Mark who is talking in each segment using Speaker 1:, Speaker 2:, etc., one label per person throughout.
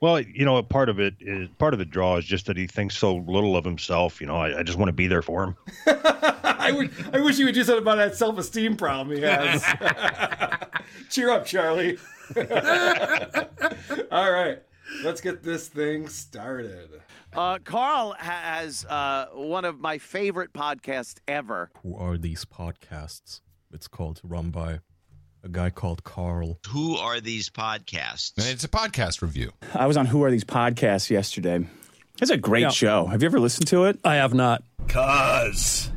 Speaker 1: Well, you know, part of it is part of the draw is just that he thinks so little of himself. You know, I, I just want to be there for him.
Speaker 2: I, would, I wish you would do something about that self esteem problem he has. Cheer up, Charlie. All right, let's get this thing started.
Speaker 3: Uh, Carl has uh, one of my favorite podcasts ever.
Speaker 4: Who are these podcasts? It's called run by a guy called Carl.
Speaker 5: Who are these podcasts?
Speaker 6: And it's a podcast review.
Speaker 7: I was on Who Are These Podcasts yesterday. It's a great show. Have you ever listened to it?
Speaker 4: I have not.
Speaker 8: Cuz.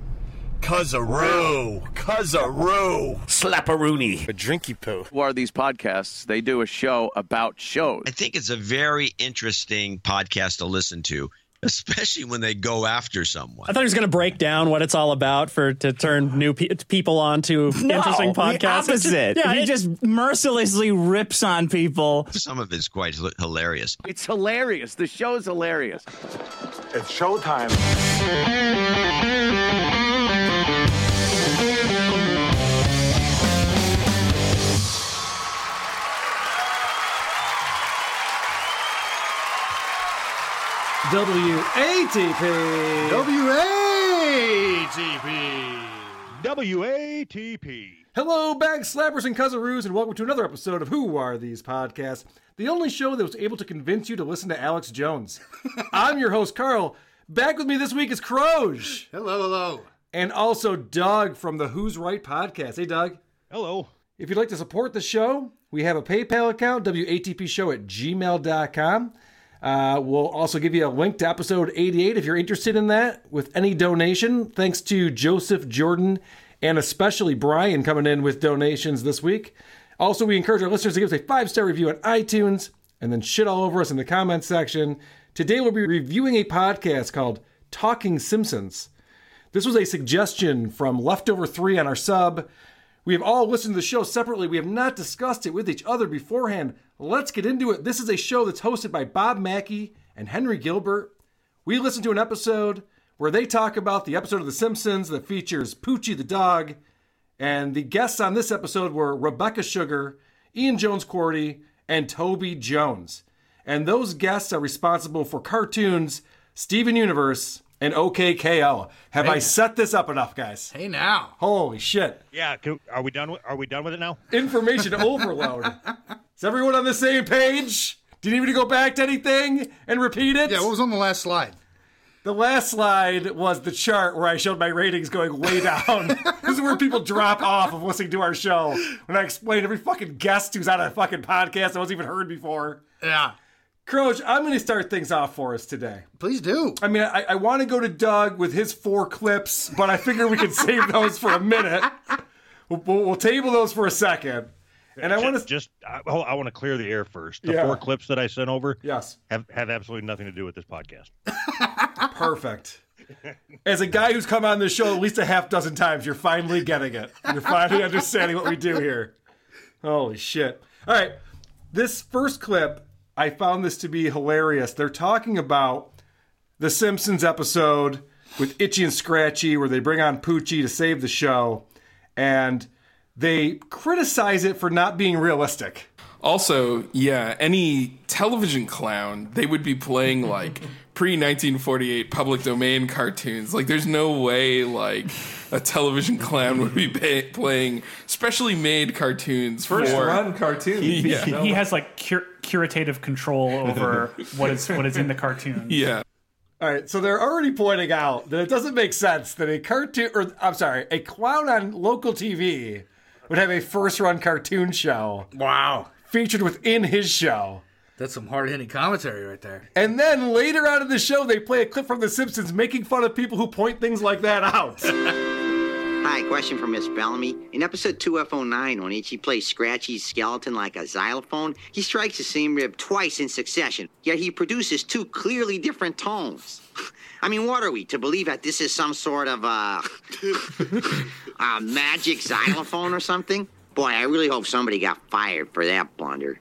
Speaker 8: Cuzaroo. Cuzaroo. Slapperoonie.
Speaker 9: A drinky poo.
Speaker 3: Who are these podcasts? They do a show about shows.
Speaker 5: I think it's a very interesting podcast to listen to, especially when they go after someone.
Speaker 9: I thought he was going to break down what it's all about for to turn new pe- people onto
Speaker 7: No,
Speaker 9: interesting podcasts.
Speaker 7: The
Speaker 9: It's just-
Speaker 7: opposite.
Speaker 9: yeah,
Speaker 7: he
Speaker 9: it-
Speaker 7: just mercilessly rips on people.
Speaker 5: Some of it's quite hi- hilarious.
Speaker 3: It's hilarious. The show is hilarious.
Speaker 8: It's showtime.
Speaker 2: WATP.
Speaker 9: WATP.
Speaker 1: WATP.
Speaker 2: Hello, bag slappers and cuzzaroos, and welcome to another episode of Who Are These Podcasts, the only show that was able to convince you to listen to Alex Jones. I'm your host, Carl. Back with me this week is Croge. Hello, hello. And also Doug from the Who's Right podcast. Hey, Doug.
Speaker 1: Hello.
Speaker 2: If you'd like to support the show, we have a PayPal account, WATPShow at gmail.com. Uh, we'll also give you a link to episode 88 if you're interested in that with any donation. Thanks to Joseph Jordan and especially Brian coming in with donations this week. Also, we encourage our listeners to give us a five star review on iTunes and then shit all over us in the comments section. Today, we'll be reviewing a podcast called Talking Simpsons. This was a suggestion from Leftover 3 on our sub. We have all listened to the show separately. We have not discussed it with each other beforehand. Let's get into it. This is a show that's hosted by Bob Mackey and Henry Gilbert. We listen to an episode where they talk about the episode of The Simpsons that features Poochie the dog. And the guests on this episode were Rebecca Sugar, Ian Jones Cordy, and Toby Jones. And those guests are responsible for cartoons, Steven Universe, and OKKO. Have I set this up enough, guys?
Speaker 9: Hey, now.
Speaker 2: Holy shit
Speaker 1: Yeah. Uh, Can, are we done? With, are we done with it now?
Speaker 2: information overload. Is everyone on the same page? Do you need me to go back to anything and repeat it?
Speaker 9: Yeah, what was on the last slide?
Speaker 2: the last slide was the chart where I showed my ratings going way down. this is where people drop off of listening to our show. When I explain every fucking guest who's on a fucking podcast that wasn't even heard before.
Speaker 9: Yeah.
Speaker 2: Croge, I'm going to start things off for us today.
Speaker 9: Please do.
Speaker 2: I mean, I, I want to go to Doug with his four clips, but I figure we can save those for a minute. We'll, we'll- we'll table those for a second. And I want to.
Speaker 1: just, just I, well, I want to clear the air first. The
Speaker 2: Yeah.
Speaker 1: four clips that I sent over
Speaker 2: Yes.
Speaker 1: have have absolutely nothing to do with this podcast.
Speaker 2: Perfect. As a guy who's come on this show at least a half dozen times, you're finally getting it. You're finally understanding what we do here. Holy shit. All right. This first clip, I found this to be hilarious. They're talking about the Simpsons episode with Itchy and Scratchy where they bring on Poochie to save the show and they criticize it for not being realistic.
Speaker 8: Also, yeah, any television clown, they would be playing like pre 1948 public domain cartoons. Like, there's no way like a television clown would be pa- playing specially made cartoons for
Speaker 9: cartoon.
Speaker 8: Yeah.
Speaker 9: He has like cur- curative control over what is what is in the cartoon.
Speaker 8: yeah.
Speaker 2: All right, so they're already pointing out that it doesn't make sense that a cartoon, or I'm sorry, a clown on local TV would have a first run cartoon show
Speaker 9: Wow.
Speaker 2: featured within his show.
Speaker 9: That's some hard hitting commentary right there.
Speaker 2: And then later on in the show, they play a clip from The Simpsons making fun of people who point things like that out.
Speaker 10: Hi, question for Miss Bellamy. In episode 2F09, when Ichi plays Scratchy's skeleton like a xylophone, he strikes the same rib twice in succession, yet he produces two clearly different tones. I mean, what are we to believe that this is some sort of uh, a magic xylophone or something? Boy, I really hope somebody got fired for that blunder.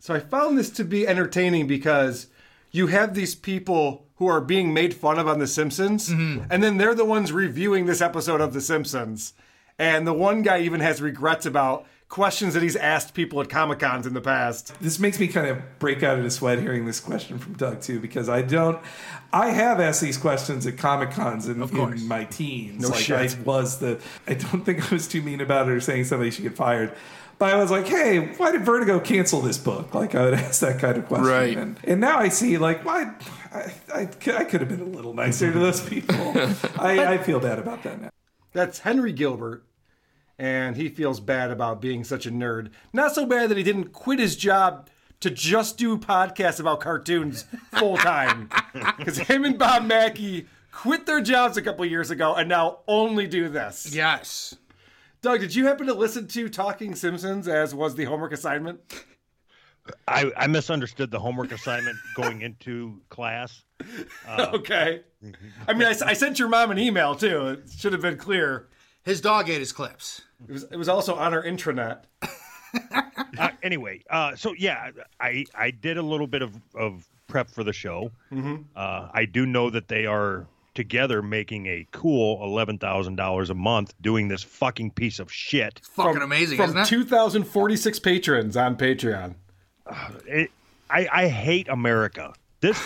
Speaker 2: So I found this to be entertaining because you have these people who are being made fun of on The Simpsons, and then they're the ones reviewing this episode of The Simpsons. And the one guy even has regrets about questions that he's asked people at Comic Cons in the past.
Speaker 11: This makes me kind of break out in a sweat hearing this question from Doug too, because I don't. I have asked these questions at Comic Cons in, in my teens.
Speaker 2: No
Speaker 11: like
Speaker 2: shit.
Speaker 11: I was the. I don't think I was too mean about it or saying somebody should get fired. But I was like, hey, why did Vertigo cancel this book? Like I would ask that kind of question.
Speaker 8: Right.
Speaker 11: And, and now I see like why. I, I, I could have been a little nicer to those people. I, I feel bad about that now.
Speaker 2: That's Henry Gilbert, and he feels bad about being such a nerd. Not so bad that he didn't quit his job to just do podcasts about cartoons full time. Because him and Bob Mackey quit their jobs a couple years ago and now only do this.
Speaker 12: Yes.
Speaker 2: Doug, did you happen to listen to Talking Simpsons as was the homework assignment?
Speaker 1: I, I misunderstood the homework assignment going into class. Oh.
Speaker 2: okay. I mean, I, s- I sent your mom an email too. It should have been clear.
Speaker 12: His dog ate his clips.
Speaker 2: It was, it was also on our intranet.
Speaker 1: uh, anyway, uh, so yeah, I I did a little bit of, of prep for the show.
Speaker 2: Mhm.
Speaker 1: Uh, I do know that they are together making a cool eleven thousand dollars a month doing this fucking piece of shit.
Speaker 2: From- from 2,046 patrons on Patreon.
Speaker 1: Uh, It- I I hate America. This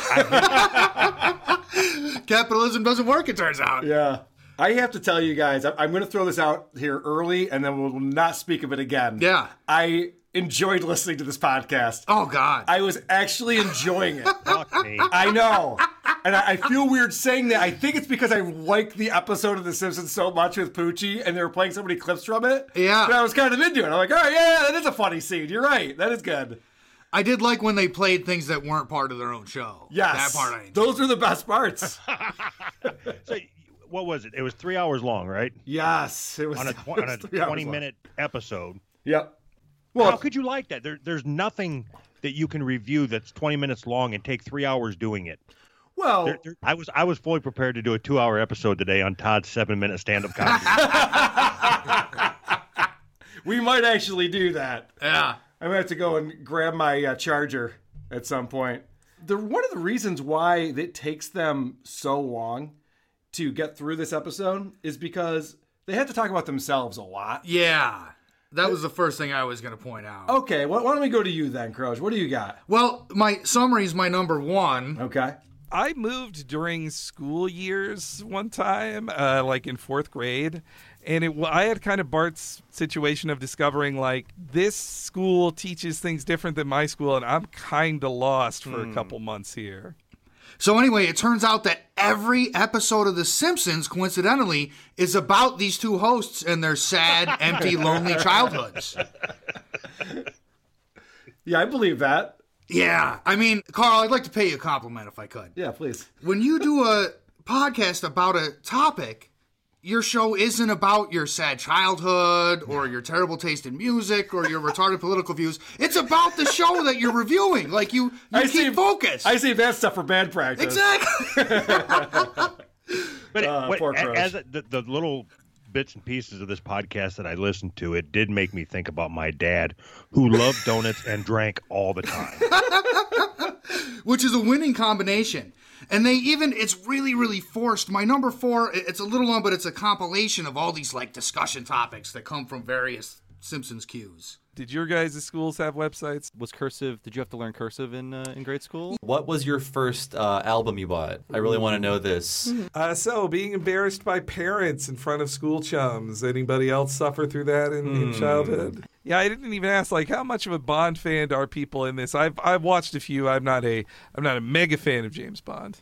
Speaker 12: Capitalism doesn't work, it turns out.
Speaker 2: Yeah. I have to tell you guys, I- I'm going to throw this out here early and then we'll not speak of it again.
Speaker 12: Yeah.
Speaker 2: I enjoyed listening to this podcast.
Speaker 12: Oh, God.
Speaker 2: I was actually enjoying it.
Speaker 1: Fuck me.
Speaker 2: I know. And I, I feel weird saying that. I think it's because I liked the episode of The Simpsons so much with Poochie and they were playing so many clips from it.
Speaker 12: Yeah.
Speaker 2: But I was kind of into it. I'm like, oh, yeah, that is a funny scene. You're right. That is good.
Speaker 12: I did like when they played things that weren't part of their own show.
Speaker 2: Yes.
Speaker 12: That part I enjoyed.
Speaker 2: Those are the best parts.
Speaker 1: what was it? It was three hours long, right?
Speaker 2: Yes, it was
Speaker 1: on a, tw- on a
Speaker 2: three hours long.
Speaker 1: twenty-minute episode.
Speaker 2: Yep. Well,
Speaker 1: how could you like that? There, there's nothing that you can review that's twenty minutes long and take three hours doing it.
Speaker 2: Well,
Speaker 1: There- there- I was I was fully prepared to do a two-hour episode today on Todd's seven-minute stand-up comedy.
Speaker 2: we might actually do that.
Speaker 12: Yeah.
Speaker 2: I'm gonna have to go and grab my uh, charger at some point. The one of the reasons why it takes them so long to get through this episode is because they have to talk about themselves a lot.
Speaker 12: Yeah. That was the first thing I was going to point out.
Speaker 2: Okay, why why don't we go to you then, Croge? What do you got?
Speaker 12: Well, my summary is my number one.
Speaker 2: Okay.
Speaker 13: I moved during school years one time, uh, like in fourth grade, and it, I had kind of Bart's situation of discovering like this school teaches things different than my school, and I'm kind of lost for a couple months here.
Speaker 12: So anyway, it turns out that every episode of The Simpsons, coincidentally, is about these two hosts and their sad, empty, lonely childhoods.
Speaker 2: Yeah, I believe that.
Speaker 12: Yeah, I mean, Carl, I'd like to pay you a compliment if I could.
Speaker 2: Yeah, please.
Speaker 12: When you do a podcast about a topic, your show isn't about your sad childhood or your terrible taste in music or your retarded political views. It's about the show that you're reviewing. Like you, you
Speaker 2: I
Speaker 12: keep
Speaker 2: save-
Speaker 12: focus.
Speaker 2: I save that stuff for bad practice.
Speaker 12: Exactly.
Speaker 1: but it-
Speaker 2: Uh,
Speaker 1: what-
Speaker 2: poor
Speaker 1: a-
Speaker 2: Croge.
Speaker 1: as it- the, the little bits and pieces of this podcast that I listened to, it did make me think about my dad, who loved donuts and drank all the time.
Speaker 12: which is a winning combination. And they even, it's really, really forced. My number four, it- it's a little long, but it's a compilation of all these like discussion topics that come from various Simpsons cues.
Speaker 13: Did your guys' schools have websites?
Speaker 14: Was cursive? Did you have to learn cursive in uh, in grade school? What was your first uh, album you bought? I really want to know this.
Speaker 13: Uh,
Speaker 11: so, being embarrassed by parents in front of school chums. Anybody else suffer through that in, in childhood?
Speaker 13: Yeah, I didn't even ask like how much of a Bond fan are people in this. I've I've watched a few. I'm not a I'm not a mega fan of James Bond.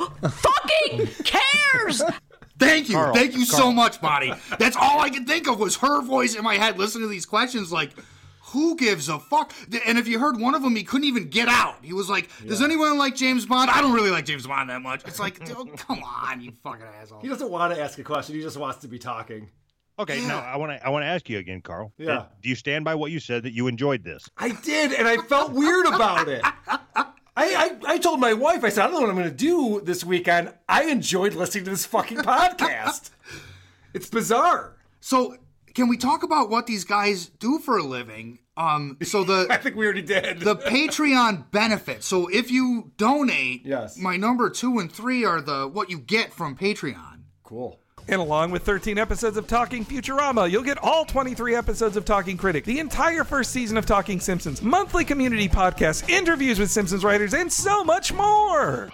Speaker 12: Fucking cares! Thank you.
Speaker 13: Carl,
Speaker 12: Thank you so
Speaker 13: Carl.
Speaker 12: much, Bonnie. That's all I could think of was her voice in my head listening to these questions like, Who gives a fuck? Th- And if you heard one of them, he couldn't even get out. He was like, "Does anyone like James Bond? I don't really like James Bond that much." It's like, dude, come on, you fucking asshole.
Speaker 15: He doesn't want to ask a question. He just wants to be talking.
Speaker 1: Okay, now I want to I want to ask you again, Carl.
Speaker 15: Yeah.
Speaker 1: Do you stand by what you said that you enjoyed this?
Speaker 2: I did, and I felt weird about it. I, I, I told my wife, I said, I don't know what I'm going to do this weekend. I enjoyed listening to this fucking podcast. it's bizarre.
Speaker 12: So, can we talk about what these guys do for a living? Um, so the I
Speaker 2: think we already did
Speaker 12: the Patreon benefit. So if you donate, yes, my number two and three are the what you get from Patreon.
Speaker 2: Cool.
Speaker 13: And along with 13 episodes of Talking Futurama, you'll get all 23 episodes of Talking Critic, the entire first season of Talking Simpsons, monthly community podcasts, interviews with Simpsons writers, and so much more.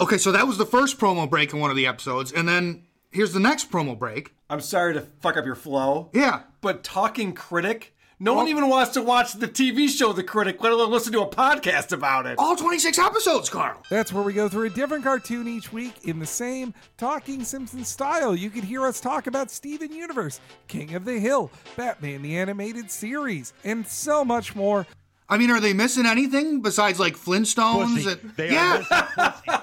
Speaker 12: Okay, so that was the first promo break in one of the episodes, and then here's the next promo break.
Speaker 2: I'm sorry to fuck up your flow.
Speaker 12: Yeah.
Speaker 2: But Talking Critic, no one even wants to watch the TV show The Critic, let alone listen to a podcast about it.
Speaker 12: All 26 episodes, Carl.
Speaker 13: That's where we go through a different cartoon each week in the same Talking Simpsons style. You can hear us talk about Steven Universe, King of the Hill, Batman the Animated Series, and so much more.
Speaker 12: I mean, are they missing anything besides like Flintstones?
Speaker 2: Pussy.
Speaker 12: And,
Speaker 2: They are
Speaker 12: yeah,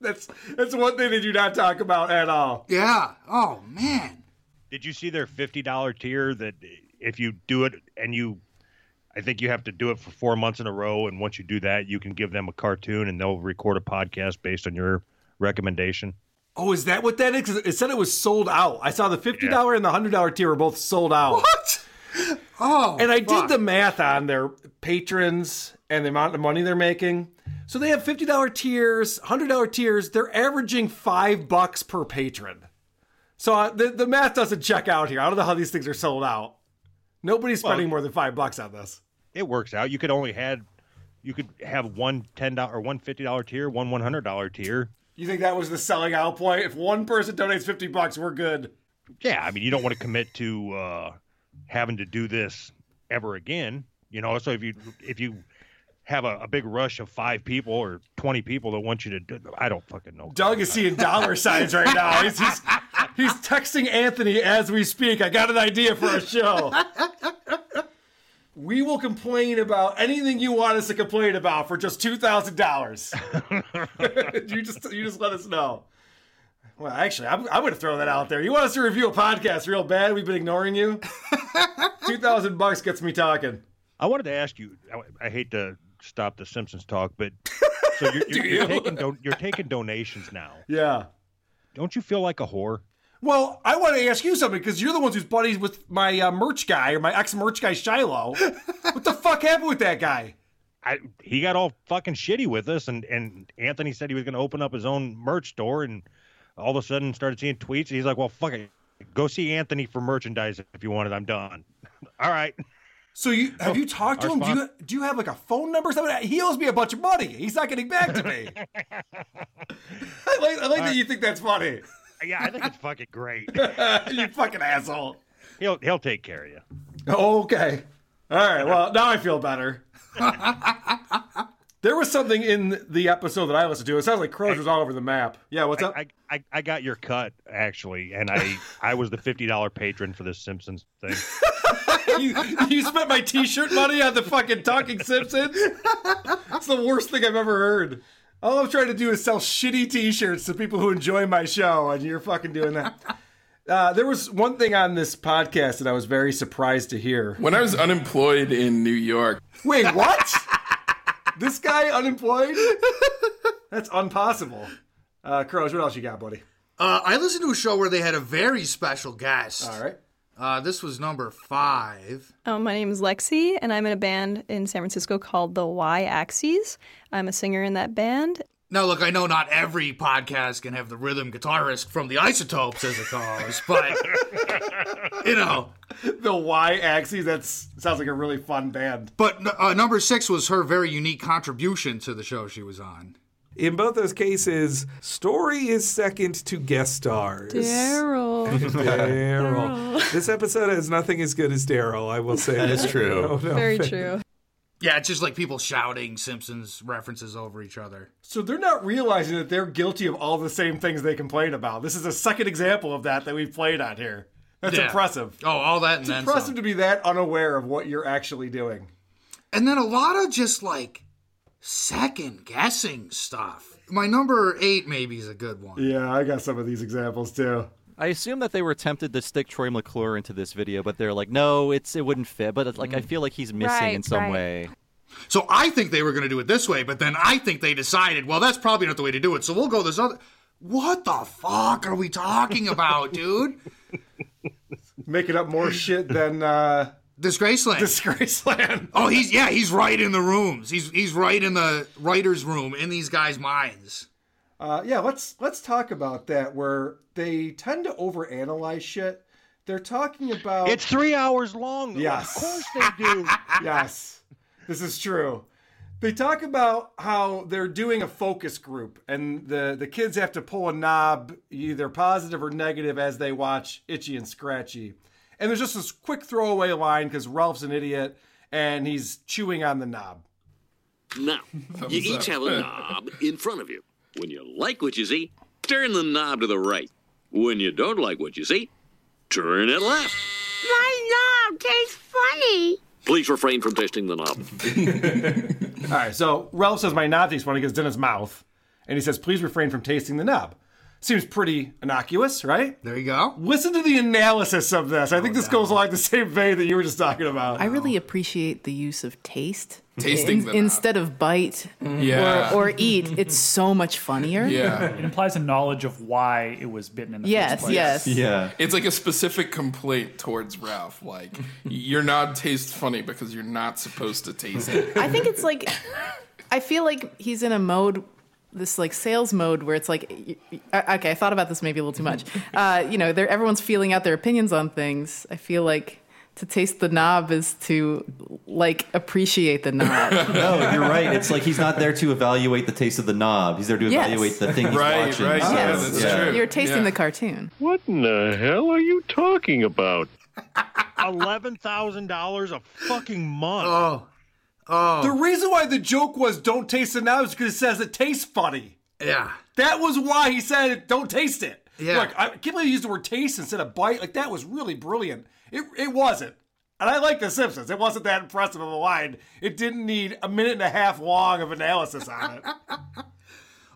Speaker 2: That's that's one thing they do not talk about at all.
Speaker 12: Yeah. Oh man.
Speaker 1: Did you see their fifty dollar tier that if you do it and you I think you have to do it for four months in a row, and once you do that, you can give them a cartoon and they'll record a podcast based on your recommendation.
Speaker 2: Oh, is that what that is? 'Cause It said it was sold out. I saw the fifty dollar and the hundred dollar tier were both sold out.
Speaker 12: What? Oh,
Speaker 2: and I
Speaker 12: fuck.
Speaker 2: did the math on their patrons and the amount of money they're making. So they have fifty dollar tiers, hundred dollar tiers. They're averaging five bucks per patron. So uh, the the math doesn't check out here. I don't know how these things are sold out. Nobody's
Speaker 1: Well-
Speaker 2: spending more than five bucks on this.
Speaker 1: It works out. You could only had you could have one ten dollar or one fifty dollar tier, one one hundred dollar tier.
Speaker 2: You think that was the selling out point? If one person donates fifty bucks, we're good.
Speaker 1: Yeah, I mean you don't want to commit to uh, having to do this ever again. You know, so if you if you have a, a big rush of five people or twenty people that want you to do, I don't fucking know.
Speaker 2: Doug is seeing dollar signs right now. He's he's, he's texting Anthony as we speak. I got an idea for a show. We will complain about anything you want us to complain about for just two thousand dollars. You just you just let us know. Well, actually, I'm, I'm going to throw that out there. You want us to review a podcast real bad? We've been ignoring you. two thousand bucks gets me talking.
Speaker 1: I wanted to ask you. I, I hate to stop the Simpsons talk, but so you're, you're, you're taking do, you're taking donations now.
Speaker 2: Yeah.
Speaker 1: Don't you feel like a whore?
Speaker 2: Well, I want to ask you something because you're the ones who's buddies with my uh, merch guy or my ex merch guy Shiloh. what the fuck happened with that guy?
Speaker 1: I he got all fucking shitty with us, and and Anthony said he was going to open up his own merch store, and all of a sudden started seeing tweets. And he's like, "Well, fuck it, go see Anthony for merchandise if you want it. I'm done." all right.
Speaker 2: So you have you talked to
Speaker 1: Our
Speaker 2: him? Do you
Speaker 1: sponsor-
Speaker 2: do you have like a phone number or something? He owes me a bunch of money. He's not getting back to me. I like, I like that you think that's funny.
Speaker 1: Yeah, I think it's fucking great.
Speaker 2: you fucking asshole.
Speaker 1: He'll he'll take care of you.
Speaker 2: Okay. All right. Well, now I feel better. there was something in the episode that I listened to. It sounds like Crows was all over the map. Yeah. What's
Speaker 1: I,
Speaker 2: up?
Speaker 1: I, I I got your cut actually, and I I was the fifty dollar patron for this Simpsons thing.
Speaker 2: you, you spent my t-shirt money on the fucking Talking Simpsons? It's the worst thing I've ever heard. All I'm trying to do is sell shitty t-shirts to people who enjoy my show, and you're fucking doing that. Uh, there was one thing on this podcast that I was very surprised to hear.
Speaker 8: When I was unemployed in New York,
Speaker 2: Wait, what? this guy unemployed? That's impossible. Uh, Crows, what else you got, buddy?
Speaker 12: Uh, I listened to a show where they had a very special guest. All
Speaker 2: right.
Speaker 12: Uh, this was number five.
Speaker 16: Um, my name is Lexi, and I'm in a band in San Francisco called the Y Axes. I'm a singer in that band.
Speaker 12: Now, look, I know not every podcast can have the rhythm guitarist from the Isotopes as a co-host, but you know,
Speaker 2: the Y axis. That sounds like a really fun band.
Speaker 12: But uh, number six was her very unique contribution to the show she was on.
Speaker 13: In both those cases, story is second to guest stars.
Speaker 16: Daryl.
Speaker 13: Daryl. This episode has nothing as good as Daryl, I will say.
Speaker 12: That is true.
Speaker 13: No, no,
Speaker 16: Very
Speaker 13: fair.
Speaker 16: true.
Speaker 12: Yeah, it's just like people shouting Simpsons references over each other.
Speaker 2: So they're not realizing that they're guilty of all the same things they complain about. This is a second example of that that we've played on here. That's
Speaker 12: Yeah.
Speaker 2: impressive.
Speaker 12: Oh, all that and
Speaker 2: It's
Speaker 12: then
Speaker 2: impressive
Speaker 12: some.
Speaker 2: to be that unaware of what you're actually doing.
Speaker 12: And then a lot of just like second guessing stuff. My number eight maybe is a good one.
Speaker 2: Yeah, I got some of these examples too.
Speaker 14: I assume that they were tempted to stick Troy McClure into this video, but they're like, no, it's it wouldn't fit. But it's like, I feel like he's missing
Speaker 12: Right,
Speaker 14: in some
Speaker 12: right.
Speaker 14: way.
Speaker 12: So I think they were going to do it this way, but then I think they decided, well, that's probably not the way to do it. So we'll go this other. What the fuck are we talking about, dude?
Speaker 2: Making up more shit than uh
Speaker 12: Disgraceland.
Speaker 2: Disgraceland.
Speaker 12: Oh, he's yeah, he's right in the rooms. He's he's right in the writers' room in these guys' minds.
Speaker 2: Uh, yeah, let's let's talk about that. Where they tend to overanalyze shit. They're talking about
Speaker 1: It's three hours long.
Speaker 2: Yes.
Speaker 1: Of course they do.
Speaker 2: yes, this is true. They talk about how they're doing a focus group, and the the kids have to pull a knob, either positive or negative, as they watch Itchy and Scratchy. And there's just this quick throwaway line because Ralph's an idiot and he's chewing on the knob.
Speaker 17: Now, you
Speaker 2: Thumbs
Speaker 17: each
Speaker 2: up.
Speaker 17: have a knob in front of you. When you like what you see, turn the knob to the right. When you don't like what you see, turn it left.
Speaker 15: My knob tastes funny.
Speaker 17: Please refrain from tasting the knob.
Speaker 2: All right, so Ralph says my knob tastes funny because it's in his mouth, and he says please refrain from tasting the knob. Seems pretty innocuous, right?
Speaker 12: There you go. Oh,
Speaker 2: Listen to the analysis of this. I think this goes along the same vein that you were just talking about.
Speaker 18: I really appreciate the use of taste.
Speaker 2: Tasting
Speaker 18: In-
Speaker 2: the knob.
Speaker 18: instead of bite
Speaker 9: Yeah.
Speaker 18: or, or eat. It's so much funnier.
Speaker 9: It implies a knowledge of why it was bitten in the
Speaker 18: Yes,
Speaker 9: first place.
Speaker 18: yes.
Speaker 14: Yeah.
Speaker 8: It's like a specific complaint towards Ralph. Like, your knob tastes funny because you're not supposed to taste it.
Speaker 18: I think it's like I feel like he's in a mode this like sales mode where it's like y- y- okay I thought about this maybe a little too much uh, you know they're, everyone's feeling out their opinions on things I feel like to taste the knob is to like appreciate the knob
Speaker 14: No,
Speaker 18: you're
Speaker 14: right.
Speaker 18: It's
Speaker 14: like
Speaker 18: he's
Speaker 14: not
Speaker 18: there
Speaker 14: to evaluate the taste of the knob. He's there to
Speaker 18: Yes.
Speaker 14: evaluate the thing he's
Speaker 8: Right,
Speaker 14: watching.
Speaker 8: right.
Speaker 14: So,
Speaker 8: Yeah, that's
Speaker 14: yeah.
Speaker 18: you're tasting the cartoon
Speaker 19: What in the hell are you talking about?
Speaker 1: Eleven thousand dollars a fucking month.
Speaker 12: Oh, oh.
Speaker 2: The reason why the joke was don't taste the knob is because it says it tastes funny.
Speaker 12: Yeah.
Speaker 2: That was why he said don't taste it.
Speaker 12: Yeah.
Speaker 2: Look, I can't believe he used the word taste instead of bite. Like that was really brilliant. It it wasn't. And I like The Simpsons. It wasn't that impressive of a line. It didn't need a minute and a half long of analysis on it.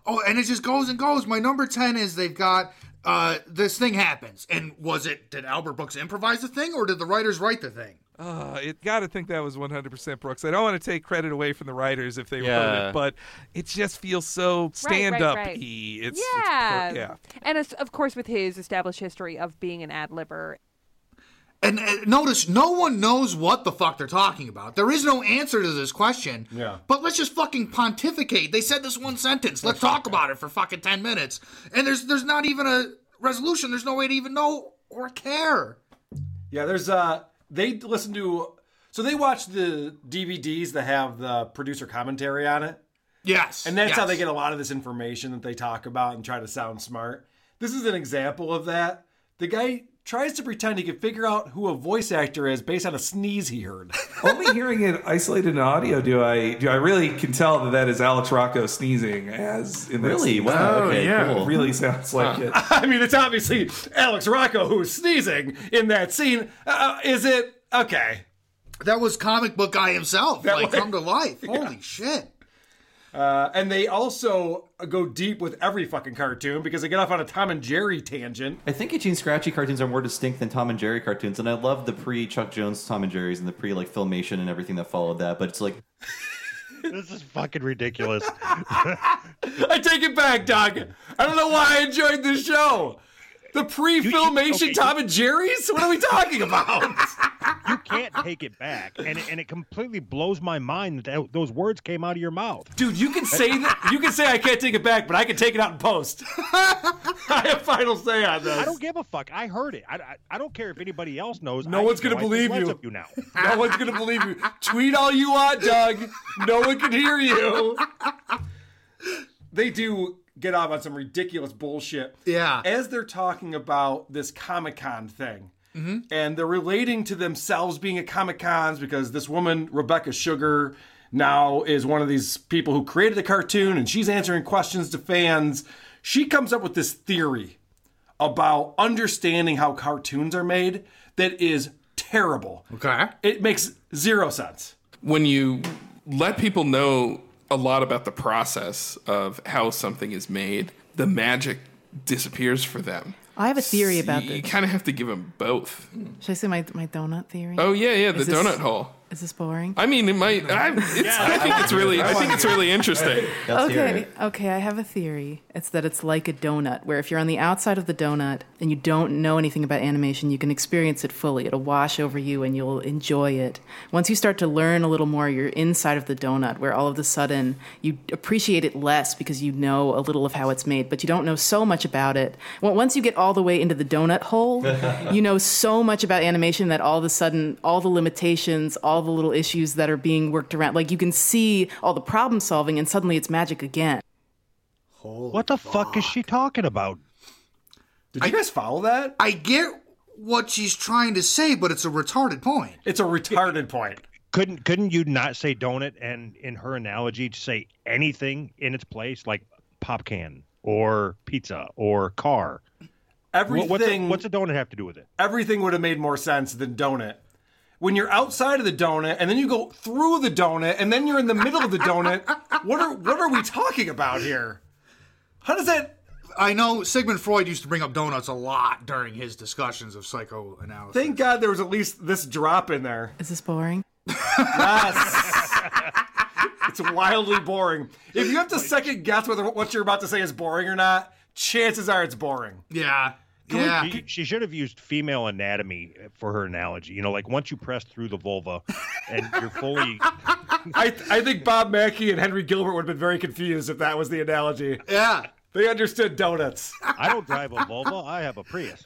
Speaker 12: Oh, and it just goes and goes. My number 10 is they've got uh, this thing happens. And was it, did Albert Brooks improvise the thing or did the writers write the thing?
Speaker 13: Uh, it got to think that was 100% Brooks. I don't want to take credit away from the writers if they wrote
Speaker 14: Yeah.
Speaker 13: it, but it just feels so stand up y. It's, it's per-
Speaker 20: yeah.
Speaker 13: yeah.
Speaker 20: And it's, of course, with his established history of being an ad libber.
Speaker 12: And, uh notice no one knows what the fuck they're talking about. There is no answer to this question.
Speaker 2: Yeah.
Speaker 12: But let's just fucking pontificate. They said this one sentence. Let's talk about it for fucking 10 minutes. And there's there's not even a resolution. There's no way to even know or care.
Speaker 2: Yeah, there's uh they listen to so they watch the DVDs that have the producer commentary on it.
Speaker 12: Yes.
Speaker 2: And that's how
Speaker 12: yes.
Speaker 2: they get a lot of this information that they talk about and try to sound smart. This is an example of that. The guy tries to pretend he can figure out who a voice actor is based on a sneeze he heard.
Speaker 13: Only hearing it isolated in audio do I do I really can tell that that is Alex Rocco sneezing as in that
Speaker 14: Really?
Speaker 13: scene.
Speaker 14: Wow, Oh, okay, yeah. cool.
Speaker 13: It really sounds like it.
Speaker 2: I mean, it's obviously Alex Rocco who's sneezing in that scene. Uh, is it okay?
Speaker 12: That was comic book guy himself,
Speaker 2: That
Speaker 12: like
Speaker 2: was-
Speaker 12: come to life. Holy shit.
Speaker 2: Uh, and they also go deep with every fucking cartoon because they get off on a Tom and Jerry tangent.
Speaker 14: I
Speaker 18: think
Speaker 14: Itchy and Scratchy cartoons are more distinct than Tom and Jerry cartoons, and I love the pre Chuck Jones Tom and Jerry's and the pre like filmation and everything that followed that. But it's like
Speaker 1: this is fucking ridiculous.
Speaker 2: I take it back, Doc. I don't know why I enjoyed this show. The pre-filmation
Speaker 1: okay, you-
Speaker 2: Tom and Jerry's? What are we talking about?
Speaker 1: you can't take it back, and it, and it completely blows my mind that tho- those words came out of your mouth.
Speaker 2: Dude, you can say that. You can say I can't take it back, but I can take it out in post. I have final say on this.
Speaker 1: I don't give a fuck. I heard it. I, I, I don't care if anybody else knows.
Speaker 2: No
Speaker 1: I
Speaker 2: one's
Speaker 1: just
Speaker 2: gonna
Speaker 1: know I think
Speaker 2: believe
Speaker 1: less
Speaker 2: you.
Speaker 1: of you now.
Speaker 2: No one's gonna believe you. Tweet all you want, Doug. No one can hear you. They do get off on some ridiculous bullshit.
Speaker 12: Yeah.
Speaker 2: As they're talking about this Comic Con thing, and they're relating to themselves being at Comic Cons because this woman, Rebecca Sugar, now is one of these people who created the cartoon and she's answering questions to fans. She comes up with this theory about understanding how cartoons are made that is terrible.
Speaker 12: Okay.
Speaker 2: It makes zero sense.
Speaker 8: when you let people know a lot about the process of how something is made, the magic disappears for them.
Speaker 18: I have a theory about
Speaker 8: You
Speaker 18: this.
Speaker 8: kind of have to give them both.
Speaker 18: Should I say my, my donut theory?
Speaker 8: Oh yeah, yeah, the
Speaker 18: Is this-
Speaker 8: donut hole.
Speaker 18: Is this boring?
Speaker 8: I mean, it might. I, it's, I think it's really. I think it's really interesting.
Speaker 18: okay, okay, I have a theory. It's that it's like a donut, where if you're on the outside of the donut and you don't know anything about animation, you can experience it fully. It'll wash over you and you'll enjoy it. Once you start to learn a little more, you're inside of the donut, where all of a sudden you appreciate it less because you know a little of how it's made, but you don't know so much about it. Well, once you get all the way into the donut hole, you know so much about animation that all of a sudden all the limitations all the little issues that are being worked around like you can see all the problem solving and suddenly it's magic again
Speaker 1: what the fuck is she talking about?
Speaker 2: Did you guys follow that?
Speaker 12: I get what she's trying to say, but it's a retarded point.
Speaker 2: It's a retarded point.
Speaker 1: Couldn't couldn't you not say donut and in her analogy to say anything in its place like pop can or pizza or car? What- what's a-
Speaker 2: Everything-
Speaker 1: What's a, donut have to do with it?
Speaker 2: Everything would have made more sense than donut. When you're outside of the donut and then you go through the donut and then you're in the middle of the donut, what are what are we talking about here? How does that?
Speaker 12: I know Sigmund Freud used to bring up donuts a lot during his discussions of psychoanalysis.
Speaker 2: Thank God there was at least this drop in there.
Speaker 18: is this boring
Speaker 2: It's wildly boring. If you have to second guess whether what you're about to say is boring or not, chances are it's boring.
Speaker 12: Yeah.
Speaker 1: She, she should have used female anatomy for her analogy. You know, like once you press through the vulva and you're fully
Speaker 2: I, I think Bob Mackey and Henry Gilbert would have been very confused if that was the analogy.
Speaker 12: Yeah.
Speaker 2: They understood donuts.
Speaker 1: I don't drive a Volvo. I have a Prius.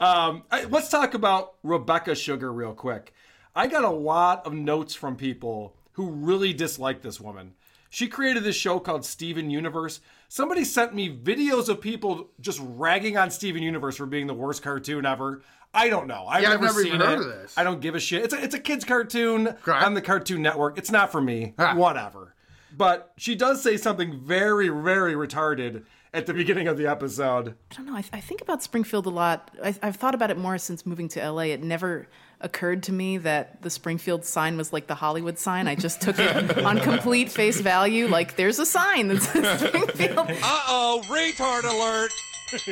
Speaker 2: Um, I- let's talk about Rebecca Sugar real quick. I got a lot of notes from people who really dislike this woman. She created this show called Steven Universe. Somebody sent me videos of people just ragging on Steven Universe for being the worst cartoon ever. I don't know. I've
Speaker 12: Yeah, I've
Speaker 2: never,
Speaker 12: never
Speaker 2: seen
Speaker 12: even
Speaker 2: it.
Speaker 12: heard of this.
Speaker 2: I don't give a shit. It's a, it's a kid's cartoon on the Cartoon Network. It's not for me. Whatever. But she does say something very, very retarded at the beginning of the episode.
Speaker 18: i don't know i, I think about springfield a lot I, i've thought about it more since moving to la it never occurred to me that the springfield sign was like the hollywood sign i just took it on complete face value like there's a sign that says springfield
Speaker 12: oh, retard alert!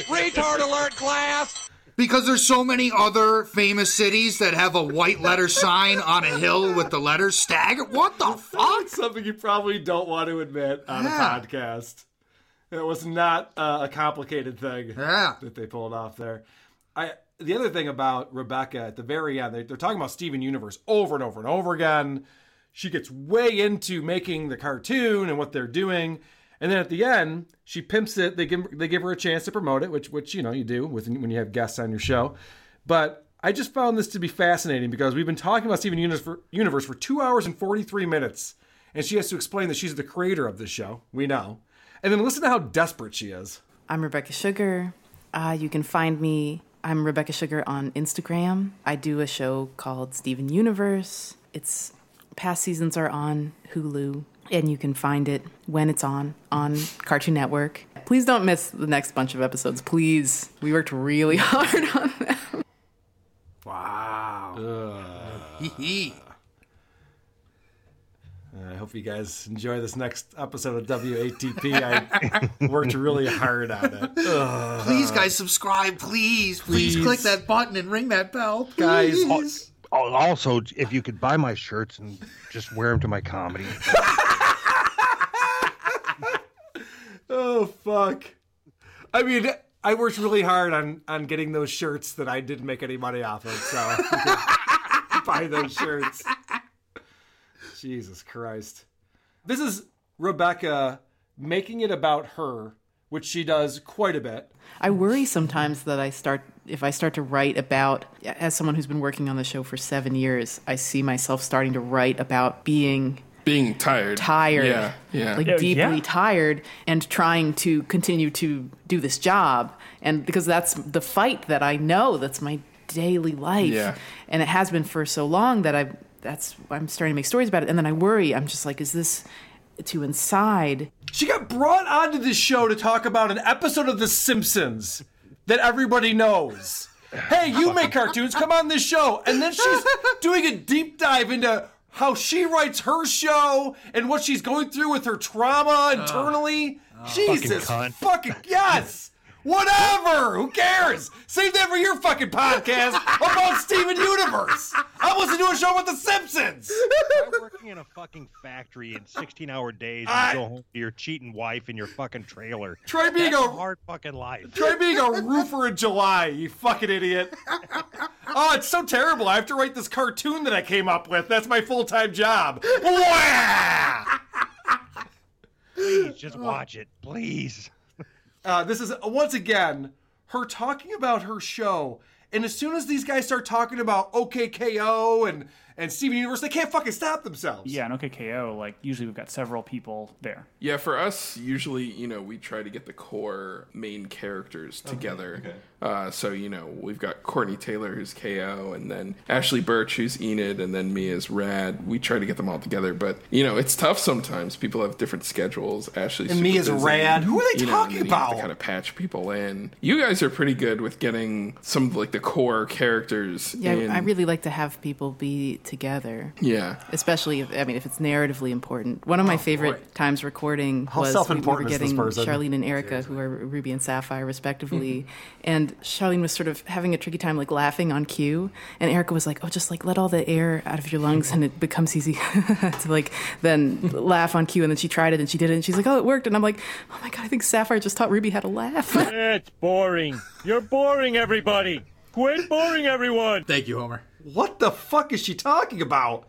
Speaker 12: retard alert, class! Because there's so many other famous cities that have a white letter sign on a hill with the letters stagger. What the fuck?
Speaker 2: Something you probably don't want to admit on
Speaker 12: Yeah.
Speaker 2: a podcast. It was not uh, a complicated thing
Speaker 12: Yeah.
Speaker 2: that they pulled off there. I the other thing about Rebecca at the very end, they, they're talking about Steven Universe over and over and over again. She gets way into making the cartoon and what they're doing, and then at the end, she pimps it. They give they give her a chance to promote it, which which you know you do with when you have guests on your show. But I just found this to be fascinating because we've been talking about Steven Universe for, Universe for two hours and 43 minutes, and she has to explain that she's the creator of this show. We know. And then listen to how desperate she is.
Speaker 18: I'm Rebecca Sugar. Uh, you can find me. I'm Rebecca Sugar on Instagram. I do a show called Steven Universe. It's past seasons are on Hulu, and you can find it when it's on on Cartoon Network. Please don't miss the next bunch of episodes. Please, we worked really hard on them.
Speaker 2: Wow. Uh, I hope you guys enjoy this next episode of WATP. I worked really hard on it. Ugh.
Speaker 12: Please, guys, subscribe. Please, please,
Speaker 2: Please.
Speaker 12: click that button and ring that bell.
Speaker 1: Guys, al-
Speaker 12: please.
Speaker 1: al- also, if you could buy my shirts and just wear them to my comedy.
Speaker 2: Oh fuck. I mean, I worked really hard on on getting those shirts that I didn't make any money off of. So you can buy those shirts. Jesus Christ. This is Rebecca making it about her, which she does quite a bit.
Speaker 18: I worry sometimes that I start if I start to write about as someone who's been working on the show for 7 years, I see myself starting to write about being
Speaker 8: being tired.
Speaker 18: tired.
Speaker 8: Yeah, yeah.
Speaker 18: Like
Speaker 8: Yeah,
Speaker 18: deeply
Speaker 8: yeah.
Speaker 18: tired and trying to continue to do this job and because that's the fight that I know that's my daily life. Yeah. And it has been for so long that I that's I'm starting to make stories about it and then I worry I'm just like is this too inside
Speaker 2: She got brought onto this show to talk about an episode of The Simpsons that everybody knows. Hey, you make cartoons, come on this show. And then she's doing a deep dive into how she writes her show and what she's going through with her trauma internally. Jesus
Speaker 1: Ah. Fucking cunt.
Speaker 2: fucking yes! Whatever! Who cares? Save that for your fucking podcast about Steven Universe! I wasn't doing a show with The Simpsons!
Speaker 1: working in a fucking factory in 16 hour days and
Speaker 2: I-
Speaker 1: go home to your cheating wife in your fucking trailer.
Speaker 2: Try being
Speaker 1: That's
Speaker 2: a-
Speaker 1: hard fucking life.
Speaker 2: Try being a roofer in July, you fucking idiot. Oh, it's so terrible. I have to write this cartoon that I came up with. That's my full time job. Wah!
Speaker 1: Please just watch it, please.
Speaker 2: Uh, this is once again her talking about her show, and as soon as these guys start talking about OKKO and and Steven Universe, they can't fucking stop themselves.
Speaker 4: Yeah, and OKKO, like usually we've got several people there.
Speaker 8: Yeah, for us, usually, you know, we try to get the core main characters together. Uh, so, you know, we've got Courtney Taylor, who's KO, and then Ashley Birch, who's Enid, and then me as Rad. We try to get them all together, but, you know, it's tough sometimes. People have different schedules. Ashley's
Speaker 2: And me
Speaker 8: super
Speaker 2: as
Speaker 8: busy.
Speaker 2: Rad? Who are they
Speaker 8: You know, and
Speaker 2: talking
Speaker 8: then you have to
Speaker 2: about?
Speaker 8: kind of patch people in. You guys are pretty good with getting some of, like, the core characters
Speaker 18: Yeah,
Speaker 8: in.
Speaker 18: I really like to have people be together.
Speaker 8: Yeah.
Speaker 18: Especially if I mean if it's narratively important. One of my
Speaker 2: Oh,
Speaker 18: favorite
Speaker 2: boy.
Speaker 18: times recording
Speaker 2: How
Speaker 18: was we were
Speaker 2: self-important is this
Speaker 18: getting
Speaker 2: person?
Speaker 18: Charlene and Erica, who are Ruby and Sapphire respectively,
Speaker 2: Mm-hmm.
Speaker 18: and Charlene was sort of having a tricky time like laughing on cue, and Erica was like, "Oh, just like let all the air out of your lungs, and it becomes easy to like then laugh on cue." And then she tried it, and she did it, and she's like, "Oh, it worked," and I'm like, "Oh my god, I think Sapphire just taught Ruby how to laugh."
Speaker 21: it's boring. You're boring everybody. Quit boring everyone.
Speaker 2: Thank you, Homer. What the fuck is she talking about?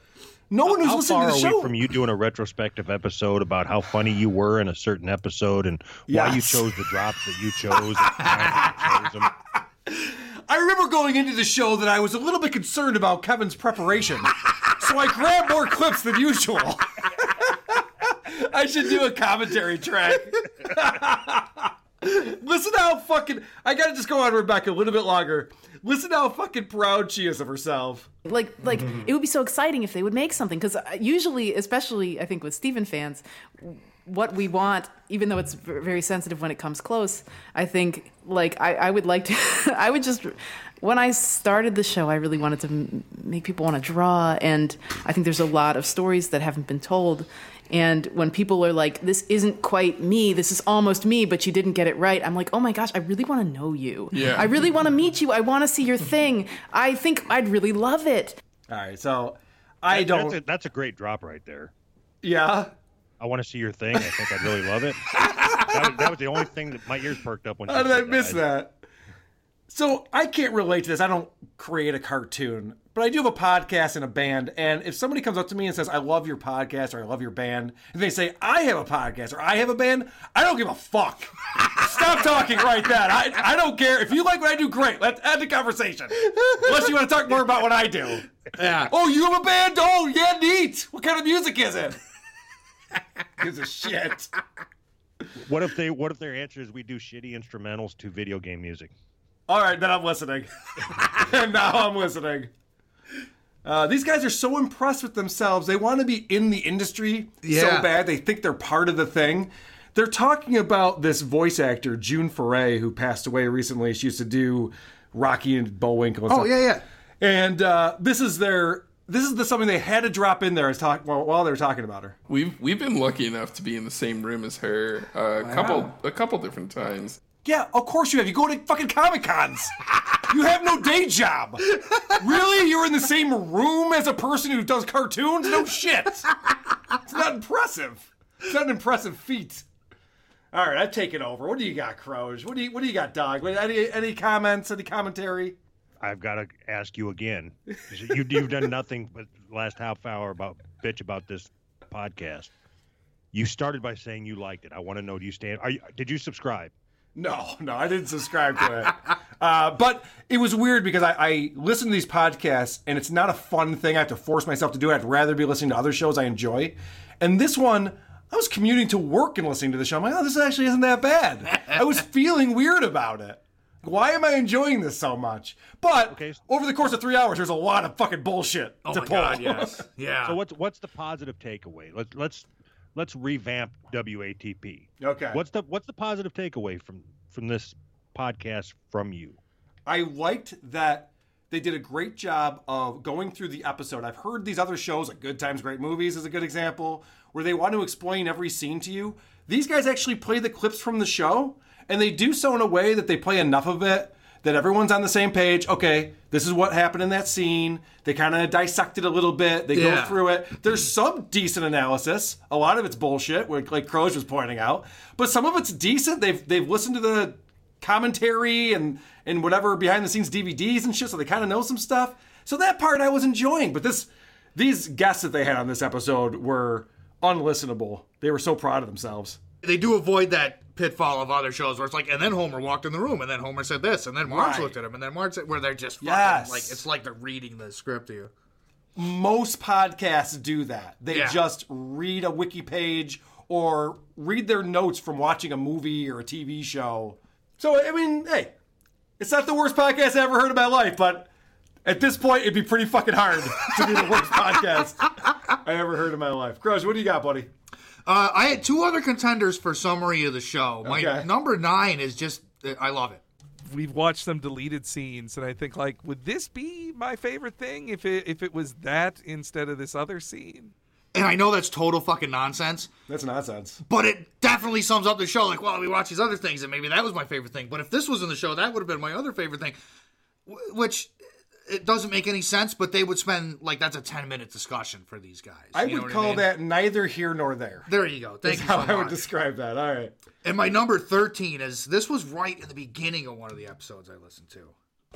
Speaker 2: No one who's
Speaker 1: How
Speaker 2: listening
Speaker 1: far
Speaker 2: to
Speaker 1: are
Speaker 2: the
Speaker 1: we
Speaker 2: show.
Speaker 1: from you doing a retrospective episode about how funny you were in a certain episode and why you
Speaker 2: Yes.
Speaker 1: chose the drops that you chose? and chose 'em?
Speaker 2: I remember going into the show that I was a little bit concerned about Kevin's preparation, so I grabbed more clips than usual. I should do a commentary track. Listen to how fucking. I gotta just go on Rebecca a little bit longer. Listen to how fucking proud she is of herself.
Speaker 18: Like, like it would be so exciting if they would make something because usually, especially I think with Steven fans, w- what we want, even though it's v- very sensitive when it comes close, I think like I, I would like to, I would just when I started the show, I really wanted to m- make people want to draw, and I think there's a lot of stories that haven't been told. And when people are like, "This isn't quite me. This is almost me," but you didn't get it right, I'm like, "Oh my gosh, I really want to know you.
Speaker 2: Yeah.
Speaker 18: I really want to meet you. I want to see your
Speaker 22: Mm-hmm.
Speaker 18: thing. I think I'd really love it.
Speaker 2: All right, so I
Speaker 1: That-
Speaker 2: don't.
Speaker 1: That's a, that's a great drop right there.
Speaker 2: Yeah.
Speaker 1: I want to see your thing. I think I'd really love it. that, was, that was the only thing that my ears perked up when. she
Speaker 2: How did I
Speaker 1: said
Speaker 2: miss that? So I can't relate to this. I don't create a cartoon, but I do have a podcast and a band. And if somebody comes up to me and says, I love your podcast or I love your band, and they say, I have a podcast or I have a band, I don't give a fuck. Stop talking right then. I, I don't care. If you like what I do, great. Let's end the conversation. Unless you want to talk more about what I do. Yeah. Oh, you have a band? Oh, yeah, neat. What kind of music is it? Gives a shit.
Speaker 1: What if they? What if their answer is we do shitty instrumentals to video game music?
Speaker 2: All right, then I'm listening. now I'm listening. Uh, these guys are so impressed with themselves. They want to be in the industry
Speaker 12: Yeah.
Speaker 2: so bad. They think they're part of the thing. They're talking about this voice actor, June Foray, who passed away recently. She used to do Rocky and Bullwinkle. And
Speaker 12: Oh,
Speaker 2: stuff.
Speaker 12: yeah, yeah.
Speaker 2: And uh, this is their this is the something they had to drop in there as talk while, while they were talking about her.
Speaker 8: We've we've been lucky enough to be in the same room as her uh, a couple a couple different times.
Speaker 2: Yeah, of course you have. You go to fucking Comic Cons. You have no day job. Really? You're in the same room as a person who does cartoons? No shit. It's not impressive. It's not an impressive feat. All right, I've taken over. What do you got, Croge? What do you What do you got, Dog? Any Any comments? Any commentary?
Speaker 1: I've got to ask you again. You, you've done nothing but last half hour about bitch about this podcast. You started by saying you liked it. I want to know. Do you stand? Are you, did you subscribe?
Speaker 2: No, no, I didn't subscribe to it. uh, but it was weird because I, I listen to these podcasts and it's not a fun thing. I have to force myself to do it. I'd rather be listening to other shows I enjoy. And this one, I was commuting to work and listening to the show. I'm like, oh, this actually isn't that bad. I was feeling weird about it. Why am I enjoying this so much? But over the course of three hours, there's a lot Oh
Speaker 1: Oh
Speaker 2: of fucking bullshit to pull.
Speaker 1: So what's what's the positive takeaway? Let's let's let's revamp WATP.
Speaker 2: Okay.
Speaker 1: What's the what's the positive takeaway from from this podcast from you?
Speaker 2: I liked that they did a great job of going through the episode. I've heard these other shows, like Good Times, Great Movies is a good example, where they want to explain every scene to you. These guys actually play the clips from the show, and they do so in a way that they play enough of it that everyone's on the same page. Okay, this is what happened in that scene. They kind of dissect it a little bit, they go
Speaker 12: Yeah.
Speaker 2: through it. There's some decent analysis. A lot of it's bullshit, like like Croge was pointing out, but some of it's decent. They've, they've listened to the commentary and and whatever behind the scenes DVDs and shit, so they kind of know some stuff. So that part I was enjoying, but this these guests that they had on this episode were unlistenable. They were so proud of themselves.
Speaker 12: They do avoid that pitfall of other shows where it's like, and then Homer walked in the room, and then Homer said this, and then Marge
Speaker 2: Right.
Speaker 12: looked at him, and then Marge said, where they're just fucking,
Speaker 2: Yes.
Speaker 12: like, it's like they're reading the script to you.
Speaker 2: Most podcasts do that. They
Speaker 12: Yeah.
Speaker 2: just read a wiki page or read their notes from watching a movie or a TV show. So I mean, hey, it's not the worst podcast I ever heard in my life, but at this point, it'd be pretty fucking hard to be the worst podcast I ever heard in my life. Grudge, what do you got, buddy?
Speaker 12: Uh, I had two other contenders for summary of the show. Oh, My
Speaker 13: Okay.
Speaker 12: number nine is just, I love it.
Speaker 13: We've watched some deleted scenes, and I think like, would this be my favorite thing if it if it was that instead of this other scene?
Speaker 12: And I know that's total fucking nonsense.
Speaker 2: That's nonsense.
Speaker 12: But it definitely sums up the show. Like, well, we watch these other things, and maybe that was my favorite thing. But if this was in the show, that would have been my other favorite thing. Wh- Which it doesn't make any sense, but they would spend like that's a ten minute discussion for these guys.
Speaker 2: I
Speaker 12: You know
Speaker 2: would
Speaker 12: what
Speaker 2: call
Speaker 12: mean?
Speaker 2: that neither here nor there.
Speaker 12: There you go. Thank
Speaker 2: Is
Speaker 12: you
Speaker 2: how
Speaker 12: so
Speaker 2: I would
Speaker 12: much.
Speaker 2: describe that. All right.
Speaker 12: And my number thirteen is this was right in the beginning of one of the episodes I listened to.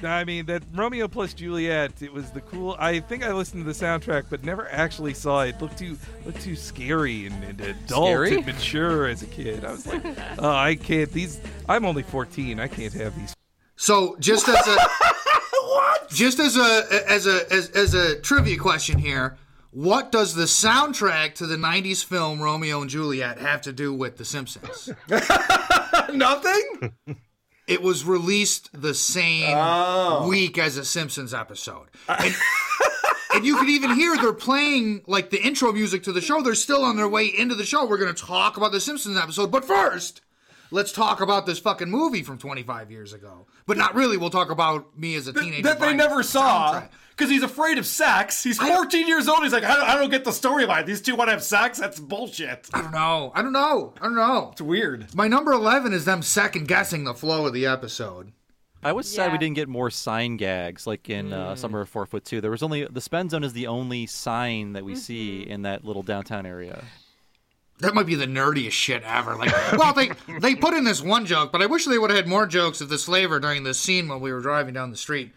Speaker 13: I mean, that Romeo plus Juliet. It was the cool. I think I listened to the soundtrack, but never actually saw it. Looked too looked too scary and, and adult
Speaker 14: Scary?
Speaker 13: and mature as a kid. I was like, oh, I can't. These. I'm only 14. I can't have these.
Speaker 12: So just as a Just as a as a as, as a trivia question here, what does the soundtrack to the '90s film Romeo and Juliet have to do with The Simpsons?
Speaker 2: Nothing.
Speaker 12: It was released the same
Speaker 2: Oh.
Speaker 12: week as a Simpsons episode, and, and you can even hear they're playing like the intro music to the show. They're still on their way into the show. We're going to talk about the Simpsons episode, but first. Let's talk about this fucking movie from 25 years ago. But not really. We'll talk about me as a teenager.
Speaker 2: that they
Speaker 12: buying
Speaker 2: never
Speaker 12: the
Speaker 2: saw
Speaker 12: soundtrack.
Speaker 2: because he's afraid of sex. He's 14 years old. He's like, I don't, I don't get the storyline. These two want to have sex. That's bullshit.
Speaker 12: I don't know. I don't know. I don't know. It's
Speaker 2: weird.
Speaker 12: My number 11 is them second guessing the flow of the episode.
Speaker 14: I was sad we didn't get more sign gags like in uh, Summer of Four Foot Two. There was only the spend zone is the only sign that we see in that little downtown area.
Speaker 12: That might be the nerdiest shit ever. Like, well, they they put in this one joke, but I wish they would have had more jokes of the slaver during this scene when we were driving down the street.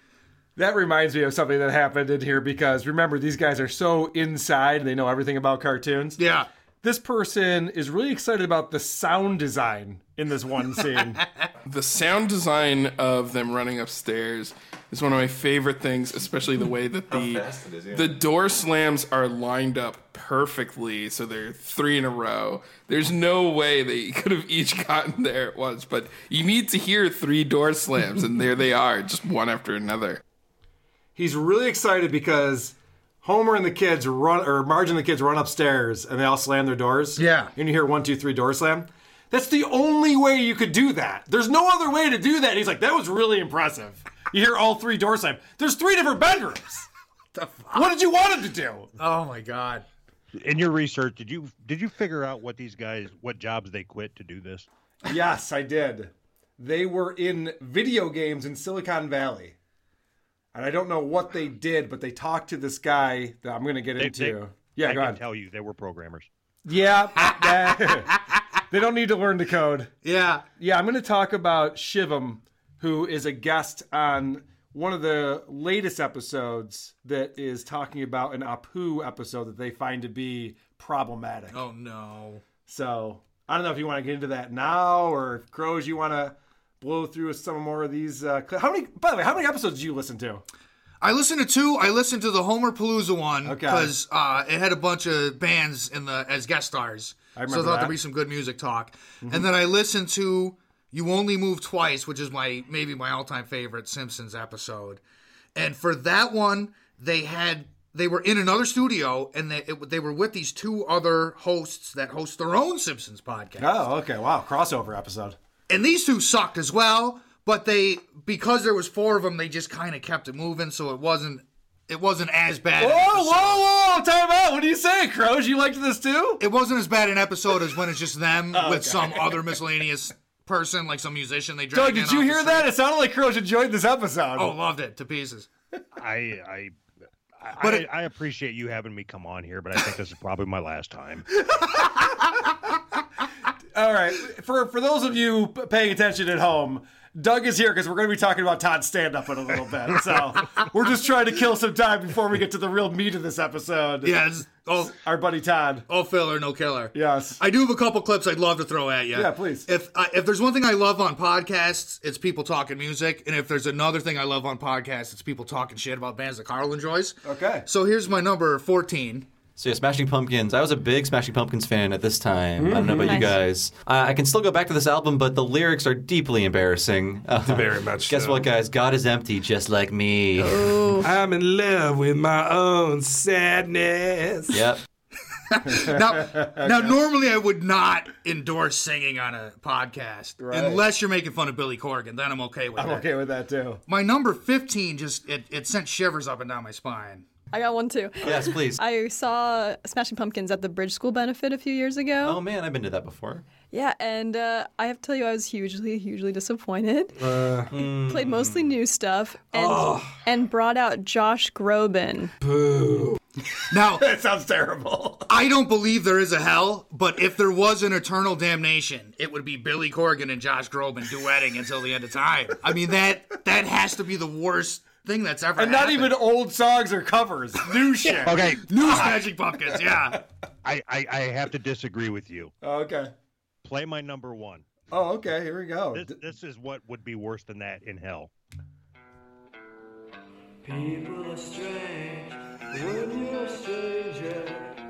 Speaker 2: That reminds me of something that happened in here because remember, these guys are so inside and they know everything about cartoons.
Speaker 12: Yeah.
Speaker 2: This person is really excited about the sound design in this one scene.
Speaker 8: The sound design of them running upstairs is one of my favorite things, especially the way that the
Speaker 23: fast it is, yeah.
Speaker 8: the door slams are lined up perfectly, so they're three in a row. There's no way they could have each gotten there at once, but you need to hear three door slams, and there they are, just one after another.
Speaker 2: He's really excited because Homer and the kids run, or Marge and the kids run upstairs and they all slam their doors. Yeah. And you hear one, two, three door slam. That's the only way you could do that. There's no other way to do that. And he's like, that was really impressive. You hear all three door slam. There's three different bedrooms. What did you want him to do?
Speaker 12: Oh my god.
Speaker 1: In your research, did you did you figure out what these guys what jobs they quit to do this?
Speaker 2: Yes, I did. They were in video games in Silicon Valley. And I don't know what they did, but they talked to this guy that I'm going to get
Speaker 1: They-
Speaker 2: into.
Speaker 1: they-
Speaker 2: yeah,
Speaker 1: I
Speaker 2: go
Speaker 1: can
Speaker 2: ahead.
Speaker 1: tell you they were programmers.
Speaker 2: Yeah. that- they don't need to learn to code.
Speaker 12: Yeah.
Speaker 2: Yeah, I'm going to talk about Shivam, who is a guest on one of the latest episodes that is talking about an Apu episode that they find to be problematic.
Speaker 12: Oh no.
Speaker 2: So I don't know if you want to get into that now or if Crows, you want to blow through some more of these. Uh, cl- how many? By the way, how many episodes did you listen to?
Speaker 12: I listened to two. I listened to the Homer Palooza one because uh, it had a bunch of bands in the as guest stars. so
Speaker 2: I
Speaker 12: I
Speaker 2: remember
Speaker 12: thought
Speaker 2: that.
Speaker 12: there'd be some good music talk.
Speaker 2: Mhm.
Speaker 12: And then I listened to "You Only Move Twice," which is my maybe my all time favorite Simpsons episode. And for that one, they had they were in another studio and they it, they were with these two other hosts that host their own Simpsons podcast.
Speaker 2: Oh, okay. Wow. Crossover episode.
Speaker 12: And these two sucked as well, but they because there was four of them, they just kind of kept it moving, so it wasn't it wasn't as bad.
Speaker 2: Whoa, whoa, whoa! Time out. What do you say, Crows? You liked this too?
Speaker 12: It wasn't as bad an episode as when it's just them
Speaker 2: Oh,
Speaker 12: with
Speaker 2: okay.
Speaker 12: some other miscellaneous person, like some musician. They
Speaker 2: Doug,
Speaker 12: drag
Speaker 2: did
Speaker 12: in
Speaker 2: you
Speaker 12: off the
Speaker 2: hear
Speaker 12: street.
Speaker 2: that? It sounded like Crows enjoyed this episode.
Speaker 12: Oh, loved it to pieces.
Speaker 1: I I I,
Speaker 12: But
Speaker 1: I,
Speaker 12: it-
Speaker 1: I appreciate you having me come on here, but I think this is probably my last time.
Speaker 2: All right. For for those of you p- paying attention at home, Doug is here because we're going to be talking about Todd's stand up in a little bit. So we're just trying to kill some time before we get to the real meat of this episode.
Speaker 12: Yeah, it's-
Speaker 2: our buddy Todd.
Speaker 12: All filler, no killer.
Speaker 2: Yes.
Speaker 12: I do have a couple clips I'd love to throw at you.
Speaker 2: Yeah, please.
Speaker 12: If I if there's one thing I love on podcasts, it's people talking music, and if there's another thing I love on podcasts, it's people talking shit about bands that Carl enjoys.
Speaker 2: Okay.
Speaker 12: So here's my number 14.
Speaker 14: So yeah, Smashing Pumpkins. I was a big Smashing Pumpkins fan at this time. I don't know about you
Speaker 12: Mhm.
Speaker 14: guys. Uh, I can still go back to this album, but the lyrics are deeply embarrassing. Very much. Guess what, guys? God is empty, just like me.
Speaker 13: I'm in love with my own sadness.
Speaker 14: yep.
Speaker 12: now, now normally I would not endorse singing on a podcast
Speaker 2: Right.
Speaker 12: unless you're making fun of Billy Corgan. Then I'm okay with
Speaker 2: I'm
Speaker 12: that.
Speaker 2: okay with that too.
Speaker 12: My number 15 just it, it sent shivers up and down my spine.
Speaker 16: I got one too.
Speaker 14: Yes, please.
Speaker 16: I saw Smashing Pumpkins at the Bridge School benefit a few years ago.
Speaker 14: Oh man, I've been to that before.
Speaker 16: Yeah, and uh, I have to tell you, I was hugely, hugely disappointed. Played mostly
Speaker 14: Hmm.
Speaker 16: new stuff and and brought out Josh Groban.
Speaker 12: Boo. Now
Speaker 2: that sounds terrible.
Speaker 12: I don't believe there is a hell, but if there was an eternal damnation, it would be Billy Corgan and Josh Groban duetting until the end of time. I mean that that has to be the worst thing that's ever.
Speaker 2: And not
Speaker 12: happened.
Speaker 2: even old songs or covers. New shit.
Speaker 1: Okay.
Speaker 12: New Magic Pumpkins, yeah.
Speaker 1: I, I, I have to disagree with you.
Speaker 2: Okay.
Speaker 1: Play my number one.
Speaker 2: Oh, okay. Here we go.
Speaker 1: This, this is what would be worse than that in hell.
Speaker 15: People are strange when you're a stranger.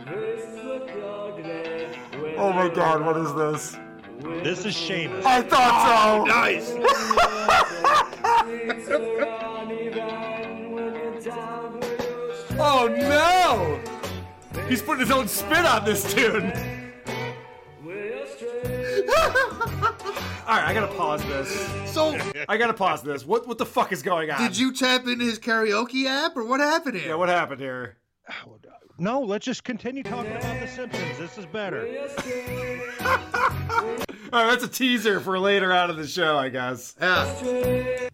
Speaker 15: This is what God led when
Speaker 2: Oh my God. What is this?
Speaker 1: This is Seamus.
Speaker 2: I thought so.
Speaker 19: Ah,
Speaker 15: Oh, nice.
Speaker 2: Oh no! He's putting his own spin on this tune. All right, I gotta pause this.
Speaker 12: So
Speaker 2: I gotta pause this. What what the fuck is going on?
Speaker 12: Did you tap into his karaoke app or what happened here?
Speaker 2: Yeah, what happened here?
Speaker 1: No, let's just continue talking about The Simpsons. This is better.
Speaker 2: All right, that's a teaser for later on in the show, I guess.
Speaker 12: Yeah. Ah.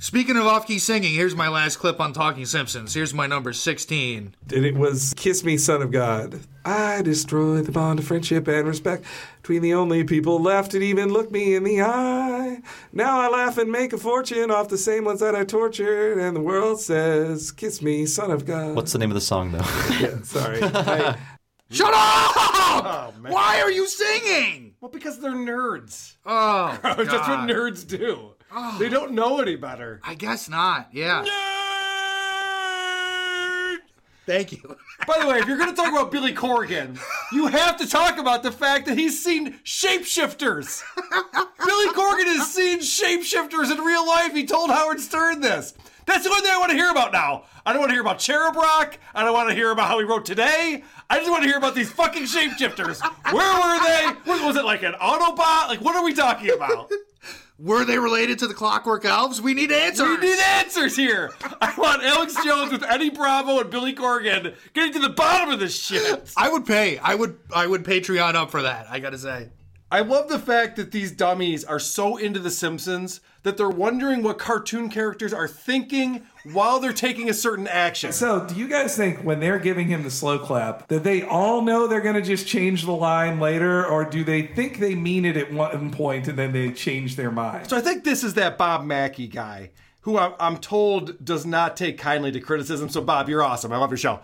Speaker 12: Speaking of off key singing, here's my last clip on Talking Simpsons. Here's my number 16.
Speaker 13: And it was Kiss Me, Son of God. I destroy the bond of friendship and respect between the only people left that even look me in the eye. Now I laugh and make a fortune off the same ones that I tortured, and the world says, Kiss me, Son of God.
Speaker 14: What's the name of the song though?
Speaker 13: Sorry.
Speaker 12: Shut
Speaker 1: Oh,
Speaker 12: up! Why are you singing?
Speaker 2: Well, because they're nerds.
Speaker 12: Oh,
Speaker 2: That's what
Speaker 12: God. Oh.
Speaker 2: nerds do. They don't know any better.
Speaker 12: I guess not. Yeah. Thank you.
Speaker 2: By the way, if you're going to talk about Billy Corgan, you have to talk about the fact that he's seen shapeshifters. Billy Corgan has seen shapeshifters in real life. He told Howard Stern this. That's the only thing I want to hear about now. I don't want to hear about Cherub Rock. I don't want to hear about how he wrote today. I just want to hear about these fucking shapeshifters. Where were they? What, was it like an Autobot? Like, what are we talking about?
Speaker 12: Were they related to the Clockwork Elves? We need answers.
Speaker 2: We need answers here. I want Alex Jones with Eddie Bravo and Billy Corgan getting to the bottom of this shit.
Speaker 12: I would pay. I would. I would Patreon up for that. I gotta say.
Speaker 2: I love the fact that these dummies are so into The Simpsons that they're wondering what cartoon characters are thinking while they're taking a certain action.
Speaker 13: So, do you guys think when they're giving him the slow clap that they all know they're going to just change the line later, or do they think they mean it at one point and then they change their mind?
Speaker 2: So I think this is that Bob Mackey guy who I, I'm told does not take kindly to criticism. So Bob, you're awesome. I love your show.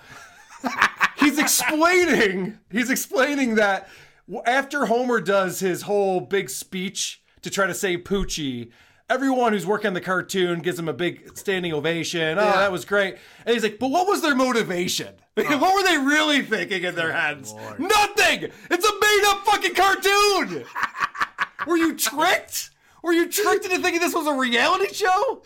Speaker 2: he's explaining. He's explaining that w- after Homer does his whole big speech to try to save Poochie. Everyone who's working on the cartoon gives him a big standing ovation. Oh,
Speaker 12: Yeah.
Speaker 2: that was great. And he's like, but what was their motivation? what were they really thinking in their heads? Nothing! It's a made up fucking cartoon! Were you tricked? Were you tricked into thinking this was a reality show?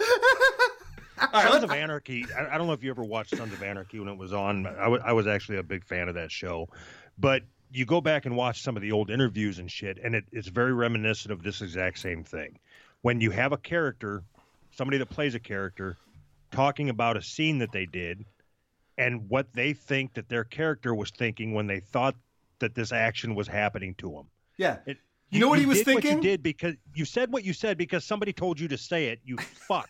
Speaker 1: Sons of Anarchy. I, I don't know if you ever watched Sons of Anarchy when it was on. I wa- I was actually a big fan of that show, but you go back and watch some of the old interviews and shit, and it, it's very reminiscent of this exact same thing. When you have a character, somebody that plays a character, talking about a scene that they did, and what they think that their character was thinking when they thought that this action was happening to them.
Speaker 2: Yeah. you know what he was
Speaker 1: did
Speaker 2: thinking?
Speaker 1: What you did because you said what you said because somebody told you to say it. You fuck.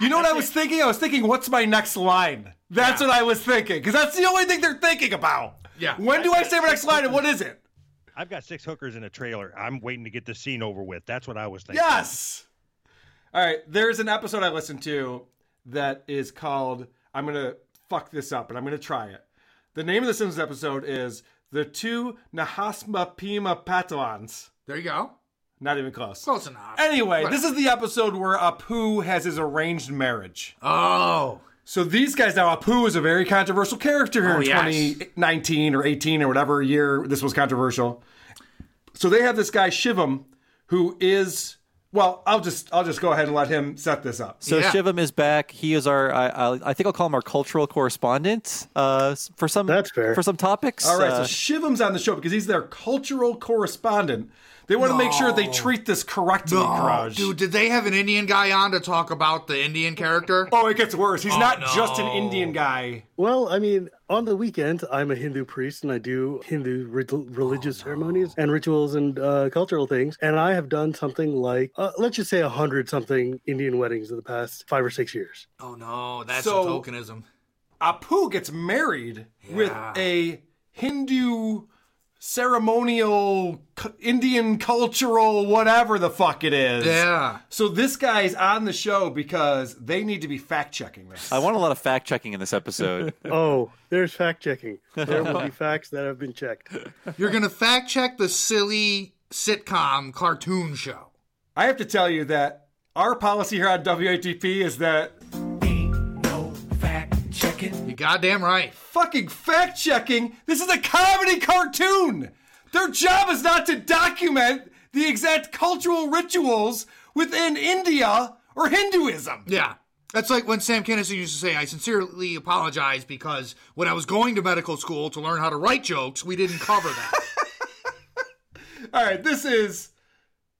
Speaker 2: You know what I was thinking? I was thinking, what's my next line? That's what I was thinking, because that's the only thing they're thinking about.
Speaker 12: Yeah.
Speaker 2: When do I say my next line and what is it?
Speaker 1: I've got six hookers in a trailer. I'm waiting to get this scene over with. That's what I was thinking.
Speaker 2: Yes. All right. There's an episode I listened to that is called I'm going to fuck this up and I'm going to try it. The name of the Simpsons episode is The Two Nahasma Pima Patawans.
Speaker 12: There you go.
Speaker 2: Not even close.
Speaker 12: Close enough.
Speaker 2: Anyway, this is the episode where Apu has his arranged marriage.
Speaker 12: Oh.
Speaker 2: So these guys now, Apu is a very controversial character here
Speaker 12: Oh,
Speaker 2: in
Speaker 12: yes.
Speaker 2: 2019 or 18 or whatever year this was controversial. So they have this guy Shivam, who is well, I'll just I'll just go ahead and let him set this up.
Speaker 14: So Shivam is back. He is our I, I, I think I'll call him our cultural correspondent uh, s- for some That's fair. for some topics.
Speaker 2: All right,
Speaker 14: uh,
Speaker 2: so Shivam's on the show because he's their cultural correspondent. They want to make sure they
Speaker 12: No.
Speaker 2: treat this correctly,
Speaker 12: No,
Speaker 2: Karaj.
Speaker 12: dude, did they have an Indian guy on to talk about the Indian character?
Speaker 2: Oh, it gets worse. He's not just an
Speaker 12: no.
Speaker 2: Indian guy.
Speaker 24: Well, I mean, on the weekend, I'm a Hindu priest and I do Hindu rit- religious ceremonies and rituals and uh, cultural things. And I have done something like, uh, let's just say, a hundred something Indian weddings in the past five or six years.
Speaker 12: Oh no, that's
Speaker 2: So-
Speaker 12: a tokenism.
Speaker 2: Apu gets married with a Hindu ceremonial cu- Indian cultural whatever the fuck it is.
Speaker 14: Yeah.
Speaker 2: So this guy's on the show because they need to be fact checking this.
Speaker 14: I want a lot of fact checking in this episode.
Speaker 24: Oh, there's fact checking. There will be facts that have been checked.
Speaker 12: You're gonna fact check the silly sitcom cartoon show.
Speaker 2: I have to tell you that our policy here on WATP is that
Speaker 12: Fact checking. You goddamn right.
Speaker 2: fucking fact checking. This is a comedy cartoon. Their job is not to document the exact cultural rituals within India or Hinduism.
Speaker 12: Yeah. That's like when Sam Kinison used to say, I sincerely apologize because when I was going to medical school to learn how to write jokes, we didn't cover that.
Speaker 2: All right, this is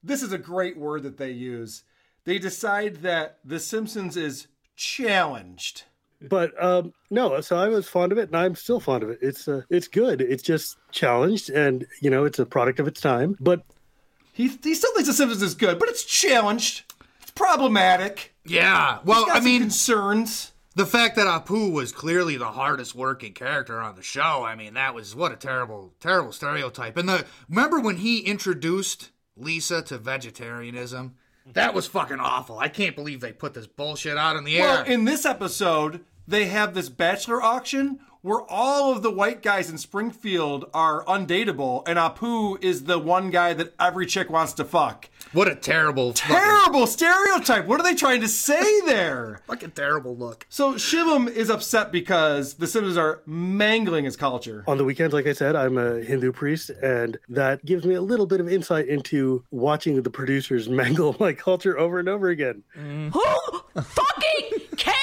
Speaker 2: this is a great word that they use. They decide that The Simpsons is challenged.
Speaker 24: But um, no, so I was fond of it, and I'm still fond of it. It's uh, it's good. It's just challenged, and you know, it's a product of its time. But
Speaker 2: he he still thinks The Simpsons is good, but it's challenged. It's problematic.
Speaker 12: yeah. Well,
Speaker 2: He's got
Speaker 12: I
Speaker 2: some
Speaker 12: mean,
Speaker 2: concerns.
Speaker 12: The fact that Apu was clearly the hardest working character on the show, I mean, that was what a terrible, terrible stereotype. And the remember when he introduced Lisa to vegetarianism? That was fucking awful. I can't believe they put this bullshit out in the air.
Speaker 2: Well, in this episode, they have this bachelor auction where all of the white guys in Springfield are undateable, and Apu is the one guy that every chick wants to fuck.
Speaker 12: What a terrible,
Speaker 2: terrible stereotype. What are they trying to say there?
Speaker 12: fucking terrible look.
Speaker 2: So Shivam is upset because the Simpsons are mangling his culture.
Speaker 24: on the weekends, like I said, I'm a Hindu priest, and that gives me a little bit of insight into watching the producers mangle my culture over and over again.
Speaker 2: Who fucking cares?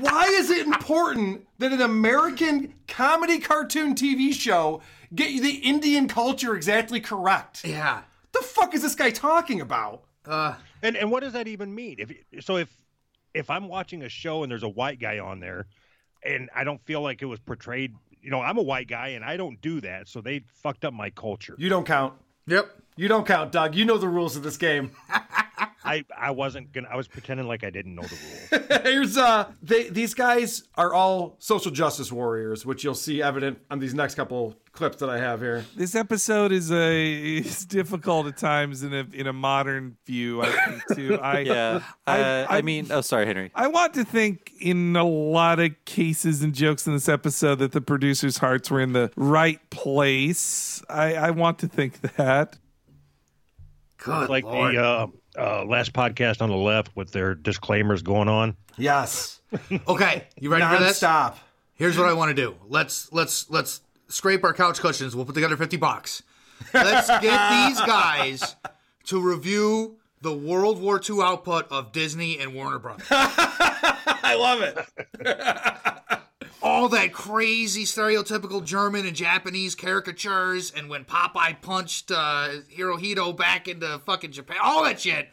Speaker 2: Why is it important that an American comedy cartoon TV show get you the Indian culture exactly correct?
Speaker 12: Yeah.
Speaker 2: The fuck is this guy talking about?
Speaker 12: Uh,
Speaker 1: and and what does that even mean? If so, if if I'm watching a show and there's a white guy on there, and I don't feel like it was portrayed, you know, I'm a white guy and I don't do that, so they fucked up my culture.
Speaker 2: You don't count.
Speaker 12: Yep.
Speaker 2: You don't count, Doug. You know the rules of this game.
Speaker 1: I I wasn't gonna. I was pretending like I didn't know the rules.
Speaker 2: Here's uh they these guys are all social justice warriors, which you'll see evident on these next couple clips that I have here.
Speaker 13: This episode is a is difficult at times in a in a modern view. I think too. I
Speaker 14: yeah.
Speaker 13: I,
Speaker 14: uh, I
Speaker 13: I-
Speaker 14: mean, oh, sorry, Henry.
Speaker 13: I want to think in a lot of cases and jokes in this episode that the producers' hearts were in the right place. I, I want to think that.
Speaker 1: It's like the uh, uh, last podcast on the left with their disclaimers going on.
Speaker 2: Yes.
Speaker 12: okay, you ready for this?
Speaker 2: Stop.
Speaker 12: Here's what I want to do. Let's let's let's scrape our couch cushions. We'll put together 50 bucks. Let's get these guys to review the World War II output of Disney and Warner Brothers.
Speaker 25: I love it.
Speaker 12: All that crazy stereotypical German and Japanese caricatures, and when Popeye punched uh, Hirohito back into fucking Japan, all that shit.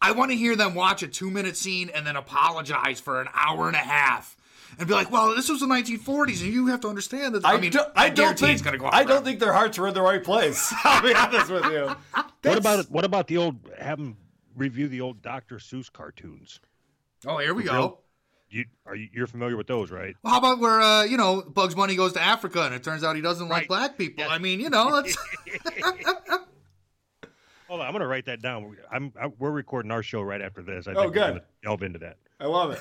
Speaker 12: I want to hear them watch a two minute scene and then apologize for an hour and a half and be like, well, this was the 1940s, and you have to understand that. I,
Speaker 2: I,
Speaker 12: mean,
Speaker 2: don't, I don't
Speaker 12: guarantee
Speaker 2: think
Speaker 12: it's going to go
Speaker 2: I don't think their hearts were in the right place. I'll be honest with you.
Speaker 1: What about what about the old have them review the old Dr. Seuss cartoons?
Speaker 12: Oh, here we
Speaker 1: The
Speaker 12: go.
Speaker 1: real- you are you, you're familiar with those, right?
Speaker 12: Well, how about where uh, you know Bugs Bunny goes to Africa and it turns out he doesn't like black people? I mean, you know, it's
Speaker 1: Hold on, I'm gonna write that down. We- I'm I, we're recording our show right after this. I
Speaker 2: Oh,
Speaker 1: think we're
Speaker 2: good.
Speaker 1: gonna Delve into that.
Speaker 2: I love it.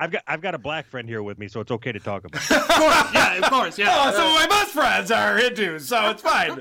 Speaker 1: I've got I've got a black friend here with me, so it's okay to talk about.
Speaker 2: yeah,
Speaker 12: of course.
Speaker 2: Yeah. Oh, some of my best friends are Hindus, so it's fine.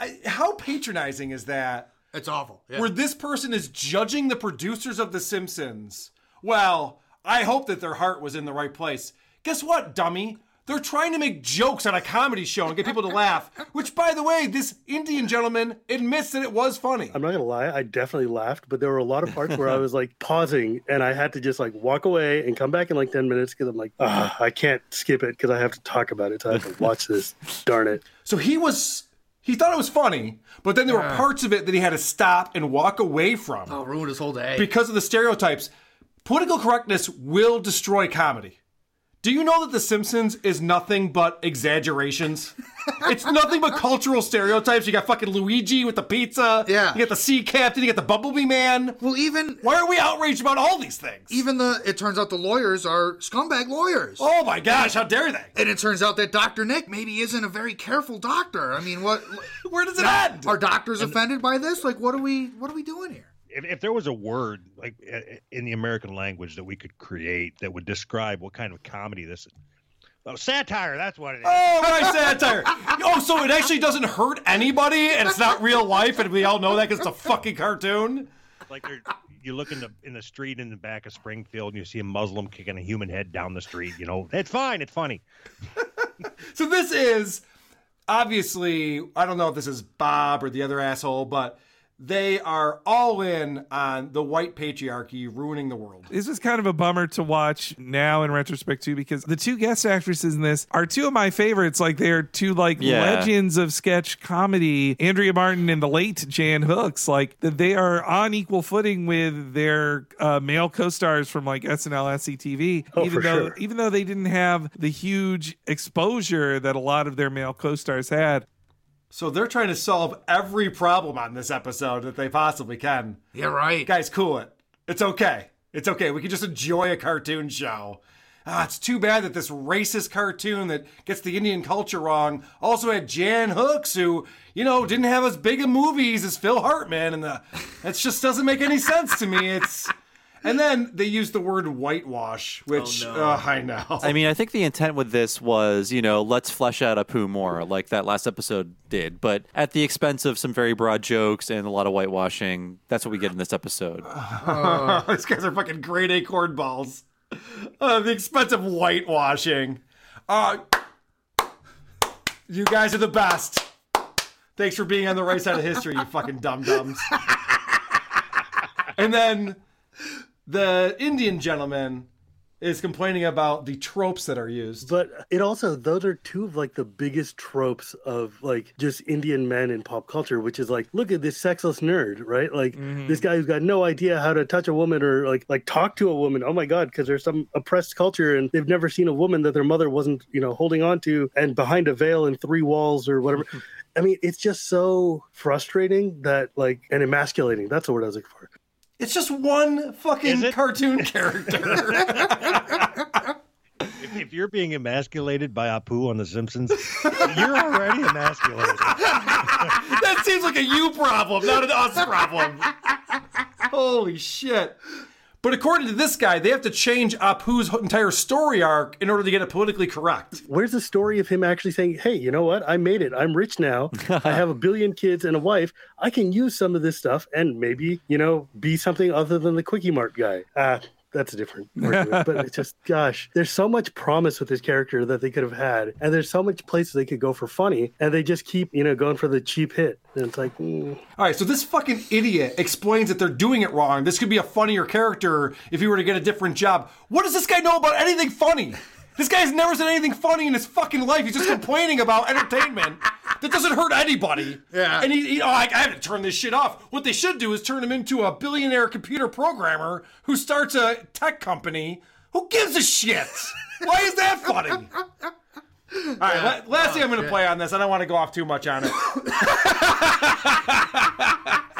Speaker 2: I, how patronizing is that?
Speaker 12: It's awful. yeah.
Speaker 2: Where this person is judging the producers of The Simpsons. Well, I hope that their heart was in the right place. Guess what, dummy? They're trying to make jokes on a comedy show and get people to laugh. Which, by the way, this Indian gentleman admits that it was funny.
Speaker 24: I'm not gonna lie, I definitely laughed, but there were a lot of parts where I was like pausing and I had to just like walk away and come back in like 10 minutes because I'm like, ah, I can't skip it because I have to talk about it. So I have to watch this. Darn it.
Speaker 2: So he was he thought it was funny, but then there were parts of it that he had to stop and walk away from.
Speaker 12: Oh, ruined his whole day.
Speaker 2: Because of the stereotypes. Political correctness will destroy comedy. Do you know that The Simpsons is nothing but exaggerations? it's nothing but cultural stereotypes. You got fucking Luigi with the pizza. Yeah. You got the sea captain. You got the Bumblebee man.
Speaker 12: Well, even
Speaker 2: why are we outraged about all these things?
Speaker 12: Even the it turns out the lawyers are scumbag lawyers.
Speaker 2: Oh my gosh, how dare they?
Speaker 12: And it turns out that Dr. Nick maybe isn't a very careful doctor. I mean, what
Speaker 2: Where does it end?
Speaker 12: Are doctors offended by this? Like what are we what are we doing here?
Speaker 1: if, if there was a word like uh, in the American language that we could create that would describe what kind of comedy this is. Oh, satire, that's what it is.
Speaker 2: Oh, right, satire. oh, so it actually doesn't hurt anybody, and it's not real life, and we all know that because it's a fucking cartoon.
Speaker 1: Like they're, you look in the in the street in the back of Springfield and you see a Muslim kicking a human head down the street. You know, it's fine, it's funny.
Speaker 2: So this is obviously I don't know if this is Bob or the other asshole, but they are all in on the white patriarchy ruining the world.
Speaker 13: This was kind of a bummer to watch now in retrospect too, because the two guest actresses in this are two of my favorites. Like they are two like
Speaker 14: Yeah.
Speaker 13: legends of sketch comedy, Andrea Martin and the late Jan Hooks. Like that they are on equal footing with their uh, male co-stars from like SNL, SCTV.
Speaker 24: Oh, for
Speaker 13: even though
Speaker 24: sure.
Speaker 13: even though they didn't have the huge exposure that a lot of their male co-stars had.
Speaker 2: So they're trying to solve every problem on this episode that they possibly can.
Speaker 12: Yeah, right.
Speaker 2: Guys, cool it. It's okay. It's okay. We can just enjoy a cartoon show. Ah, it's too bad that this racist cartoon that gets the Indian culture wrong also had Jan Hooks, who, you know, didn't have as big a movies as Phil Hartman, and the, that just doesn't make any sense to me. It's and then they use the word whitewash, which
Speaker 12: Oh,
Speaker 2: uh, I know.
Speaker 14: I mean, I think the intent with this was, you know, let's flesh out Apu more, like that last episode did, but at the expense of some very broad jokes and a lot of whitewashing. That's what we get in this episode.
Speaker 2: These guys are fucking grade A cornballs. Uh, the expense of whitewashing. Uh, you guys are the best. Thanks for being on the right side of history, you fucking dum dums. and then the Indian gentleman is complaining about the tropes that are used.
Speaker 24: But it also those are two of like the biggest tropes of like just Indian men in pop culture, which is like, look at this sexless nerd, right? Like this guy who's got no idea how to touch a woman or like like talk to a woman. Oh my god, because there's some oppressed culture and they've never seen a woman that their mother wasn't, you know, holding on to and behind a veil and three walls or whatever. I mean, it's just so frustrating that like and emasculating. That's the word I was looking for.
Speaker 2: It's just one fucking cartoon character.
Speaker 1: If, if you're being emasculated by Apu on The Simpsons, you're already emasculated.
Speaker 2: that seems like a you problem, not an us problem. Holy shit. But according to this guy, they have to change Apu's entire story arc in order to get it politically correct.
Speaker 24: Where's the story of him actually saying, "Hey, you know what? I made it. I'm rich now. I have a billion kids and a wife. I can use some of this stuff and maybe, you know, be something other than the quickie mart guy." Ah, that's a different argument. but it's just, gosh, there's so much promise with this character that they could have had, and there's so much places they could go for funny, and they just keep, you know, going for the cheap hit. And it's like, mm.
Speaker 2: All right, so this fucking idiot explains that they're doing it wrong. This could be a funnier character if he were to get a different job. What does this guy know about anything funny? This guy's never said anything funny in his fucking life. He's just complaining about entertainment that doesn't hurt anybody.
Speaker 12: Yeah.
Speaker 2: And he, he oh, I, I have to turn this shit off. What they should do is turn him into a billionaire computer programmer who starts a tech company. Who gives a shit? Why is that funny? All right, la- last thing I'm going to play on this. I don't want to go off too much on it.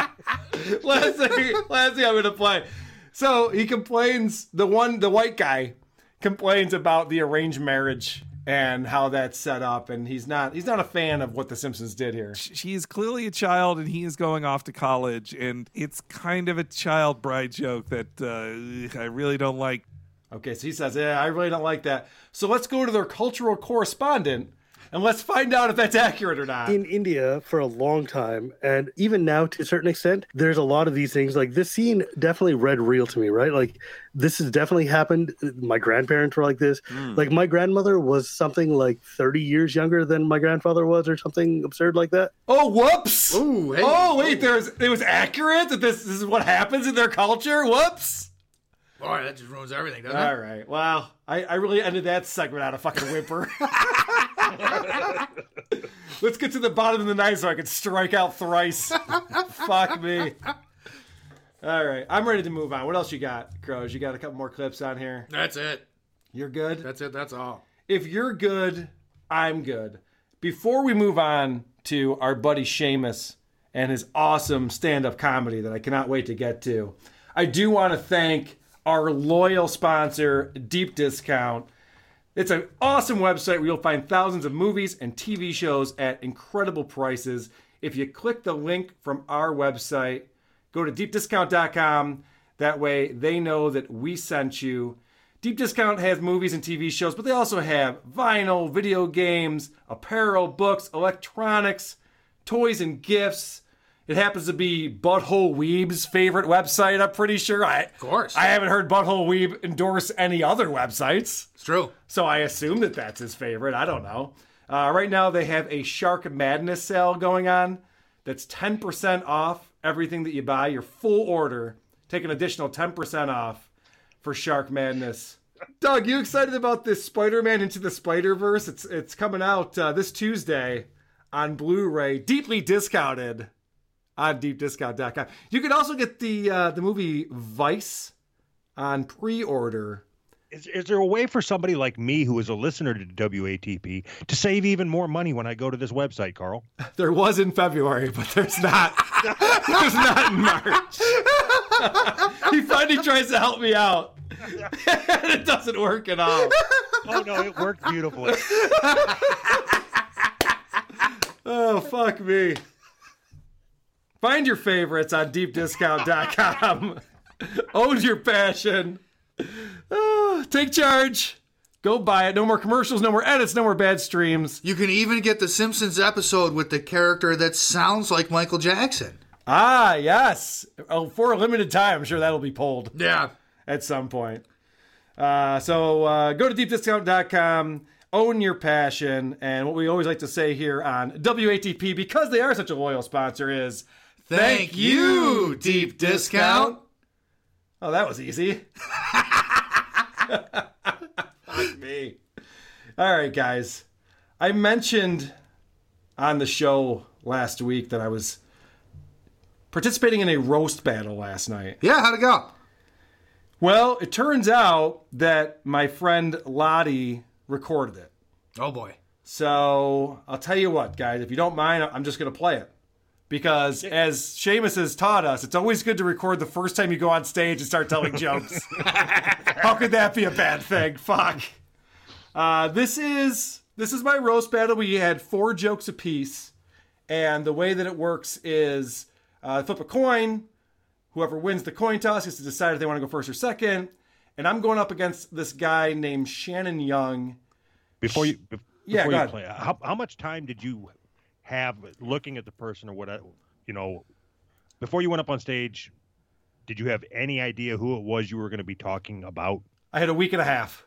Speaker 2: last thing, last thing I'm gonna play. So he complains. The one, the white guy, complains about the arranged marriage and how that's set up, and he's not he's not a fan of what the Simpsons did here.
Speaker 13: She's clearly a child, and he is going off to college, and it's kind of a child bride joke that uh, I really don't like.
Speaker 2: Okay, so he says, "Yeah, I really don't like that." So let's go to their cultural correspondent and let's find out if that's accurate or not.
Speaker 24: in India for a long time, and even now to a certain extent, there's a lot of these things. Like this scene definitely read real to me, right? Like this has definitely happened. My grandparents were like this.
Speaker 26: Mm.
Speaker 24: Like my grandmother was something like 30 years younger than my grandfather was, or something absurd like that.
Speaker 2: Oh, whoops!
Speaker 12: Ooh, hey.
Speaker 2: Oh wait, there's it was accurate that this, this is what happens in their culture. Whoops.
Speaker 12: Boy, that just ruins everything, doesn't it?
Speaker 2: All right. Wow. I, I really ended that segment out of fucking whimper. Let's get to the bottom of the night so I can strike out thrice. Fuck me. All right. I'm ready to move on. What else you got, Crows? You got a couple more clips on here.
Speaker 12: That's it.
Speaker 2: You're good?
Speaker 12: That's it. That's all.
Speaker 2: If you're good, I'm good. Before we move on to our buddy Seamus and his awesome stand up comedy that I cannot wait to get to, I do want to thank our loyal sponsor, Deep Discount. It's an awesome website where you'll find thousands of movies and TV shows at incredible prices. If you click the link from our website, go to deepdiscount.com. That way they know that we sent you. Deep Discount has movies and TV shows, but they also have vinyl, video games, apparel, books, electronics, toys, and gifts. It happens to be Butthole Weeb's favorite website, I'm pretty sure. I, of
Speaker 12: course.
Speaker 2: I haven't heard Butthole Weeb endorse any other websites. It's
Speaker 12: true.
Speaker 2: So I assume that that's his favorite. I don't know. Uh, right now, they have a Shark Madness sale going on that's 10% off everything that you buy, your full order. Take an additional 10% off for Shark Madness. Doug, you excited about this Spider-Man into the Spider-Verse? It's it's coming out uh, this Tuesday on Blu-ray, deeply discounted on deepdiscount.com. You can also get the uh, the movie Vice on pre-order.
Speaker 1: Is, is there a way for somebody like me who is a listener to WATP to save even more money when I go to this website, Carl?
Speaker 2: There was in February, but there's not. there's not in March. he finally tries to help me out, and it doesn't work at all.
Speaker 1: Oh no, it worked beautifully.
Speaker 2: Oh fuck me. Find your favorites on deepdiscount.com. Own your passion. Oh, take charge. Go buy it. No more commercials, no more edits, no more bad streams.
Speaker 12: You can even get the Simpsons episode with the character that sounds like Michael Jackson.
Speaker 2: Ah, yes. Oh, for a limited time, I'm sure that'll be pulled.
Speaker 12: Yeah.
Speaker 2: At some point. Uh, so uh, go to deepdiscount.com, own your passion, and what we always like to say here on WATP, because they are such a loyal sponsor, is
Speaker 12: Thank you, Deep Discount.
Speaker 2: Oh, that was easy. Fuck me. All right, guys. I mentioned on the show last week that I was participating in a roast battle last night.
Speaker 12: Yeah, how'd it go?
Speaker 2: Well, it turns out that my friend Lottie recorded it.
Speaker 12: Oh boy.
Speaker 2: So I'll tell you what, guys, if you don't mind, I'm just going to play it. Because as Seamus has taught us, it's always good to record the first time you go on stage and start telling jokes. How could that be a bad thing? Fuck. Uh, this is this is my roast battle. We had four jokes apiece, and the way that it works is uh, flip a coin. Whoever wins the coin toss gets to decide if they want to go first or second. And I'm going up against this guy named Shannon Young.
Speaker 1: Before you, before
Speaker 2: Yeah, go
Speaker 1: you
Speaker 2: ahead.
Speaker 1: play, uh, how, how much time did you uh, have looking at the person or what? You know, before you went up on stage, did you have any idea who it was you were going to be talking about?
Speaker 2: I had a week and a half.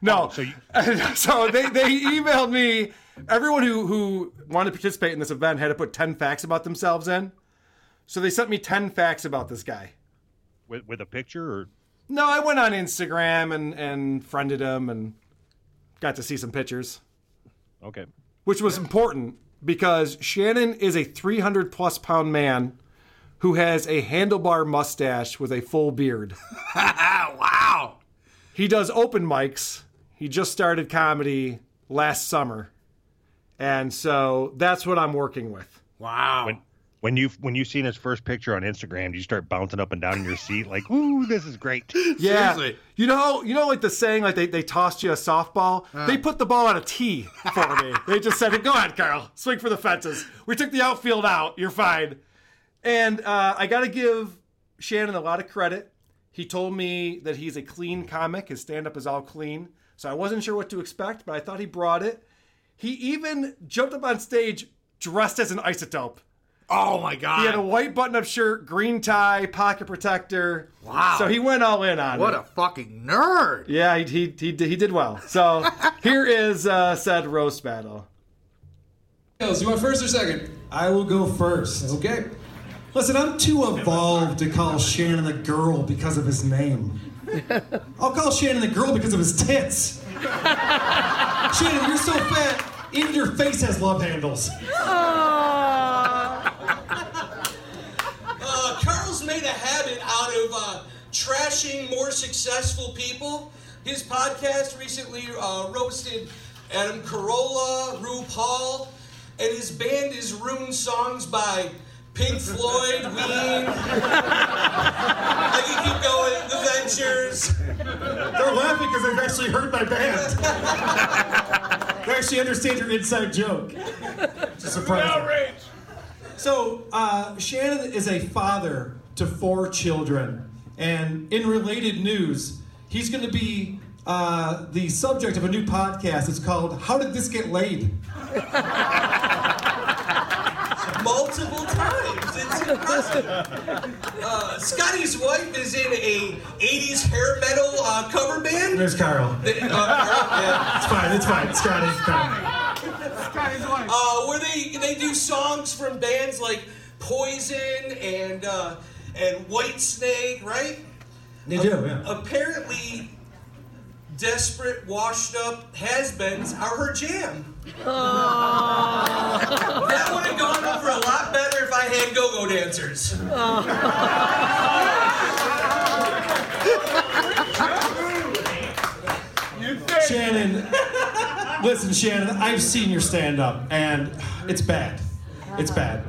Speaker 2: No, so, they, they emailed me. Everyone who who wanted to participate in this event had to put ten facts about themselves in. So they sent me ten facts about this guy.
Speaker 1: With, with a picture or
Speaker 2: No, I went on Instagram and and friended him and got to see some pictures.
Speaker 1: Okay.
Speaker 2: Which was important because Shannon is a 300 plus pound man who has a handlebar mustache with a full beard. wow. He does open mics. He just started comedy last summer. And so that's what I'm working with.
Speaker 12: Wow.
Speaker 1: When, when you when you seen his first picture on Instagram, you start bouncing up and down in your seat like, "Ooh, this is great."
Speaker 2: Yeah. You know, you know, like the saying, like they, they tossed you a softball.
Speaker 12: Uh.
Speaker 2: They put the ball on a tee for me. they just said, "Go ahead, Carl, swing for the fences." We took the outfield out. You're fine. And uh, I got to give Shannon a lot of credit. He told me that he's a clean comic. His stand up is all clean. So I wasn't sure what to expect, but I thought he brought it. He even jumped up on stage dressed as an isotope.
Speaker 12: Oh my God.
Speaker 2: He had a white button up shirt, green tie, pocket protector.
Speaker 12: Wow.
Speaker 2: So he went all in on
Speaker 12: What
Speaker 2: it.
Speaker 12: a fucking nerd.
Speaker 2: Yeah, he, he, he, did- he did well. So here is uh, said roast battle.
Speaker 27: You want first or second? I will go first. Okay. Listen, I'm too evolved to call Shannon a girl because of his name. I'll call Shannon a girl because of his tits. Shannon, you're so fat, in your face has love handles.
Speaker 28: Uh, Carl's made a habit out of uh, trashing more successful people. His podcast recently uh, roasted Adam Carolla, RuPaul, and his band is ruined songs by Pink Floyd, Ween. I can keep going. The Ventures.
Speaker 27: They're laughing because they've actually heard my band. they actually understand your inside joke. It's a surprise. So, uh, Shannon is a father to four children. And in related news, he's going to be uh, the subject of a new podcast. It's called How Did This Get Laid?
Speaker 28: multiple times. It's impressive. Uh, Scotty's wife is in a 80s hair metal uh, cover band.
Speaker 27: There's Carl.
Speaker 28: They- uh, yeah.
Speaker 27: It's fine, it's fine. Scotty, Scotty.
Speaker 28: Uh, where they they do songs from bands like Poison and uh, and White Snake, right?
Speaker 27: They do, yeah.
Speaker 28: Apparently, desperate, washed up has-beens are her jam. that would have gone over a lot better if I had go-go dancers.
Speaker 27: Shannon, listen, Shannon, I've seen your stand up, and it's bad. It's bad.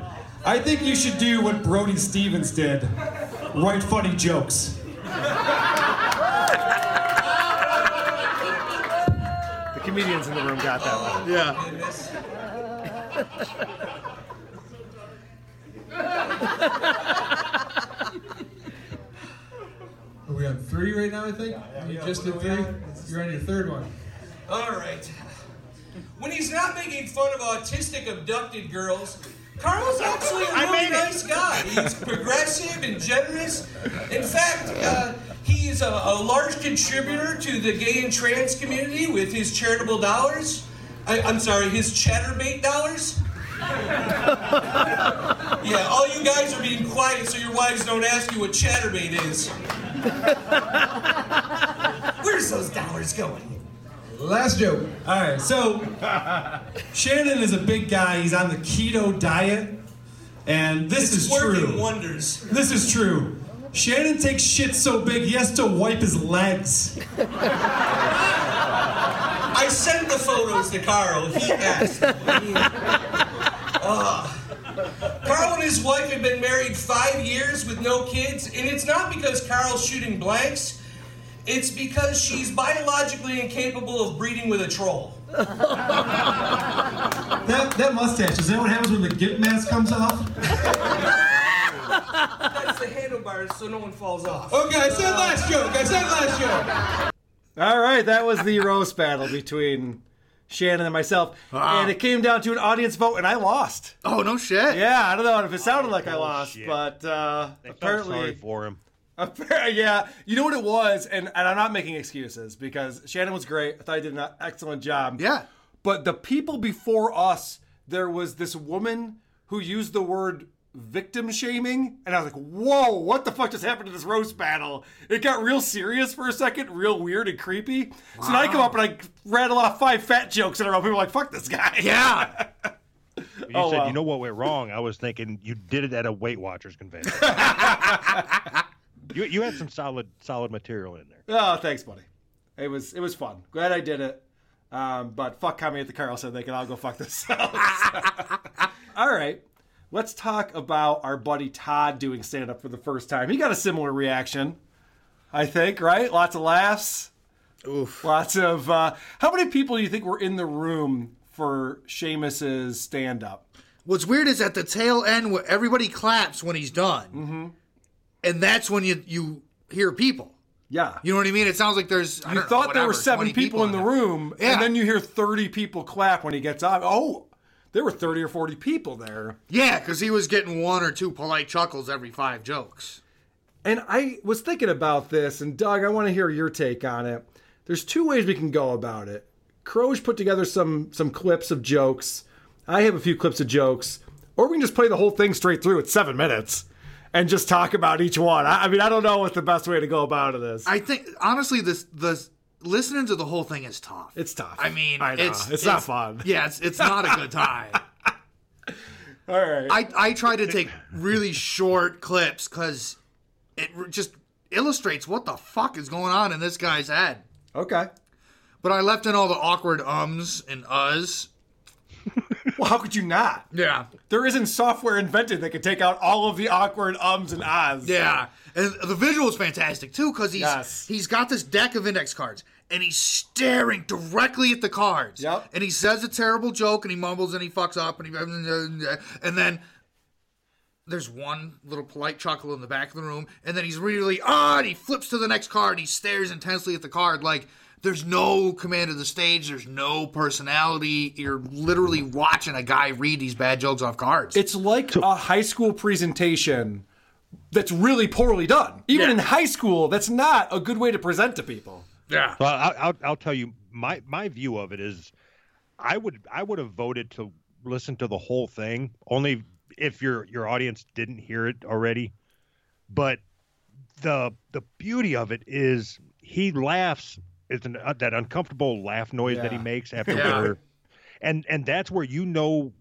Speaker 27: I think you should do what Brody Stevens did write funny jokes.
Speaker 2: The comedians in the room got that one.
Speaker 27: Are we on three right now, I think? you just did three? You're on your third one.
Speaker 28: All right. When he's not making fun of autistic abducted girls, Carl's actually a
Speaker 27: I
Speaker 28: really
Speaker 27: made it.
Speaker 28: nice guy. He's progressive and generous. In fact, uh, he is a, a large contributor to the gay and trans community with his charitable dollars. I, I'm sorry, his chatterbait dollars. yeah, all you guys are being quiet so your wives don't ask you what chatterbait is. Where's those dollars going?
Speaker 27: Last joke. All right, so Shannon is a big guy. He's on the keto diet, and this
Speaker 28: It's
Speaker 27: is
Speaker 28: working
Speaker 27: true.
Speaker 28: wonders.
Speaker 27: This is true. Shannon takes shit so big he has to wipe his legs.
Speaker 28: I sent the photos to Carl. He asked. Ugh. Carl and his wife have been married five years with no kids, and it's not because Carl's shooting blanks. It's because she's biologically incapable of breeding with a troll.
Speaker 27: That, that mustache, is that what happens when the gimp mask comes off?
Speaker 28: That's the handlebars, so no one falls off.
Speaker 27: Okay, I said last joke. I said last joke.
Speaker 2: All right, that was the roast battle between Shannon and myself, and it came down to an audience vote, and I lost.
Speaker 12: Ah. Oh no shit!
Speaker 2: Yeah, I don't know if it sounded like I lost, but uh,
Speaker 1: I felt sorry
Speaker 2: apparently
Speaker 1: for him.
Speaker 2: Appar- yeah, you know what it was, and, and I'm not making excuses because Shannon was great. I thought he did an excellent job. Yeah. But the people before us, there was this woman who used the word victim shaming, and I was like, whoa, what the fuck just happened to this roast battle? It got real serious for a second, real weird and creepy. So then I come up and I rattle off five fat jokes in a row. People are like, fuck this guy. Yeah.
Speaker 1: You
Speaker 2: Oh,
Speaker 1: said
Speaker 2: wow.
Speaker 1: you know what went wrong. I was thinking you did it at a Weight Watchers convention. you you had some solid solid material in there.
Speaker 2: Oh, thanks, buddy. It was it was fun. Glad I did it. Um, but fuck Kami at the Carl so they can all go fuck themselves. all right. Let's talk about our buddy Todd doing stand up for the first time. He got a similar reaction, I think, right? Lots of laughs. Oof. Lots of. Uh, how many people do you think were in the room for Seamus's stand up?
Speaker 12: What's weird is at the tail end where everybody claps when he's done,
Speaker 2: Mm-hmm.
Speaker 12: and that's when you you hear people.
Speaker 2: Yeah,
Speaker 12: you know what I mean. It sounds like there's I
Speaker 2: You
Speaker 12: don't know,
Speaker 2: thought there were
Speaker 12: whatever,
Speaker 2: seven
Speaker 12: 20
Speaker 2: people, in the room,
Speaker 12: Yeah.
Speaker 2: and then you hear 30 people clap when he gets up. Oh, there were 30 or 40 people there.
Speaker 12: Yeah, because he was getting one or two polite chuckles every five jokes.
Speaker 2: And I was thinking about this, and Doug, I want to hear your take on it. There's two ways we can go about it. Croge put together some some clips of jokes. I have a few clips of jokes, or we can just play the whole thing straight through at seven minutes and just talk about each one. I, I mean, I don't know what the best way to go about it is.
Speaker 12: I think honestly, this the listening to the whole thing is tough.
Speaker 2: It's tough.
Speaker 12: I mean,
Speaker 2: I know.
Speaker 12: It's,
Speaker 2: It's not fun.
Speaker 12: Yeah, it's, it's not a good time.
Speaker 2: All right.
Speaker 12: I I try to take really short clips because it r- just illustrates what the fuck is going on in this guy's head.
Speaker 2: Okay.
Speaker 12: But I left in all the awkward ums and uhs.
Speaker 2: well, how could you not?
Speaker 12: Yeah.
Speaker 2: There isn't software invented that could take out all of the awkward ums and ahs.
Speaker 12: Yeah, and the visual is fantastic too because he's he's got this deck of index cards and he's staring directly at the cards. Yep. And he says a terrible joke and he mumbles and he fucks up and he and then there's one little polite chuckle in the back of the room and then he's really ah and he flips to the next card and he stares intensely at the card like there's no command of the stage. There's no personality. You're literally watching a guy read these bad jokes off cards.
Speaker 2: It's like a high school presentation that's really poorly done. Even in high school, that's not a good way to present to people.
Speaker 12: Yeah.
Speaker 1: So I'll, I'll I'll tell you my my view of it is, I would I would have voted to listen to the whole thing only if your your audience didn't hear it already, but the the beauty of it is he laughs. It's an, uh, that uncomfortable laugh noise that he
Speaker 21: Yeah.
Speaker 1: makes after
Speaker 21: Yeah.
Speaker 1: whatever. and and that's where you know,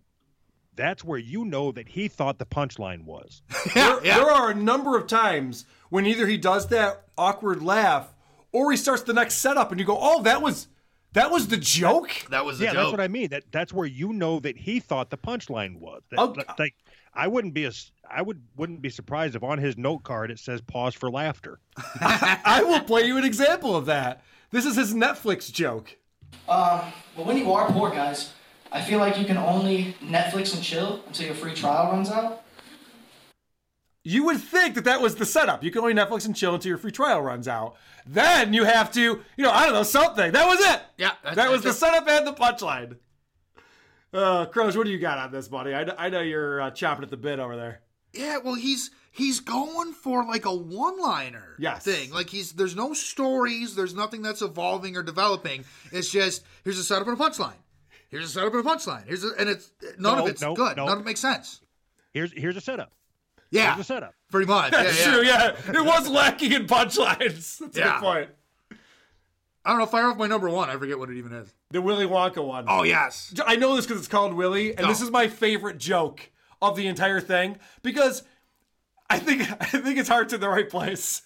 Speaker 1: that's where you know that he thought the punchline was.
Speaker 2: there, there are a number of times when either he does that awkward laugh or he starts the next setup and you go, "Oh, that was that was the joke."
Speaker 12: That was
Speaker 1: yeah, that's what I mean. That that's where you know that he thought the punchline was. That-
Speaker 2: Oh,
Speaker 1: that- like I wouldn't be as I would wouldn't be surprised if on his note card it says pause for laughter.
Speaker 2: I will play you an example of that. This is his Netflix joke.
Speaker 29: Uh, well, when you are poor, guys, I feel like you can only Netflix and chill until your free trial runs out.
Speaker 2: You would think that that was the setup. You can only Netflix and chill until your free trial runs out. Then you have to, you know, I don't know, something. That was it.
Speaker 12: Yeah,
Speaker 2: that, was the setup and the punchline. Uh, Crows, what do you got on this, buddy? I, I know you're uh, chopping at the bit over there.
Speaker 12: Yeah, well, he's he's going for like a one-liner
Speaker 2: Yes.
Speaker 12: thing. Like he's there's no stories, there's nothing that's evolving or developing. It's just here's a setup and a punchline. Here's a setup and a punchline. Here's a, and it's none
Speaker 1: No,
Speaker 12: of it's
Speaker 1: no,
Speaker 12: good.
Speaker 1: no.
Speaker 12: None of it makes sense.
Speaker 1: Here's here's a setup.
Speaker 12: Yeah,
Speaker 1: Here's a setup.
Speaker 12: Pretty much.
Speaker 2: That's
Speaker 12: yeah,
Speaker 2: true.
Speaker 12: yeah.
Speaker 2: Yeah, it was lacking in punchlines. That's a
Speaker 12: Yeah.
Speaker 2: good point.
Speaker 12: I don't know. Fire off my number one. I forget what it even is.
Speaker 2: The Willy Wonka one.
Speaker 12: Oh, yes.
Speaker 2: I know this because it's called Willy, and this is my favorite joke of the entire thing because I think I think it's heart's in the right place.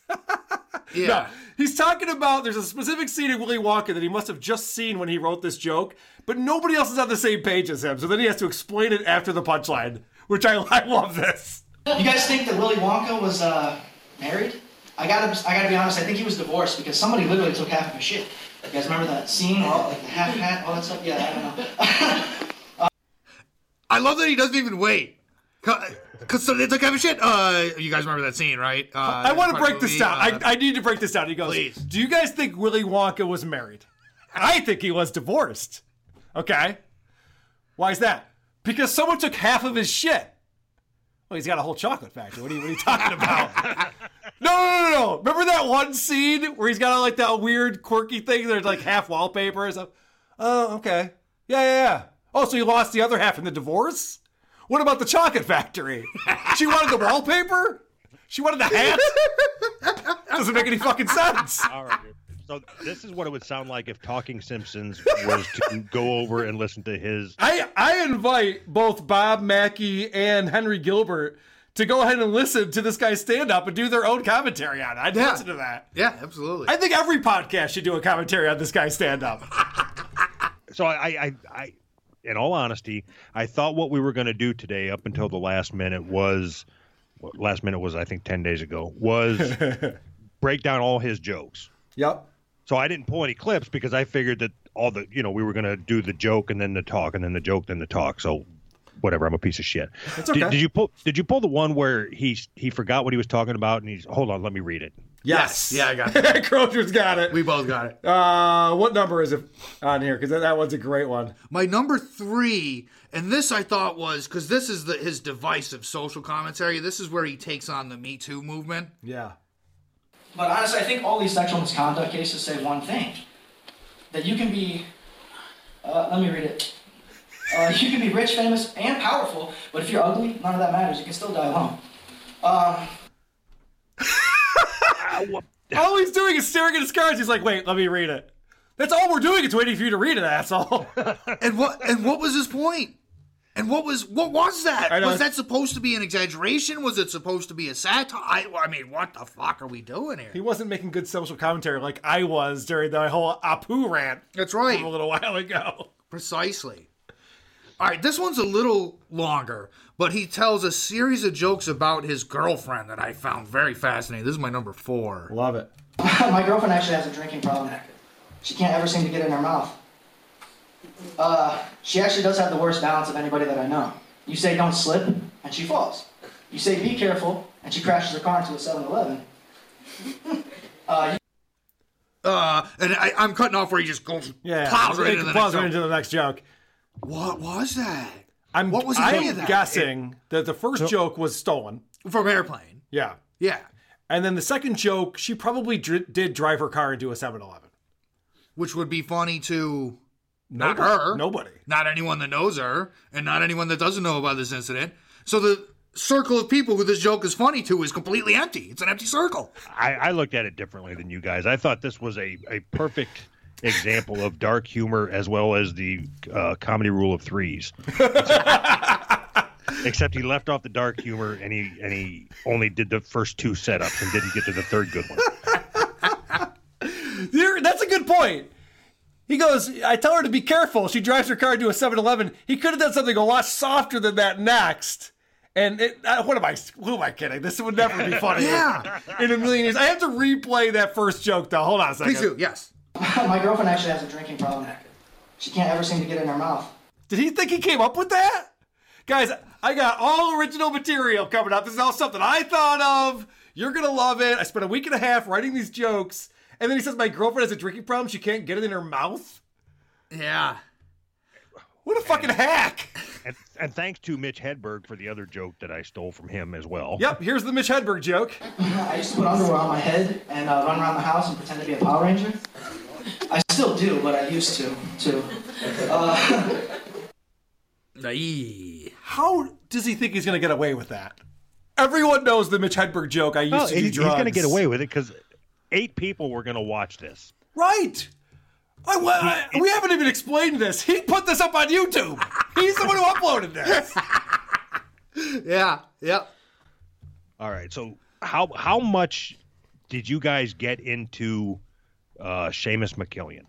Speaker 2: yeah. he's talking about there's a specific scene in Willy Wonka that he must have just seen when he wrote this joke, but nobody else is on the same page as him, so then he has to explain it after the punchline, which I, I love this.
Speaker 29: You guys think that Willy Wonka was uh, married? I gotta, I gotta be honest. I think he was divorced because somebody literally took half of his shit. You guys remember that scene? All, like the half hat, all that stuff. Yeah, I don't know.
Speaker 12: I love that he doesn't even wait. Cause they took half a shit. Uh, you guys remember that scene, right? Uh,
Speaker 2: I want to break this
Speaker 12: movie,
Speaker 2: down.
Speaker 12: uh,
Speaker 2: I, I need to break this down. He goes, Do you guys think Willy Wonka was married? I think he was divorced. Okay. Why is that? Because someone took half of his shit. Well, he's got a whole chocolate factory. What are you, what are you talking about? No, no, no, no. Remember that one scene where he's got like that weird quirky thing? There's like half wallpaper and stuff. Oh, okay. Yeah, yeah, yeah. Oh, so you lost the other half in the divorce? What about the chocolate factory? She wanted the wallpaper? She wanted the hat? Doesn't make any fucking sense.
Speaker 1: All right. So this is what it would sound like if Talking Simpsons was to go over and listen to his.
Speaker 2: I, I invite both Bob Mackey and Henry Gilbert to go ahead and listen to this guy's stand up and do their own commentary on it. I'd
Speaker 12: Yeah.
Speaker 2: listen to that.
Speaker 12: Yeah, absolutely.
Speaker 2: I think every podcast should do a commentary on this guy's stand up.
Speaker 1: So I, I, I, in all honesty, I thought what we were going to do today, up until the last minute, was what last minute was I think ten days ago was break down all his jokes.
Speaker 2: Yep.
Speaker 1: So I didn't pull any clips because I figured that all the you know we were going to do the joke and then the talk and then the joke then the talk. So whatever, I'm a piece of shit.
Speaker 2: That's
Speaker 1: Did,
Speaker 2: okay.
Speaker 1: did you pull? Did you pull the one where he he forgot what he was talking about and he's hold on, let me read it.
Speaker 2: Yes.
Speaker 12: Yeah, I got
Speaker 2: it. Crocer's got it. We
Speaker 12: both got it.
Speaker 2: Uh, what number is it on here? Because that, that one's a great one.
Speaker 12: My number three, and this I thought was because this is the, his divisive social commentary. This is where he takes on the Me Too movement.
Speaker 2: Yeah.
Speaker 29: But honestly, I think all these sexual misconduct cases say one thing that you can be, uh, let me read it. Uh, you can be rich, famous, and powerful, but if you're ugly, none of that matters. You can still die alone. Um,
Speaker 2: All he's doing is staring at his cards. He's like, wait, let me read it. That's all we're doing. It's waiting for you to read it, asshole.
Speaker 12: Oh. and what and what was his point? And what was what was
Speaker 2: I
Speaker 12: that?
Speaker 2: know.
Speaker 12: Was that supposed to be an exaggeration? Was it supposed to be a satire? I, I mean, what the fuck are we doing here?
Speaker 2: He wasn't making good social commentary like I was during the whole Apu rant.
Speaker 12: That's right.
Speaker 2: From a little while ago.
Speaker 12: Precisely. All right, this one's a little longer, but he tells a series of jokes about his girlfriend that I found very fascinating. This is my number four.
Speaker 2: Love it.
Speaker 29: my girlfriend actually has a drinking problem. She can't ever seem to get it in her mouth. Uh, she actually does have the worst balance of anybody that I know. You say don't slip, and she falls. You say be careful, and she crashes her car into a 7 Eleven. uh, you
Speaker 12: Uh, and I, I'm cutting off where he just goes
Speaker 2: Yeah.
Speaker 12: plows
Speaker 2: it
Speaker 12: right into the
Speaker 2: plows
Speaker 12: next
Speaker 2: right
Speaker 12: joke.
Speaker 2: into the next joke.
Speaker 12: What was that?
Speaker 2: I'm,
Speaker 12: What was the point of
Speaker 2: I'm
Speaker 12: that?
Speaker 2: guessing that the first joke was stolen.
Speaker 12: From Airplane.
Speaker 2: Yeah.
Speaker 12: Yeah.
Speaker 2: And then the second joke, she probably dr- did drive her car into a 7 Eleven.
Speaker 12: Which would be funny to not
Speaker 2: Nobody-
Speaker 12: her,
Speaker 2: Nobody.
Speaker 12: not anyone that knows her, and not anyone that doesn't know about this incident. So the circle of people who this joke is funny to is completely empty. It's an empty circle.
Speaker 1: I, I looked at it differently than you guys. I thought this was a, a perfect example of dark humor as well as the uh, comedy rule of threes. Except he left off the dark humor and he and he only did the first two setups and didn't get to the third good one.
Speaker 2: You're- that's a good point. He goes, I tell her to be careful. She drives her car into a 7 Eleven. He could have done something a lot softer than that next. And it, uh, what am I? Who am I kidding? This would never be funny.
Speaker 29: Yeah.
Speaker 2: In a million years. I have to replay that first joke though. Hold on a second.
Speaker 29: Please do,
Speaker 12: Yes.
Speaker 29: My girlfriend actually has a drinking problem. She can't ever seem to get it in her mouth.
Speaker 2: Did he think he came up with that? Guys, I got all original material coming up. This is all something I thought of. You're going to love it. I spent a week and a half writing these jokes. And then he says, My girlfriend has a drinking problem. She can't get it in her mouth.
Speaker 12: Yeah.
Speaker 2: What a fucking hack.
Speaker 1: And, and thanks to Mitch Hedberg for the other joke that I stole from him as well.
Speaker 2: Yep, here's the Mitch Hedberg joke.
Speaker 29: I used to put underwear on my head and uh, run around the house and pretend to be a Power Ranger. I still do, but I used to, too. Uh,
Speaker 2: How does he think he's going to get away with that? Everyone knows the Mitch Hedberg joke. I used
Speaker 1: Well,
Speaker 2: to do
Speaker 1: Oh, he- he's
Speaker 2: drugs.
Speaker 1: going to get away with it because eight people were going to watch this.
Speaker 2: Right. I, well, I- we haven't even explained this. He put this up on YouTube. He's the one who uploaded this.
Speaker 12: yeah. Yep.
Speaker 1: All right. So how how much did you guys get into uh Seamus McKillian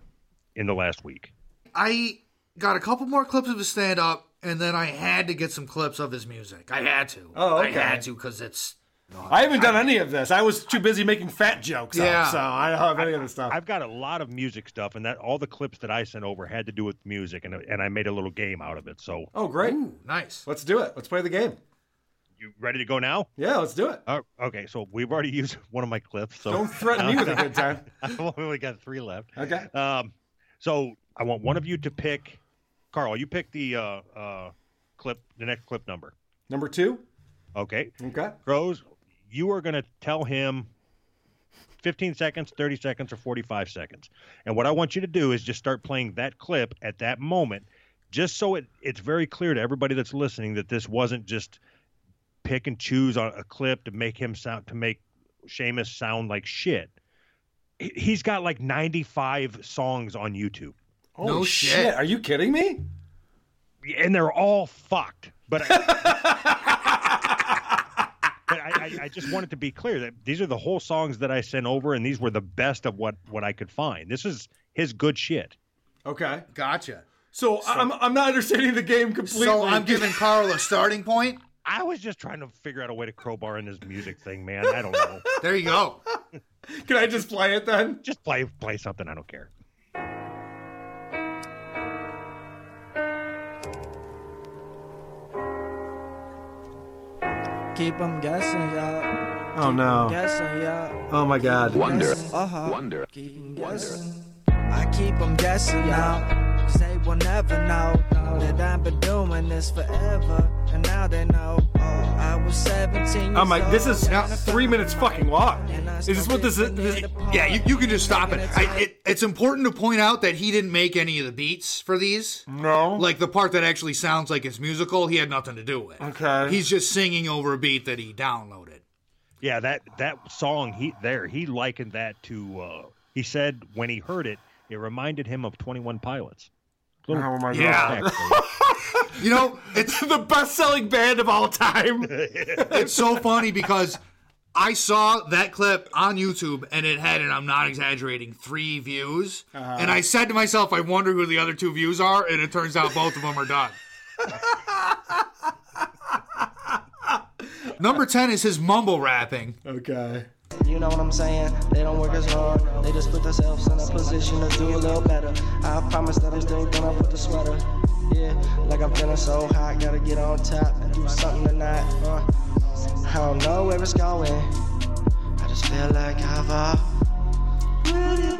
Speaker 1: in the last week?
Speaker 12: I got a couple more clips of his stand up, and then I had to get some clips of his music. I had to.
Speaker 2: Oh, okay.
Speaker 12: I had to because it's.
Speaker 2: I haven't done any of this. I was too busy making fat jokes.
Speaker 12: Yeah.
Speaker 2: Up, so I don't have any of this stuff.
Speaker 1: I've got a lot of music stuff, and that all the clips that I sent over had to do with music, and and I made a little game out of it. So
Speaker 2: Oh, great.
Speaker 12: nice.
Speaker 2: Let's do it. Let's play the game.
Speaker 1: you ready to go now?
Speaker 2: Yeah, let's do it.
Speaker 1: Uh, okay, so we've already used one of my clips. So
Speaker 2: Don't threaten me with a good time.
Speaker 1: I've only got three left.
Speaker 2: Okay.
Speaker 1: Um, so I want one of you to pick, Carl. You pick the uh, uh, clip, the next clip number.
Speaker 2: Number two.
Speaker 1: Okay.
Speaker 2: Okay.
Speaker 1: Rose, you are going to tell him 15 seconds, 30 seconds, or 45 seconds. And what I want you to do is just start playing that clip at that moment, just so it, it's very clear to everybody that's listening that this wasn't just pick and choose on a clip to make him sound to make Seamus sound like shit. He- He's got like 95 songs on YouTube.
Speaker 24: Oh shit. Are you kidding me?
Speaker 1: And they're all fucked. But I, but I, I, I just wanted to be clear that these are the whole songs that I sent over, and these were the best of what what I could find. This is his good shit.
Speaker 2: Okay.
Speaker 12: Gotcha.
Speaker 2: So, I'm, I'm not understanding the game completely.
Speaker 12: So I'm giving Carl a starting point.
Speaker 1: I was just trying to figure out a way to crowbar in this music thing, man. I don't know.
Speaker 12: there you go.
Speaker 2: Can I just play it then?
Speaker 1: Just play play something. I don't care.
Speaker 30: Keep 'em guessing, yeah.
Speaker 2: Oh, no.
Speaker 30: Guessing, yeah.
Speaker 2: Oh my god.
Speaker 30: Wonder. Uh-huh. Wonder. I keep 'em guessing now. Say we'll never know that I've been doing this forever, and now they know. Oh, I was 17
Speaker 2: I'm like, this is three minutes fucking long.
Speaker 12: Is this what this is? yeah, you, you can just stop it. I, it. It's important to point out that he didn't make any of the beats for these.
Speaker 2: No.
Speaker 12: Like the part that actually sounds like it's musical, he had nothing to do with.
Speaker 2: Okay.
Speaker 12: He's just singing over a beat that he downloaded.
Speaker 1: Yeah, that that song he there he likened that to. Uh, he said when he heard it, it reminded him of Twenty One Pilots.
Speaker 2: Oh my
Speaker 12: Yeah.
Speaker 1: fact.
Speaker 12: You know, it's
Speaker 2: the best selling band of all time.
Speaker 12: it's so funny because I saw that clip on YouTube and it had, and I'm not exaggerating, three views.
Speaker 2: Uh-huh.
Speaker 12: And I said to myself, I wonder who the other two views are. And it turns out both of them are done. Number 10 is his mumble rapping.
Speaker 2: Okay.
Speaker 30: You know what I'm saying? They don't work as hard. They just put themselves in a position to do a little better. I promise that I'm still gonna put the sweater. Yeah, like I'm feeling so hot, gotta get on top and do something tonight. Uh, I don't know where it's going. I just feel like I've uh, already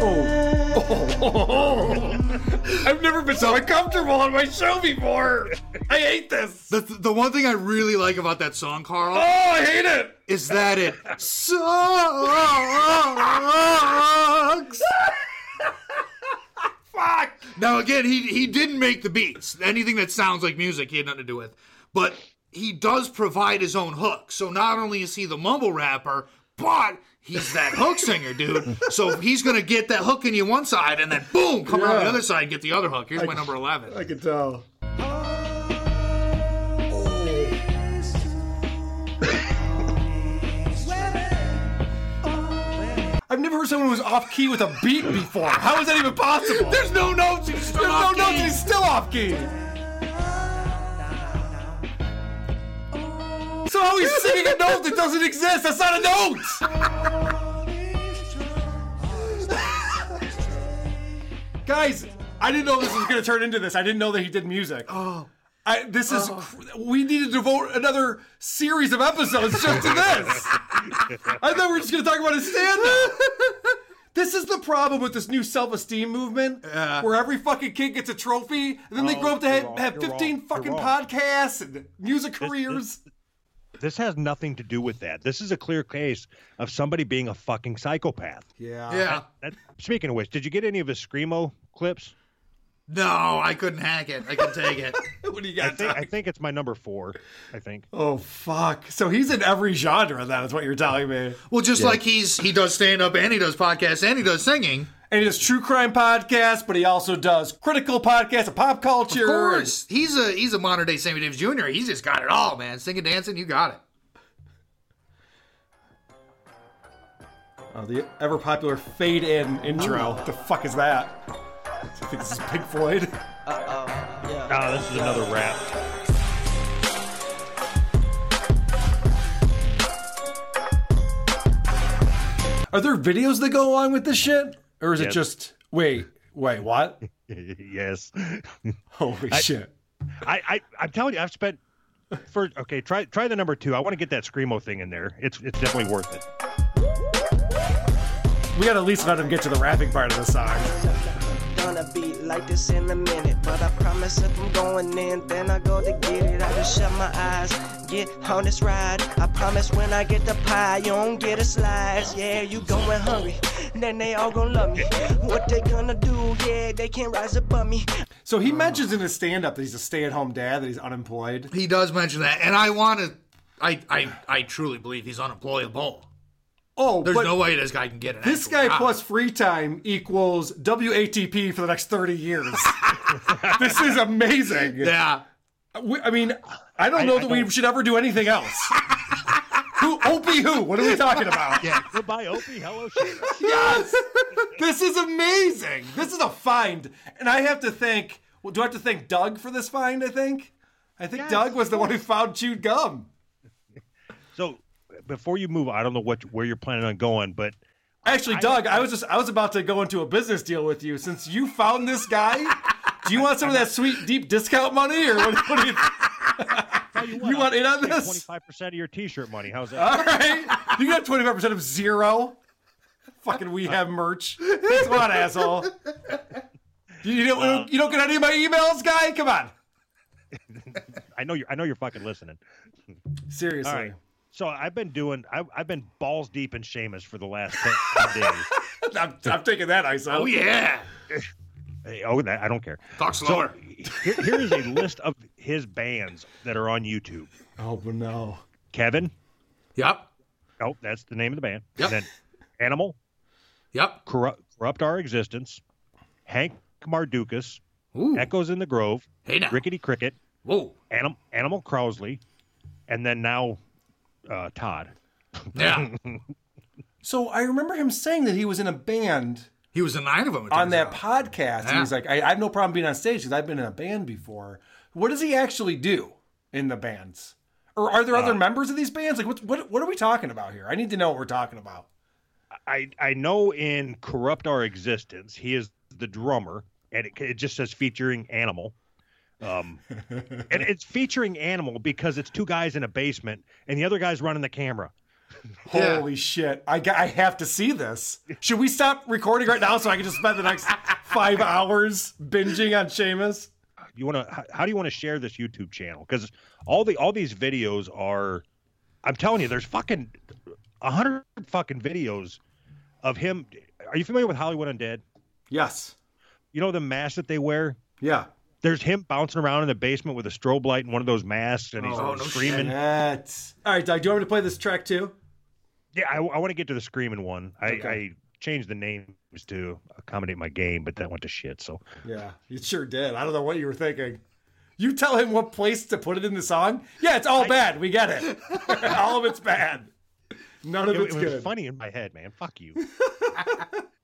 Speaker 1: Oh.
Speaker 30: been.
Speaker 2: I've never been so uncomfortable on my show before. I hate this.
Speaker 12: The, the one thing I really like about that song, Carl. Oh,
Speaker 2: I hate it.
Speaker 12: Is that it sucks?
Speaker 2: Fuck.
Speaker 12: Now again, he he didn't make the beats. Anything that sounds like music, he had nothing to do with. But he does provide his own hook. So not only is he the mumble rapper, but he's that hook singer, dude. So he's gonna get that hook in you one side, and then boom, come around the
Speaker 2: Yeah.
Speaker 12: other side, and get the other hook. Here's
Speaker 2: I
Speaker 12: my
Speaker 2: c-
Speaker 12: number eleven.
Speaker 2: I can tell. I've never heard someone who was off key with a beat before. How is that even possible?
Speaker 12: There's no notes. He's still
Speaker 2: There's
Speaker 12: off
Speaker 2: no
Speaker 12: key.
Speaker 2: notes. He's still off key. So how he's singing a note that doesn't exist? That's not a note. Guys, I didn't know this was going to turn into this. I didn't know that he did music. Oh. I, this is. cr- We need to devote another series of episodes just to this. I thought we were just going to talk about his stand up. This is the problem with this new self esteem movement where every fucking kid gets a trophy and then they
Speaker 1: Oh,
Speaker 2: grow up to
Speaker 1: you're
Speaker 2: have,
Speaker 1: wrong.
Speaker 2: have
Speaker 1: You're
Speaker 2: 15
Speaker 1: wrong.
Speaker 2: fucking
Speaker 1: You're wrong.
Speaker 2: podcasts and music
Speaker 1: this-
Speaker 2: careers.
Speaker 1: This has nothing to do with that. This is a clear case of somebody being a fucking psychopath.
Speaker 2: Yeah.
Speaker 12: Yeah.
Speaker 1: That, speaking of which, did you get any of his screamo clips?
Speaker 12: No, I couldn't hack it. I couldn't take it.
Speaker 2: what do you
Speaker 1: I think, I think it's my number four. I think.
Speaker 2: Oh, fuck. So he's in every genre, then, is what you're telling me.
Speaker 12: Well, just
Speaker 2: Yeah.
Speaker 12: like he's he does stand up and he does podcasts and he does singing.
Speaker 2: And he does true crime podcasts, but he also does critical podcasts of pop culture.
Speaker 12: Of course, he's a he's a modern day Sammy Davis Jr. He's just got it all, man. Singing, dancing, you got it.
Speaker 2: Oh, the ever popular fade in intro. What the fuck is that? I think this is Pink Floyd.
Speaker 1: Ah, this is another rap.
Speaker 2: Are there videos that go along with this shit? Or is it
Speaker 1: Yes.
Speaker 2: just, wait, wait, what?
Speaker 1: yes.
Speaker 2: Holy
Speaker 1: I-
Speaker 2: shit.
Speaker 1: I, I I'm telling you, I've spent for okay. Try try the number two. I want to get that screamo thing in there. It's it's definitely worth it.
Speaker 2: We gotta at least let him get to the rapping part of the song.
Speaker 30: Gonna be like this in a minute, but I promise if I'm going in, then I go to get it. I just shut my eyes, get on this ride. I promise when I get the pie, you don't get a slice. Yeah, you going hungry. Then they all gonna love me. What they gonna do? Yeah, they can't rise above me.
Speaker 2: So
Speaker 1: Uh.
Speaker 2: he mentions in his stand up that he's a stay at home dad, that he's unemployed.
Speaker 12: He does mention that, and I want to. I, I I truly believe he's unemployable.
Speaker 2: Oh,
Speaker 12: there's
Speaker 2: but
Speaker 12: no way this guy can get an
Speaker 2: This
Speaker 12: actual
Speaker 2: guy
Speaker 12: job.
Speaker 2: plus free time equals WATP for the next 30 years. this is amazing.
Speaker 12: Yeah.
Speaker 2: We, I mean, I don't
Speaker 12: I-
Speaker 2: know
Speaker 12: I
Speaker 2: that we
Speaker 12: don't-
Speaker 2: should ever do anything else. who, Opie who? What are we talking about?
Speaker 12: Yeah.
Speaker 1: Goodbye, Opie. Hello, Shane.
Speaker 2: Yes! this is amazing. This is a find. And I have to thank, well, do I have to thank Doug for this find, I think? I think
Speaker 1: Yes,
Speaker 2: Doug was the
Speaker 1: of
Speaker 2: one who found chewed gum.
Speaker 1: So before you move, I don't know what where you're planning on going, but
Speaker 2: Actually, Doug, I was just I was about to go into a business deal with you since you found this guy. do you want some of that sweet deep discount money or what, what do you you, want in on this?
Speaker 1: Twenty-five percent of your T-shirt money. How's that?
Speaker 2: All right. You got 25% of zero. Fucking we have merch. Thanks a lot, asshole. You, you don't,
Speaker 1: Well-
Speaker 2: you don't get any of my emails, guy? Come on.
Speaker 1: I know you. are I know you're fucking listening.
Speaker 2: Seriously.
Speaker 1: All right. So I've been doing. I, I've been balls deep in Seamus for the last ten days.
Speaker 2: I'm, I'm taking that ISO.
Speaker 12: Oh, yeah.
Speaker 1: Hey, oh, that, I don't care.
Speaker 12: Talk slower.
Speaker 1: So, here, here is a list of his bands that are on YouTube.
Speaker 2: Oh no,
Speaker 1: Kevin.
Speaker 12: Yep.
Speaker 1: Oh, that's the name of the band.
Speaker 12: Yep.
Speaker 1: And then Animal.
Speaker 12: Yep.
Speaker 1: Corrupt, corrupt our existence. Hank Mardukas. Echoes in the Grove.
Speaker 12: Hey now.
Speaker 1: Rickety Cricket.
Speaker 12: Whoa.
Speaker 1: Anim, Animal Crowsley, and then now uh, Todd.
Speaker 12: Yeah.
Speaker 2: So I remember him saying that he was in a band.
Speaker 12: He was in nine of them it turns
Speaker 2: on that
Speaker 12: out.
Speaker 2: podcast. He
Speaker 12: Yeah.
Speaker 2: was like, I, I have no problem being on stage because I've been in a band before. What does he actually do in the bands? Or are there
Speaker 12: Uh,
Speaker 2: other members of these bands? Like, what, what what are we talking about here? I need to know what we're talking about.
Speaker 1: I I know in Corrupt Our Existence, he is the drummer, and it, it just says featuring Animal. Um, and it's featuring Animal because it's two guys in a basement, and the other guy's running the camera.
Speaker 2: Holy shit! I got, I have to see this. Should we stop recording right now so I can just spend the next five hours binging on Seamus?
Speaker 1: You want to? How do you want to share this YouTube channel? Because all the all these videos are, I'm telling you, there's fucking a hundred fucking videos of him. Are you familiar with Hollywood Undead?
Speaker 2: Yes.
Speaker 1: You know the mask that they wear.
Speaker 2: Yeah.
Speaker 1: There's him bouncing around in the basement with a strobe light and one of those masks, and he's screaming.
Speaker 2: Oh, Shit. All right, Doug. Do you want me to play this track too?
Speaker 1: Yeah, I, I want to get to the screaming one. I,
Speaker 2: Okay.
Speaker 1: I changed the names to accommodate my game, but that went to shit. So
Speaker 2: Yeah, it sure did. I don't know what you were thinking. You tell him what place to put it in the song. Yeah, it's all bad. We get it. all of it's bad. None of
Speaker 1: it,
Speaker 2: it's
Speaker 1: it was
Speaker 2: good.
Speaker 1: funny in my head, man. Fuck you.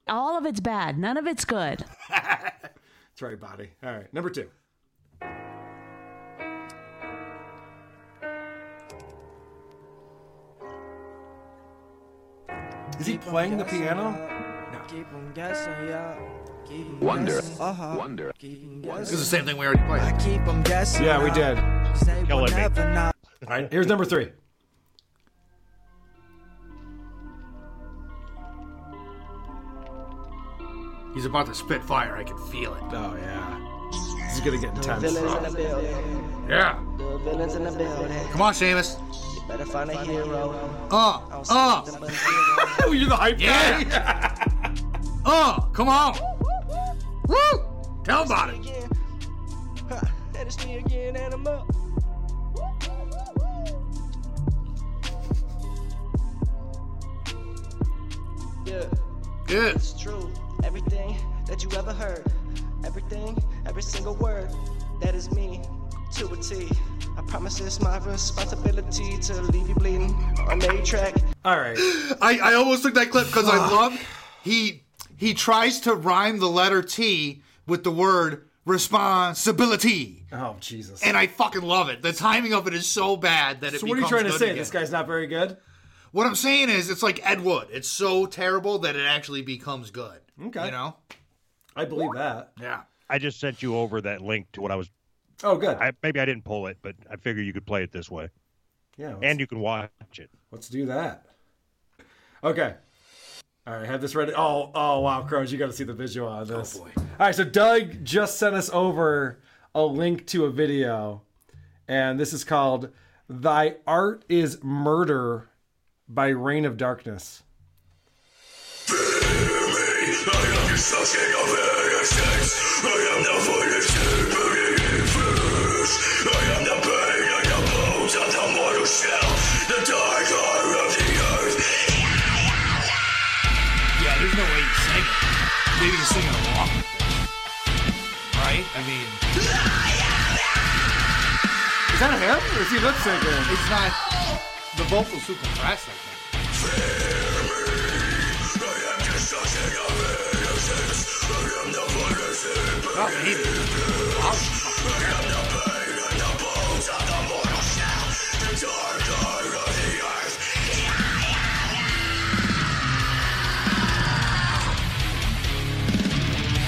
Speaker 31: All of it's bad. None of it's good.
Speaker 2: That's right, body. All right, number two. Is he playing the piano?
Speaker 30: Keep 'em guessing, yeah. Keep 'em
Speaker 2: Wonder.
Speaker 30: guessing, Uh-huh. Wonder.
Speaker 12: This is the same thing we already played.
Speaker 30: I keep 'em guessing.
Speaker 2: Yeah, we
Speaker 30: now.
Speaker 2: did.
Speaker 30: Say
Speaker 2: Killing me.
Speaker 30: whatever now.
Speaker 2: All right, here's number three.
Speaker 12: He's about to spit fire. I can feel it.
Speaker 2: Oh yeah. This is gonna get
Speaker 30: Villains in the building.
Speaker 12: Yeah.
Speaker 30: The villains in the building.
Speaker 12: Come on, Seamus.
Speaker 30: You better find a hero.
Speaker 12: Uh, uh.
Speaker 2: You're the hype
Speaker 12: yeah. Uh, come on. Woo! Tell 'em about it.
Speaker 30: And it's me again, and I'm up. Yeah.
Speaker 12: Good.
Speaker 30: It's true. Everything that you ever heard, everything, every single word, that is me to a T. I promise it's my responsibility to leave you bleeding on a track.
Speaker 2: All right.
Speaker 12: I, I almost took that clip because I love he he tries to rhyme the letter T with the word responsibility,
Speaker 2: Oh Jesus.
Speaker 12: and I fucking love it. The timing of it is so bad that it.
Speaker 2: So what are you
Speaker 12: becomes
Speaker 2: trying to
Speaker 12: good
Speaker 2: say?
Speaker 12: again.
Speaker 2: This guy's not very good.
Speaker 12: What I'm saying is, it's like Ed Wood. It's so terrible that it actually becomes good.
Speaker 2: Okay.
Speaker 12: You know.
Speaker 2: I believe that.
Speaker 12: Yeah.
Speaker 1: I just sent you over that link to what I was.
Speaker 2: Oh, good.
Speaker 1: I, maybe I didn't pull it, but I figure you could play it this way,
Speaker 2: Yeah. let's-
Speaker 1: and you can watch it.
Speaker 2: Let's do that. Okay. All right, have this ready. Oh, oh wow, Crows, you got to see the visual on this. Oh boy. All right, so Doug just sent us over a link to a video, and this is called Thy Art is Murder by Reign of Darkness.
Speaker 32: Yeah, there's no way you sing it. Maybe you sing it along. Right? I mean.
Speaker 2: Is that him? Or is he lip syncing?
Speaker 12: It's not. The vocals super compressed like that.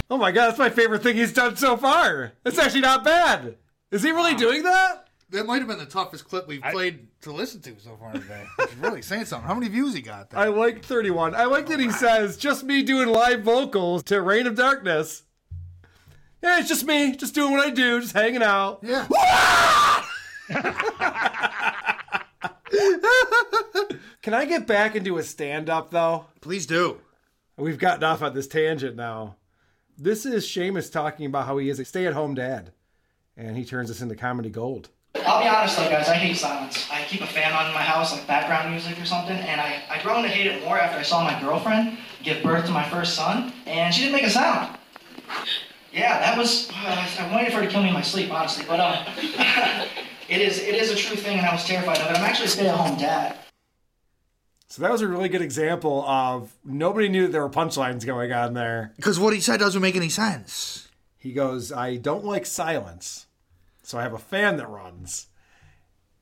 Speaker 2: Oh my god, that's my favorite thing he's done so far. That's actually not bad. Is he really doing that?
Speaker 12: That might have been the toughest clip we've played to listen to so far today. It's really saying something. How many views he got?
Speaker 2: I like 31. I like that he says, just me doing live vocals to Reign of Darkness. Yeah, it's just me, just doing what I do, just hanging out.
Speaker 12: Yeah.
Speaker 2: Can I get back into a stand up, though?
Speaker 12: Please do.
Speaker 2: We've gotten off on this tangent now. This is Seamus talking about how he is a stay at home dad, and he turns this into comedy gold.
Speaker 29: I'll be honest though, guys, I hate silence. I keep a fan on in my house, like background music or something, and I, I grown to hate it more after I saw my girlfriend give birth to my first son, and she didn't make a sound. Yeah, that was. Uh, I waited for her to kill me in my sleep, honestly, but um, it is it is a true thing, and I was terrified of it. I'm actually a stay-at-home dad.
Speaker 2: So that was a really good example of nobody knew that there were punchlines going on there.
Speaker 12: Because what he said doesn't make any sense.
Speaker 2: He goes, I don't like silence. So I have a fan that runs.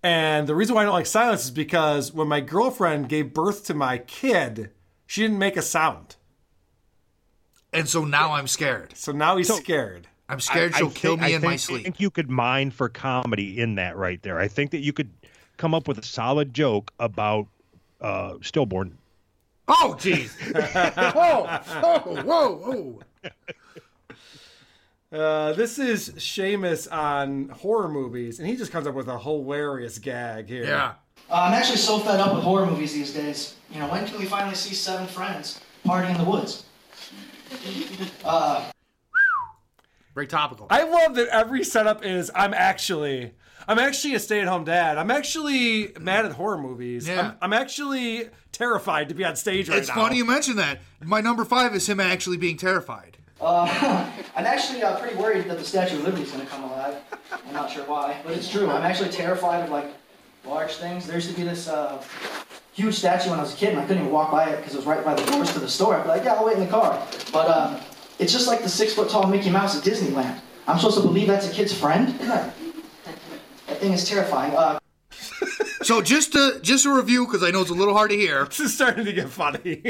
Speaker 2: And the reason why I don't like silence is because when my girlfriend gave birth to my kid, she didn't make a sound.
Speaker 12: And so now I'm scared.
Speaker 2: So now he's
Speaker 1: So-
Speaker 2: scared.
Speaker 12: I'm scared she'll kill me in my
Speaker 1: I
Speaker 12: sleep.
Speaker 1: think you could mine for comedy in that right there. I think that you could come up with a solid joke about uh, stillborn.
Speaker 12: Oh, jeez.
Speaker 2: whoa,
Speaker 12: whoa, whoa,
Speaker 2: whoa. Uh, this is Seamus on horror movies, and he just comes up with a hilarious gag here.
Speaker 29: Yeah. Uh, I'm actually so fed up with horror movies these days. You know, when can we finally see seven friends party in the woods? Uh,
Speaker 12: Very topical.
Speaker 2: I love that every setup is I'm actually I'm actually a stay-at-home dad. I'm actually mad at horror movies.
Speaker 12: Yeah.
Speaker 2: I'm, I'm actually terrified to be on stage right
Speaker 12: it's
Speaker 2: now.
Speaker 12: funny you mentioned that. My number five is him actually being terrified.
Speaker 29: uh, I'm actually uh, pretty worried that the Statue of Liberty is going to come alive. I'm not sure why, but it's true. I'm actually terrified of like large things. There used to be this uh, huge statue when I was a kid, and I couldn't even walk by it because it was right by the doors to the store. I'd be like, yeah, I'll wait in the car. But um, it's just like the six-foot-tall Mickey Mouse at Disneyland. I'm supposed to believe that's a kid's friend? Yeah. That thing is terrifying. Uh,
Speaker 12: So just a just a review because I know it's a little hard to hear.
Speaker 2: This is starting to get funny.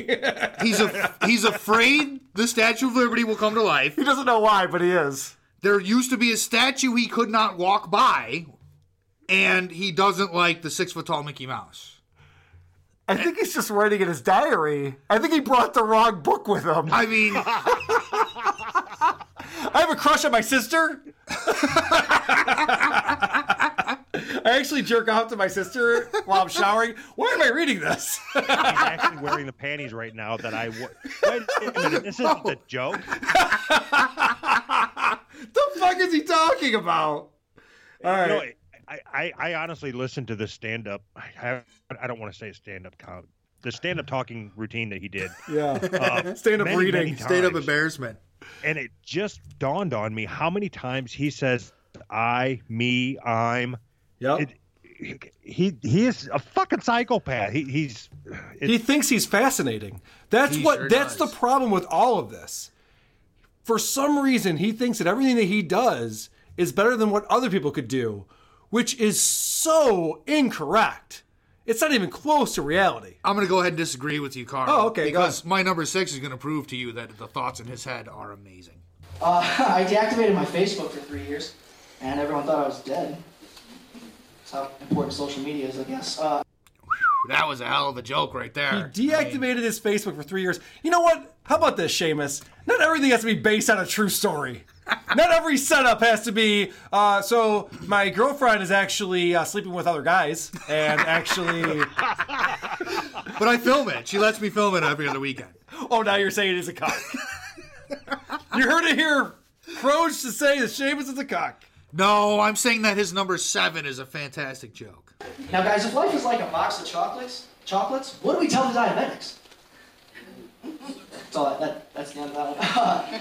Speaker 12: he's a, he's afraid the Statue of Liberty will come to life. He
Speaker 2: doesn't know why, but he is.
Speaker 12: There used to be a statue he could not walk by, and he doesn't like the six foot tall Mickey Mouse.
Speaker 2: I think he's just writing in his diary. I think he brought the wrong book with him.
Speaker 12: I mean,
Speaker 2: I have a crush on my sister. I actually jerk off to my sister while I'm showering. Why am I reading this?
Speaker 1: He's actually wearing the panties right now that I. W- Wait a minute, this isn't a joke.
Speaker 2: the fuck is he talking about? All right.
Speaker 1: No, I, I, I honestly listened to the stand up. I, I don't want to say stand up comedy. The stand up talking routine that he did.
Speaker 2: Yeah.
Speaker 1: uh,
Speaker 12: stand up
Speaker 1: many,
Speaker 12: reading,
Speaker 1: many
Speaker 12: stand up
Speaker 1: times.
Speaker 12: embarrassment.
Speaker 1: And it just dawned on me how many times he says, I, me, I'm.
Speaker 2: Yep.
Speaker 1: he, he is a fucking psychopath. He, he's.
Speaker 2: he thinks he's fascinating. That's
Speaker 1: He
Speaker 2: what
Speaker 1: sure
Speaker 2: that's the problem with all of this. For some reason, he thinks that everything that he does is better than what other people could do, which is so incorrect. It's not even close to reality.
Speaker 12: I'm gonna go ahead and disagree with you, Carl.
Speaker 2: Oh, okay, go
Speaker 12: Because my number six is gonna prove to you that the thoughts in his head are amazing.
Speaker 29: Uh, I deactivated my Facebook for three years, and everyone thought I was dead. That's how important social media is, I guess. Uh,
Speaker 12: That was a hell of a joke right there.
Speaker 2: Deactivated his Facebook for three years. You know what? How about this, Seamus? Not everything has to be based on a true story. Not every setup has to be. Uh, so my girlfriend is actually uh, sleeping with other guys, and actually.
Speaker 12: but I film it. She lets me film it every other weekend.
Speaker 2: Oh, now you're saying it is a cock. you heard it here. Crows to say that Sheamus is a cock.
Speaker 12: No, I'm saying that his number seven is a fantastic joke.
Speaker 29: Now, guys, if life is like a box of chocolates, chocolates, what do we tell the diabetics? That's all. That, that's the end of that. one.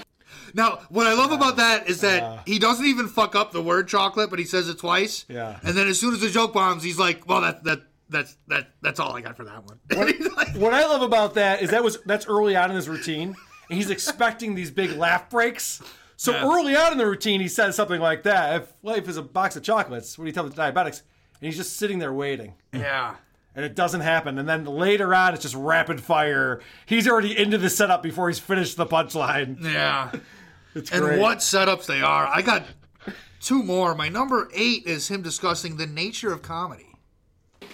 Speaker 12: Now, what I love about that is that
Speaker 2: Uh.
Speaker 12: he doesn't even fuck up the word chocolate, but he says it twice.
Speaker 2: Yeah.
Speaker 12: And then as soon as the joke bombs, he's like, "Well, that that that's that that's all I got for that one."
Speaker 2: What I love about that is that was that's early on in his routine, and he's expecting these big laugh breaks. So
Speaker 12: Yeah.
Speaker 2: early on in the routine, he says something like that: "If life is a box of chocolates, what do you tell the diabetics?" And he's just sitting there waiting.
Speaker 12: Yeah.
Speaker 2: And it doesn't happen. And then later on, it's just rapid fire. He's already into the setup before he's finished the punchline.
Speaker 12: Yeah.
Speaker 2: It's
Speaker 12: and
Speaker 2: great.
Speaker 12: what setups they are. I got two more. My number eight is him discussing the nature of comedy.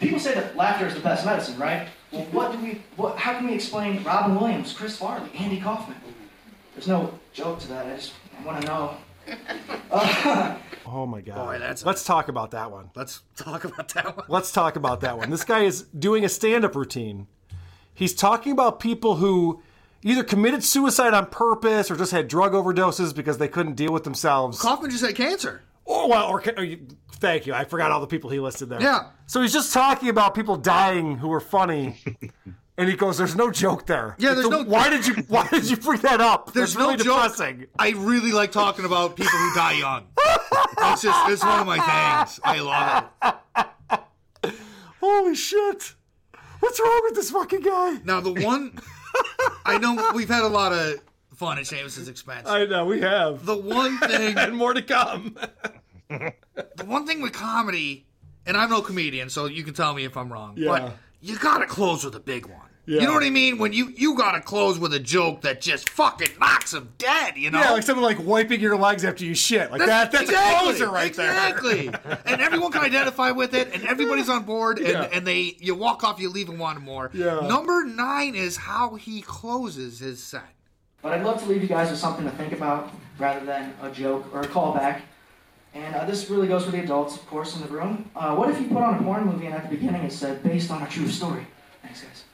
Speaker 29: People say that laughter is the best medicine, right? Well, what do we? What? How can we explain Robin Williams, Chris Farley, Andy Kaufman? There's no joke to that. I just I want to know.
Speaker 2: Oh my god.
Speaker 29: Boy, that's-
Speaker 2: Let's talk about that one.
Speaker 12: Let's talk about that one.
Speaker 2: Let's talk about that one. This guy is doing a stand-up routine. He's talking about people who either committed suicide on purpose or just had drug overdoses because they couldn't deal with themselves.
Speaker 12: Kaufman just had cancer.
Speaker 2: Oh well, or, or you- thank you. I forgot all the people he listed there.
Speaker 12: Yeah.
Speaker 2: So he's just talking about people dying who were funny. And he goes, "There's no joke there."
Speaker 12: Yeah, there's
Speaker 2: So
Speaker 12: no-
Speaker 2: Why did you? Why did you bring that up?
Speaker 12: There's
Speaker 2: That's
Speaker 12: no
Speaker 2: really
Speaker 12: joke.
Speaker 2: depressing.
Speaker 12: I really like talking about people who die young. it's just it's one of my things. I love it.
Speaker 2: Holy shit! What's wrong with this fucking guy?
Speaker 12: Now the one I know we've had a lot of fun at Seamus's expense.
Speaker 2: I know we have
Speaker 12: the one thing
Speaker 2: and more to come.
Speaker 12: the one thing with comedy, and I'm no comedian, so you can tell me if I'm wrong.
Speaker 2: Yeah.
Speaker 12: But you gotta close with a big one.
Speaker 2: Yeah.
Speaker 12: You know what I mean? When you you gotta close with a joke that just fucking knocks them dead. You know?
Speaker 2: Yeah, like something like wiping your legs after you shit. Like that. That's
Speaker 12: exactly,
Speaker 2: a closer right there.
Speaker 12: exactly. and everyone can identify with it, and everybody's on board, and, and they you walk off, you leave and want more.
Speaker 29: Yeah.
Speaker 12: Number nine is how he closes his set.
Speaker 29: But I'd love to leave you guys with something to think about rather than a joke or a callback. And uh, this really goes for the adults, of course, in the room. Uh, what if you put on a porn movie and at the beginning it said, based on a true story? Thanks, guys.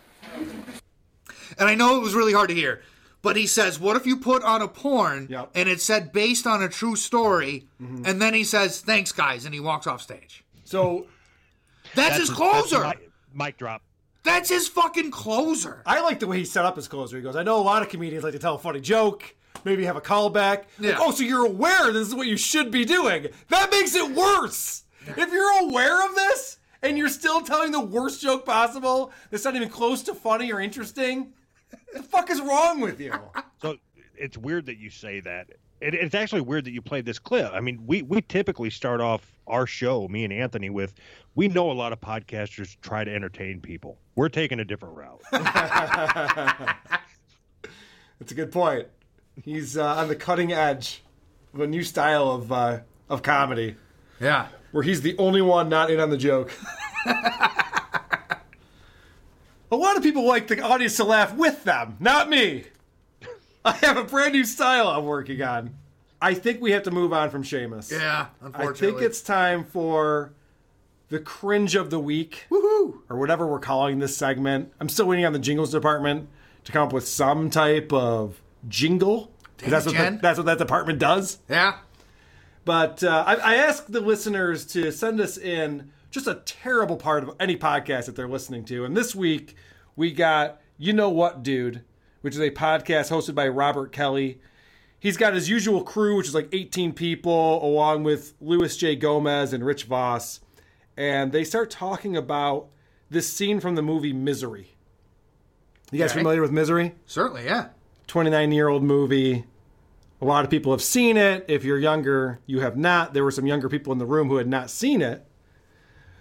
Speaker 12: And I know it was really hard to hear, but he says, "What if you put on a porn and it said based on a true story?"
Speaker 2: Mm-hmm.
Speaker 12: And then he says, "Thanks, guys," and he walks off stage.
Speaker 2: So
Speaker 12: that's, his closer.
Speaker 1: That's mi- mic drop.
Speaker 12: That's his fucking closer.
Speaker 2: I like the way he set up his closer. He goes, I know a lot of comedians like to tell a funny joke, maybe have a callback. Like,
Speaker 12: Yeah.
Speaker 2: oh, so you're aware this is what you should be doing. That makes it worse. If you're aware of this and you're still telling the worst joke possible that's not even close to funny or interesting, the fuck is wrong with you?
Speaker 1: So it's weird that you say that. It, it's actually weird that you played this clip. I mean, we we typically start off our show, me and Anthony, with we know a lot of podcasters try to entertain people. We're taking a different route.
Speaker 2: That's a good point. He's uh, on the cutting edge of a new style of uh, of comedy.
Speaker 12: Yeah,
Speaker 2: where he's the only one not in on the joke. a lot of people like the audience to laugh with them, not me. I have a brand new style I'm working on. I think we have to move on from Seamus.
Speaker 12: Yeah,
Speaker 2: I think
Speaker 12: unfortunately.
Speaker 2: it's time for the cringe of the week, woohoo, or whatever we're calling this segment. I'm still waiting on the jingles department to come up with some type of jingle. 'cause
Speaker 12: Damn
Speaker 2: That's
Speaker 12: it,
Speaker 2: what, the,
Speaker 12: Jen.
Speaker 2: that's what that department does.
Speaker 12: Yeah.
Speaker 2: But uh, I, I ask the listeners to send us in just a terrible part of any podcast that they're listening to. And this week we got You Know What Dude, which is a podcast hosted by Robert Kelly. He's got his usual crew, which is like 18 people, along with Louis J. Gomez and Rich Voss. And they start talking about this scene from the movie Misery. You guys
Speaker 12: Okay.
Speaker 2: familiar with Misery?
Speaker 12: Certainly, yeah.
Speaker 2: 29 year old movie. A lot of people have seen it. If you're younger, you have not. There were some younger people in the room who had not seen it.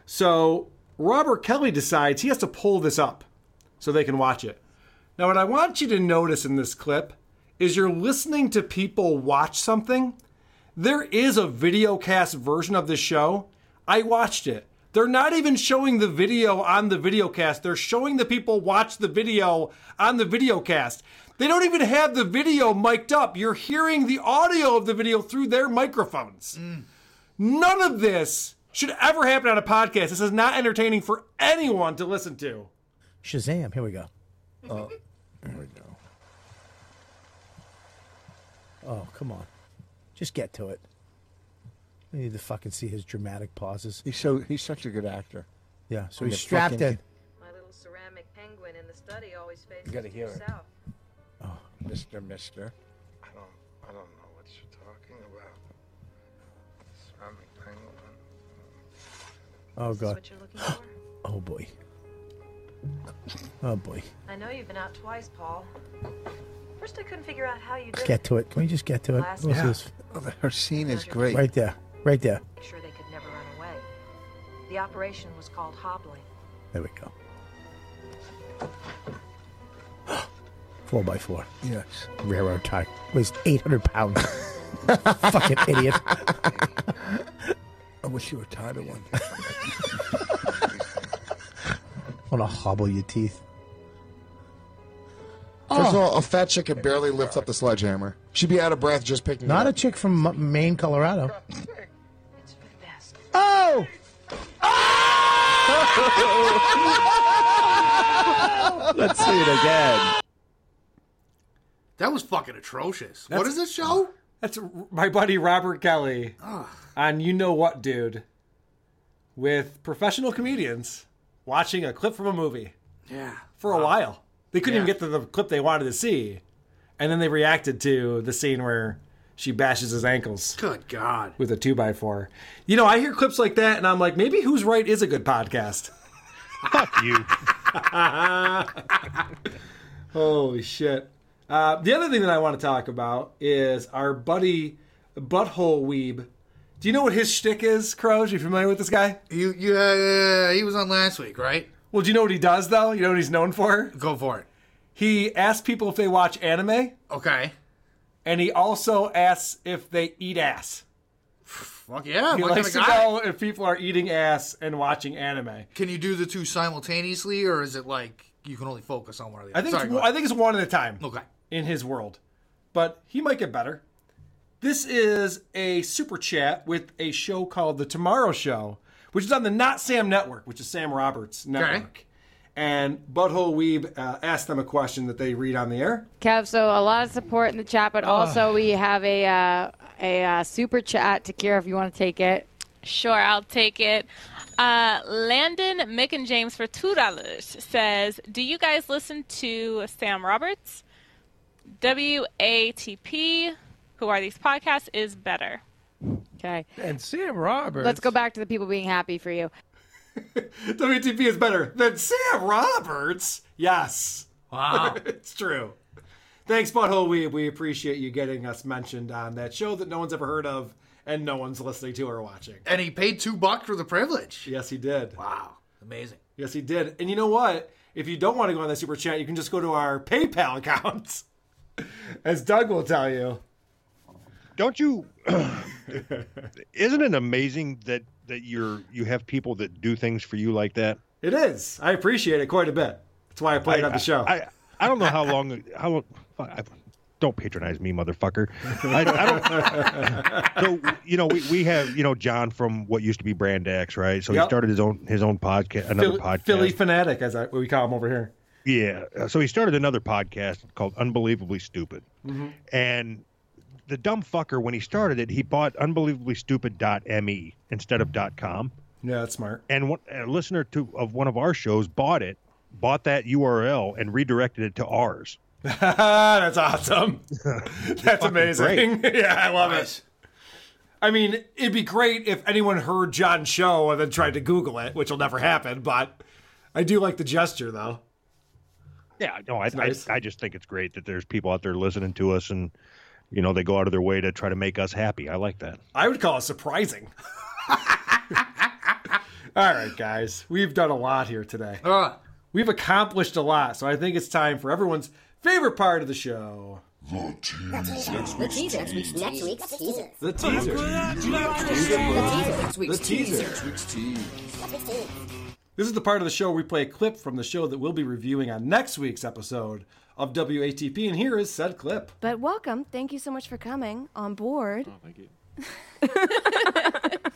Speaker 2: So Robert Kelly decides he has to pull this up so they can watch it. Now, what I want you to notice in this clip is you're listening to people watch something. There is a videocast version of this show. I watched it. They're not even showing the video on the video cast. They're showing the people watch the video on the video cast. They don't even have the video mic'd up. You're hearing the audio of the video through their microphones.
Speaker 12: Mm.
Speaker 2: None of this should ever happen on a podcast. This is not entertaining for anyone to listen to.
Speaker 17: Shazam! Here we go. Oh, there we go. Oh, come on, just get to it. I need to fucking see his dramatic pauses. He's so he's such a good actor. Yeah, so
Speaker 33: And
Speaker 17: he's
Speaker 33: the
Speaker 17: strapped
Speaker 33: fucking-
Speaker 17: in.
Speaker 33: My little ceramic penguin in the study always faces
Speaker 17: You gotta hear
Speaker 33: due
Speaker 17: it.
Speaker 33: south.
Speaker 17: Oh, Mister, Mister.
Speaker 22: I don't, I don't know what you're talking about. Ceramic penguin.
Speaker 17: Oh
Speaker 33: Is this
Speaker 17: god.
Speaker 33: what you're looking for?
Speaker 17: Oh boy. Oh boy.
Speaker 33: I know you've been out twice, Paul. First, I couldn't figure out how you did
Speaker 17: Let's get to it. Can we just get to it?
Speaker 33: Last
Speaker 17: What's
Speaker 33: night.
Speaker 17: this?
Speaker 33: Her scene is great.
Speaker 17: Right there. Right there.
Speaker 33: Make sure they could never run away. The operation was called hobbling.
Speaker 17: There we go. Four by four.
Speaker 33: Yes.
Speaker 17: Railroad tie. Weighs 800 pounds. Fucking idiot.
Speaker 33: I wish you were tied to one.
Speaker 17: Want to hobble your teeth.
Speaker 20: First of all, a fat chick could barely lift up the sledgehammer. She'd be out of breath just picking
Speaker 17: Oh. Not
Speaker 20: it
Speaker 17: a
Speaker 20: up.
Speaker 17: chick from M- Maine, Colorado. Oh!
Speaker 22: Let's see it again.
Speaker 12: That was fucking atrocious. what is this show? Ah,
Speaker 2: That's my buddy Robert Kelly
Speaker 12: Ugh.
Speaker 2: on You Know What Dude with professional comedians watching a clip from a movie
Speaker 12: Yeah.
Speaker 2: for a while. They couldn't even
Speaker 12: Yeah.
Speaker 2: get to the clip they wanted to see. And then they reacted to the scene where she bashes his ankles.
Speaker 12: Good God.
Speaker 2: With a two by four. You know, I hear clips like that and I'm like, maybe Who's Right is a good podcast. Fuck you. Holy shit. Uh, the other thing that I want to talk about is our buddy Butthole Weeb. Do you know what his shtick is, Crows? You familiar with this guy?
Speaker 12: You, uh, yeah, he was on last week, right?
Speaker 2: Well, do you know what he does though? You know what he's known for?
Speaker 12: Go for it.
Speaker 2: He asks people if they watch anime.
Speaker 12: Okay.
Speaker 2: And he also asks if they eat ass.
Speaker 12: Fuck yeah.
Speaker 2: He
Speaker 12: what
Speaker 2: likes
Speaker 12: kind
Speaker 2: to
Speaker 12: of guy?
Speaker 2: know if people are eating ass and watching anime.
Speaker 12: Can you do the two simultaneously, or is it like you can only focus on one or the
Speaker 2: I
Speaker 12: other?
Speaker 2: think
Speaker 12: Sorry,
Speaker 2: it's,
Speaker 12: go
Speaker 2: I think it's one at a time.
Speaker 12: Okay.
Speaker 2: In his world, but he might get better. This is a super chat with a show called The Tomorrow Show, which is on the Not Sam Network, which is Sam Roberts' network. And Butthole Weeb uh, asked them a question that they read on the air.
Speaker 34: Kev, so a lot of support in the chat, but
Speaker 7: Ah.
Speaker 34: also we have a uh, a uh, super chat to Kira if you want to take it.
Speaker 35: Sure, I'll take it. Uh, Landon Mick and James for two dollars says, "Do you guys listen to Sam Roberts? WATP, who are these podcasts, is better."
Speaker 34: Okay.
Speaker 7: And Sam Roberts.
Speaker 34: Let's go back to the people being happy for you.
Speaker 2: WTP is better than Sam Roberts. Yes.
Speaker 34: Wow.
Speaker 2: it's true. Thanks, Butthole Weeb. We appreciate you getting us mentioned on that show that no one's ever heard of and no one's listening to or watching.
Speaker 12: And he paid two bucks for the privilege.
Speaker 2: Yes, he did.
Speaker 12: Wow. Amazing.
Speaker 2: Yes, he did. And you know what? If you don't want to go on that super chat, you can just go to our PayPal account, as Doug will tell you.
Speaker 1: Don't you? Isn't it amazing that that you're you have people that do things for you like that?
Speaker 2: It is. I appreciate it quite a bit. That's why I play it on the show.
Speaker 1: I, I don't know how long how long. fuck, I, don't patronize me, motherfucker. I, I don't. so you know we, we have you know John from what used to be Brand X, right? So
Speaker 2: Yep.
Speaker 1: he started his own his own podcast, another
Speaker 2: Philly,
Speaker 1: podcast.
Speaker 2: Philly fanatic, as I, we call him over here.
Speaker 1: Yeah. uh, So he started another podcast called Unbelievably Stupid.
Speaker 2: Mhm.
Speaker 1: And the dumb fucker, when he started it, he bought unbelievably-stupid.me E instead of .com.
Speaker 2: Yeah, that's smart.
Speaker 1: And one, a listener to of one of our shows bought it, bought that URL, and redirected it to ours.
Speaker 2: That's awesome. That's
Speaker 1: fucking
Speaker 2: amazing. yeah, I love it. I mean, it'd be great if anyone heard John's show and then tried to Google it, which will never happen, but I do like the gesture, though.
Speaker 1: Yeah, no, Oh, I,
Speaker 2: It's nice.
Speaker 1: I I just think it's great that there's people out there listening to us, and you know they go out of their way to try to make us happy. I like that.
Speaker 2: I would call it surprising. All right, guys. We've done a lot here today.
Speaker 36: Ah.
Speaker 2: We've accomplished a lot, so I think it's time for everyone's favorite part of the show.
Speaker 36: The teaser. Next week's teaser.
Speaker 2: The teaser.
Speaker 36: The teaser.
Speaker 2: The teaser. This is the part of the show where we play a clip from the show that we'll be reviewing on next week's episode of WATP, and here is said clip.
Speaker 33: But welcome. Thank you so much for coming on board.
Speaker 2: Oh, Thank you.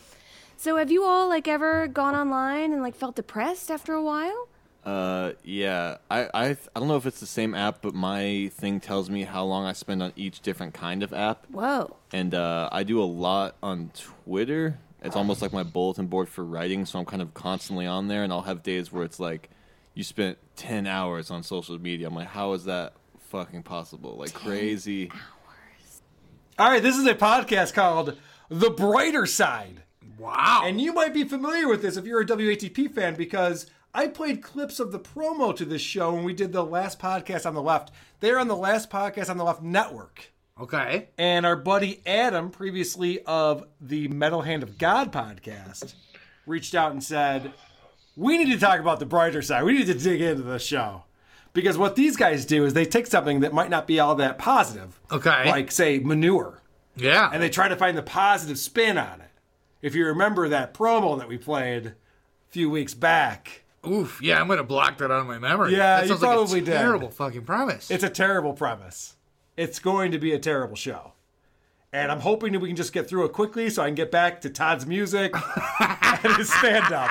Speaker 33: So have you all like ever gone online and like felt depressed after a while?
Speaker 4: Uh, yeah. I, I th- I don't know if it's the same app, but my thing tells me how long I spend on each different kind of app.
Speaker 33: Whoa.
Speaker 4: And uh, I do a lot on Twitter. It's almost like my bulletin board for writing, so I'm kind of constantly on there. And I'll have days where it's like, you spent ten hours on social media. I'm like, how is that fucking possible? Like crazy.
Speaker 2: All right, this is a podcast called The Brighter Side.
Speaker 12: Wow.
Speaker 2: And you might be familiar with this if you're a WATP fan because I played clips of the promo to this show when we did the last podcast on the left. They're on the last podcast on the left network.
Speaker 12: Okay.
Speaker 2: And our buddy Adam, previously of the Metal Hand of God podcast, reached out and said, We need to talk about the brighter side. We need to dig into the show. Because what these guys do is they take something that might not be all that positive.
Speaker 12: Okay.
Speaker 2: Like, say, manure.
Speaker 12: Yeah.
Speaker 2: And they try to find the positive spin on it. If you remember that promo that we played a few weeks back.
Speaker 12: Oof, yeah, I'm gonna block that out of my memory.
Speaker 2: Yeah,
Speaker 12: that
Speaker 2: you
Speaker 12: sounds
Speaker 2: probably
Speaker 12: like a
Speaker 2: did.
Speaker 12: terrible fucking premise.
Speaker 2: It's a terrible premise. It's going to be a terrible show. And I'm hoping that we can just get through it quickly so I can get back to Todd's music and his stand up.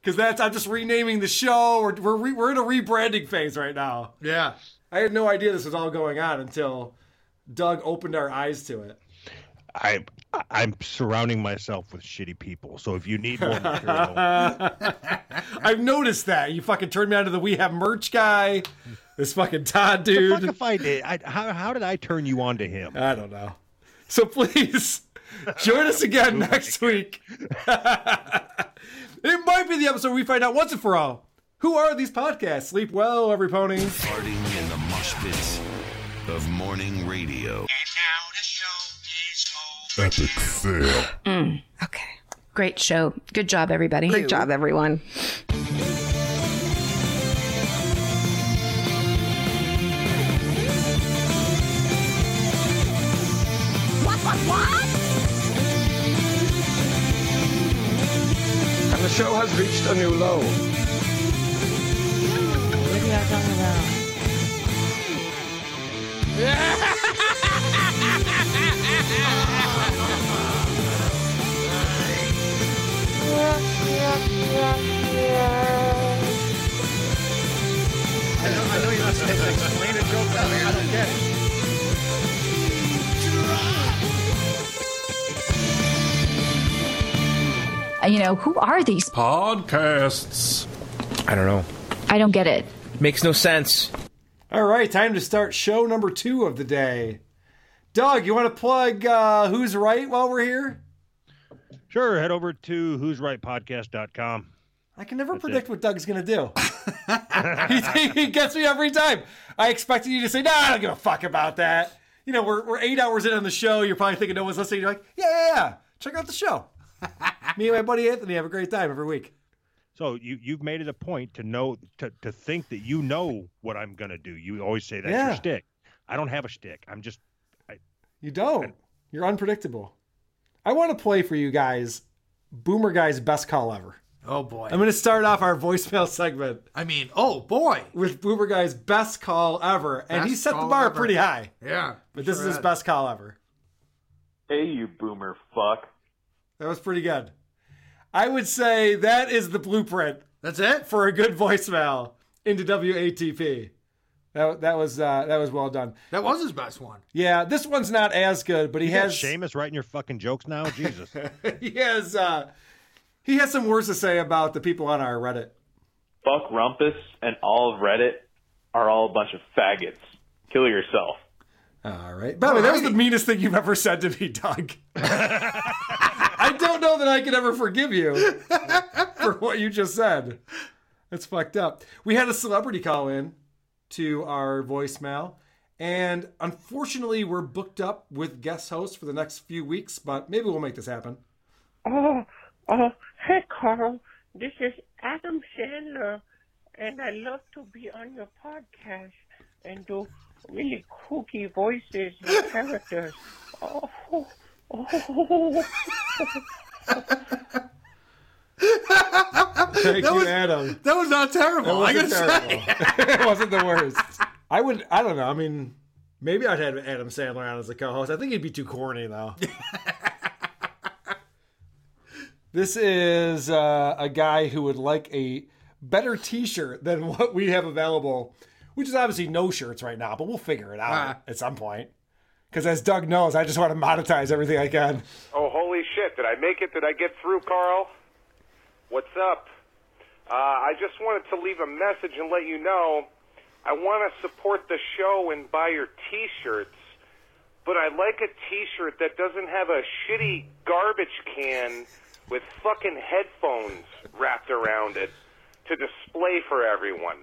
Speaker 2: Because that's, I'm just renaming the show. We're, we're, re, we're in a rebranding phase right now.
Speaker 12: Yeah.
Speaker 2: I had no idea this was all going on until Doug opened our eyes to it.
Speaker 1: I I'm surrounding myself with shitty people. So if you need more material,
Speaker 2: I've noticed that. You fucking turned me on to the We Have Merch guy, this fucking Todd dude.
Speaker 1: fuck if I did? I, how, how did I turn you on to him?
Speaker 2: I don't know. So please join us again next week. it might be the episode where we find out once and for all who are these podcasts. Sleep well, every pony.
Speaker 11: Farting in the mosh pits of morning radio.
Speaker 37: Epic fail.
Speaker 38: Mm, okay. Great show. Good job, everybody. Great job, everyone.
Speaker 26: What, what, what?
Speaker 33: And the show has reached a new low.
Speaker 26: What are you talking about?
Speaker 33: I know you're not supposed to explain a joke, but I don't get it.
Speaker 39: Uh, You know, who are these?
Speaker 2: Podcasts.
Speaker 40: I don't know.
Speaker 39: I don't get it.
Speaker 40: Makes no sense.
Speaker 2: All right, time to start show number two of the day. Doug, you want to plug uh, Who's Right while we're here?
Speaker 1: Sure, head over to who's right podcast.com.
Speaker 2: I can never predict what Doug's going to do. he, he gets me every time. I expected you to say, nah, I don't give a fuck about that. You know, we're, we're eight hours in on the show. You're probably thinking no one's listening. You're like, yeah, yeah, yeah. Check out the show. me and my buddy Anthony have a great time every week.
Speaker 1: So you you've made it a point to know to, to think that you know what I'm gonna do. You always say that's
Speaker 2: Yeah.
Speaker 1: your shtick. I don't have a shtick. I'm just
Speaker 2: You don't. Oh, You're unpredictable. I want to play for you guys Boomer Guy's best call ever.
Speaker 12: Oh boy.
Speaker 2: I'm going to start off our voicemail segment.
Speaker 12: I mean, oh boy.
Speaker 2: With Boomer Guy's best call ever. and he
Speaker 12: Best
Speaker 2: set the
Speaker 12: call
Speaker 2: bar
Speaker 12: ever.
Speaker 2: pretty high.
Speaker 12: Yeah.
Speaker 2: But this
Speaker 12: sure
Speaker 2: is his
Speaker 12: is.
Speaker 2: best call ever.
Speaker 7: Hey, you boomer fuck.
Speaker 2: That was pretty good. I would say that is the blueprint.
Speaker 12: That's it
Speaker 2: for a good voicemail into WATP. That that was uh, that was well done.
Speaker 12: That was his best one.
Speaker 2: Yeah, this one's not as good, but he
Speaker 1: You got
Speaker 2: has
Speaker 1: Seamus writing your fucking jokes now. Jesus.
Speaker 2: he has uh, he has some words to say about the people on our Reddit.
Speaker 7: Fuck Rumpus and all of Reddit are all a bunch of faggots. Kill yourself.
Speaker 2: All right. By the way, that was the meanest thing you've ever said to me, Doug. I don't know that I can ever forgive you for what you just said. That's fucked up. We had a celebrity call in to our voicemail, and unfortunately, we're booked up with guest hosts for the next few weeks, but maybe we'll make this happen.
Speaker 15: Oh, oh, hey, Carl. This is Adam Sandler, and I love to be on your podcast and do really kooky voices and characters. Oh, oh, oh.
Speaker 2: Thank
Speaker 12: That
Speaker 2: you,
Speaker 12: was-
Speaker 2: Adam.
Speaker 12: That was not terrible.
Speaker 2: That
Speaker 12: I
Speaker 2: wasn't
Speaker 12: gotta
Speaker 2: terrible. it wasn't the worst. I would. I don't know. I mean, maybe I'd have Adam Sandler on as a co-host. I think he'd be too corny though. this is uh, a guy who would like a better T-shirt than what we have available, which is obviously no shirts right now. But we'll figure it out at some point. Because as Doug knows, I just want to monetize everything I can.
Speaker 21: Oh, holy shit. Did I make it? Did I get through, Carl? What's up? Uh, I just wanted to leave a message and let you know I want to support the show and buy your t shirts, but I like a t shirt that doesn't have a shitty garbage can with fucking headphones wrapped around it to display for everyone.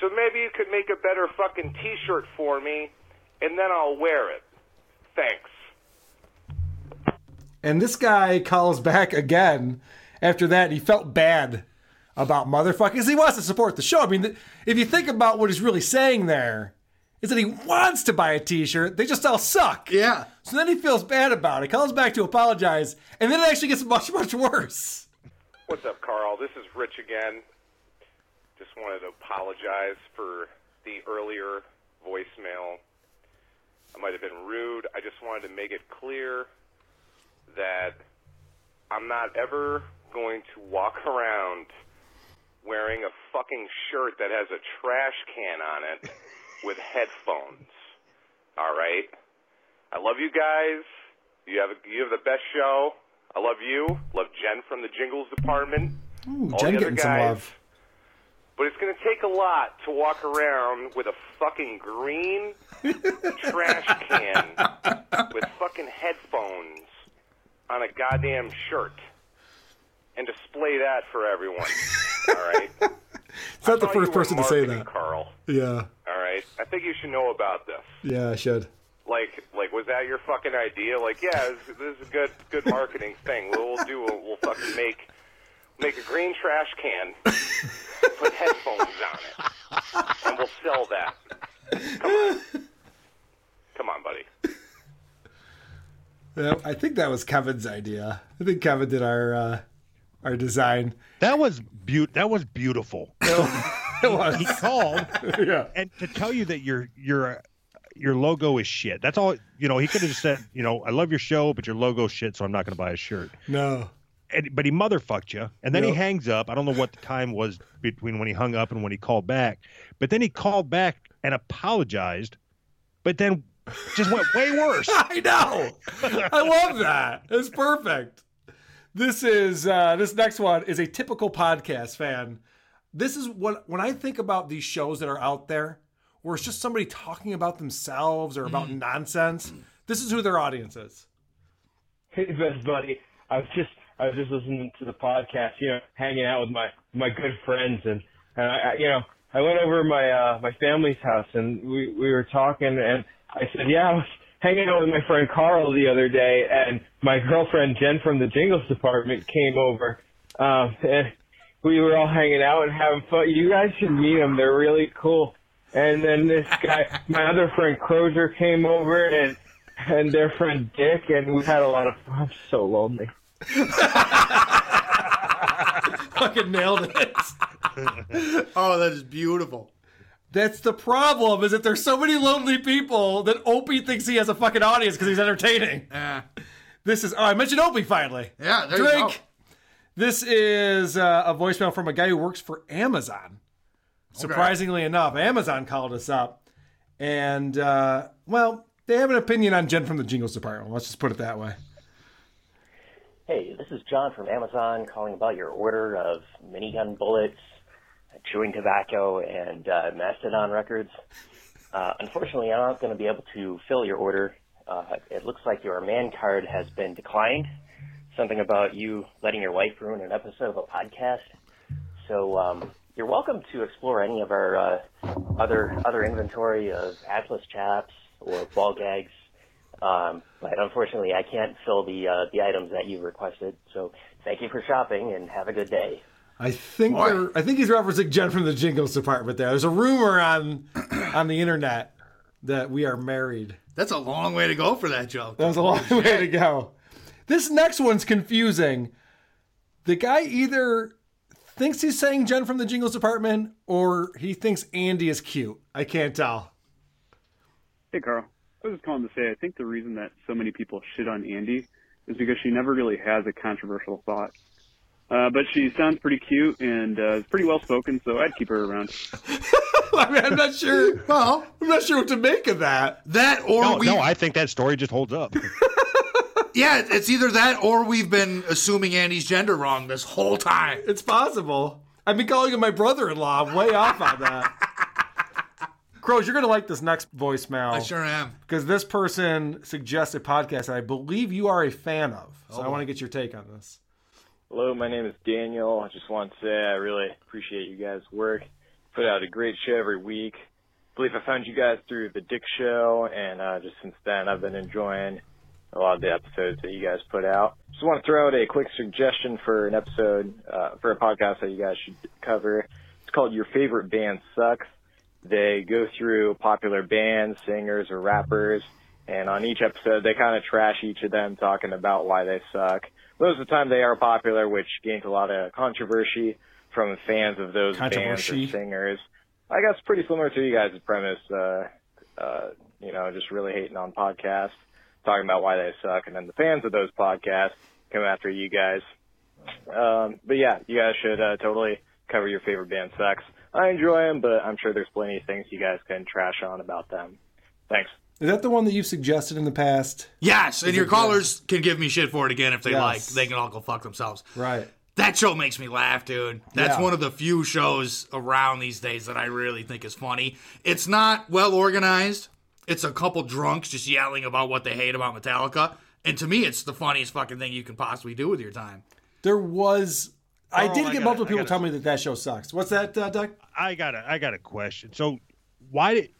Speaker 21: So maybe you could make a better fucking t shirt for me, and then I'll wear it. Thanks.
Speaker 2: And this guy calls back again after that. and He felt bad about motherfuckers. he wants to support the show. I mean, th- if you think about what he's really saying there, is that he wants to buy a T-shirt. They just all suck.
Speaker 12: Yeah.
Speaker 2: So then he feels bad about it. Calls back to apologize, and then it actually gets much much worse.
Speaker 21: What's up, Carl? This is Rich again. Just wanted to apologize for the earlier voicemail. I might have been rude. I just wanted to make it clear that I'm not ever going to walk around wearing a fucking shirt that has a trash can on it with headphones. All right? I love you guys. You have a, you have the best show. I love you. Love Jen from the Jingles department.
Speaker 2: Ooh,
Speaker 21: All
Speaker 2: Jen
Speaker 21: the other
Speaker 2: getting some
Speaker 21: guys.
Speaker 2: love.
Speaker 21: But it's going to take a lot to walk around with a fucking green trash can with fucking headphones on a goddamn shirt and display that for everyone. All right.
Speaker 2: It's not the
Speaker 21: thought you
Speaker 2: first
Speaker 21: were
Speaker 2: person to say
Speaker 21: marketing,
Speaker 2: that.
Speaker 21: Carl.
Speaker 2: Yeah.
Speaker 21: All right. I think you should know about this.
Speaker 2: Yeah, I should.
Speaker 21: Like, like, was that your fucking idea? Like, yeah, this, this is a good, good marketing thing. What we'll do, we'll, we'll fucking make, make a green trash can, put headphones on it, and we'll sell that. Come on, come on, buddy.
Speaker 2: Yeah, I think that was Kevin's idea. I think Kevin did our uh, our design.
Speaker 1: That was beaut. That was beautiful.
Speaker 2: it was.
Speaker 1: He called,
Speaker 2: yeah.
Speaker 1: and to tell you that your your your logo is shit. That's all. You know, he could have just said, you know, I love your show, but your logo's shit, so I'm not going to buy a shirt.
Speaker 2: No.
Speaker 1: And, but he motherfucked you, and then he
Speaker 2: Yep.
Speaker 1: hangs up. I don't know what the time was between when he hung up and when he called back, but then he called back and apologized, but then just went way worse.
Speaker 2: I know. I love that. It's perfect. This is uh, this next one is a typical podcast fan. This is what when I think about these shows that are out there, where it's just somebody talking about themselves or about
Speaker 1: Mm.
Speaker 2: nonsense. This is who their audience is.
Speaker 26: Hey, best buddy. I was just I was just listening to the podcast, you know, hanging out with my my good friends, and and I, I you know I went over to my uh, my family's house, and we we were talking, and I said, yeah, I was hanging out with my friend Carl the other day, and my girlfriend Jen from the Jingles department came over, um, and we were all hanging out and having fun. You guys should meet them; they're really cool. And then this guy, my other friend Crozier, came over and and their friend Dick, and we had a lot of fun. I'm so lonely.
Speaker 2: Fucking nailed it.
Speaker 12: oh, that is beautiful.
Speaker 2: That's the problem is that there's so many lonely people that Opie thinks he has a fucking audience because he's entertaining. This is oh, I mentioned Opie finally.
Speaker 12: Yeah, there you
Speaker 2: drink. This is uh, a voicemail from a guy who works for Amazon. Surprisingly enough, Amazon called us up, and uh, well, they have an opinion on Jen from the Jingles Department. Let's just put it that way.
Speaker 41: Hey, this is John from Amazon calling about your order of minigun bullets, chewing tobacco, and uh, Mastodon records. Uh, unfortunately, I'm not going to be able to fill your order. Uh, it looks like your man card has been declined. Something about you letting your wife ruin an episode of a podcast. So um, you're welcome to explore any of our uh, other other inventory of Atlas chaps or ball gags. Um, but unfortunately, I can't fill the uh, the items that you requested. So thank you for shopping and have a good day.
Speaker 2: I think they're- I think he's referencing Jen from the Jingles Department. There, there's a rumor on on the internet that we are married.
Speaker 12: That's a long way to go for that joke.
Speaker 2: That was a long way to go. This next one's confusing. the guy either thinks he's saying Jen from the Jingles Department or he thinks Andy is cute. I can't tell.
Speaker 27: Hey, Carl. I was just calling to say I think the reason that so many people shit on Andy is because she never really has a controversial thought. Uh, but she sounds pretty cute and uh, is pretty well spoken, so I'd keep her around.
Speaker 2: I mean, I'm not sure. Well, I'm not sure what to make of that.
Speaker 12: That or
Speaker 1: no,
Speaker 12: we-
Speaker 1: no, I think that story just holds up.
Speaker 12: Yeah, it's either that or we've been assuming Andy's gender wrong this whole time.
Speaker 2: It's possible. I've been calling him my brother-in-law. I'm way off on that. Crows, you're going to like this next voicemail.
Speaker 12: I sure am.
Speaker 2: Because this person suggests a podcast that I believe you are a fan of. So I
Speaker 42: Oh.
Speaker 2: want to get your take on this.
Speaker 42: Hello, my name is Daniel. I just want to say I really appreciate you guys' work. Put out a great show every week. I believe I found you guys through the Dick Show, and uh, just since then I've been enjoying a lot of the episodes that you guys put out. Just want to throw out a quick suggestion for an episode uh, for a podcast that you guys should cover. It's called Your Favorite Band Sucks. They go through popular bands, singers, or rappers, and on each episode they kind of trash each of them, talking about why they suck. Most of the time they are popular, which gains a lot of controversy from fans of those bands or
Speaker 2: Controversy.
Speaker 42: singers. I guess pretty similar to you guys' premise, uh, uh, you know, just really hating on podcasts, talking about why they suck, and then the fans of those podcasts come after you guys. Um, but yeah, you guys should uh, totally cover your favorite band sucks. I enjoy them, but I'm sure there's plenty of things you guys can trash on about them. Thanks.
Speaker 2: Is that the one that you've suggested in the past?
Speaker 12: Yes, and
Speaker 2: Is
Speaker 12: your
Speaker 2: it-
Speaker 12: callers can give me shit for it again if they
Speaker 2: Yes.
Speaker 12: like. They can all go fuck themselves.
Speaker 2: Right.
Speaker 12: That show makes me laugh, dude. That's
Speaker 2: Yeah.
Speaker 12: one of the few shows around these days that I really think is funny. It's not well organized. It's a couple drunks just yelling about what they hate about Metallica. And to me, it's the funniest fucking thing you can possibly do with your time.
Speaker 2: There was. I
Speaker 12: Oh, I
Speaker 2: did get
Speaker 12: gotta-
Speaker 2: multiple
Speaker 12: I
Speaker 2: people
Speaker 12: gotta-
Speaker 2: tell me that that show sucks. What's that, uh, Doug?
Speaker 1: I got a I got a question. So why did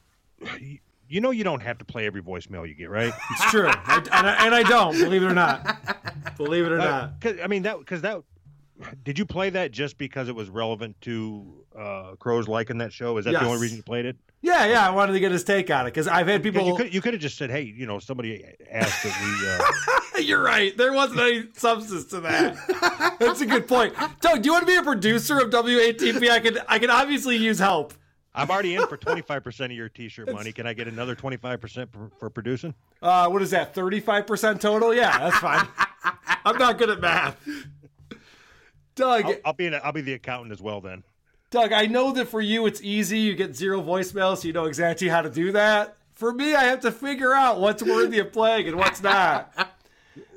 Speaker 1: you know you don't have to play every voicemail you get, right?
Speaker 2: It's true, I, and, I, and I don't believe it or not. Believe it or not.
Speaker 1: Uh, I mean that because that did you play that just because it was relevant to uh, Crows liking that show? Is that
Speaker 2: Yes.
Speaker 1: the only reason you played it?
Speaker 2: Yeah, yeah. I wanted to get his take on it because I've had
Speaker 1: People,
Speaker 2: people.
Speaker 1: you could you could have just said, hey, you know, somebody asked that uh,
Speaker 2: You're right. There wasn't any substance to that. That's a good point. Doug, do you want to be a producer of WATP? I could I could obviously use help.
Speaker 1: I'm already we. Uh, in for twenty five percent of your T-shirt money, can I get another twenty five percent for producing?
Speaker 2: Uh, what is that? Thirty five percent total? Yeah, that's fine. I'm not good at math. Doug,
Speaker 1: I'll, I'll be an, I'll be the accountant as well then.
Speaker 2: Doug, I know that for you it's easy. You get zero voicemails, so you know exactly how to do that. For me, I have to figure out what's worthy of playing and what's not.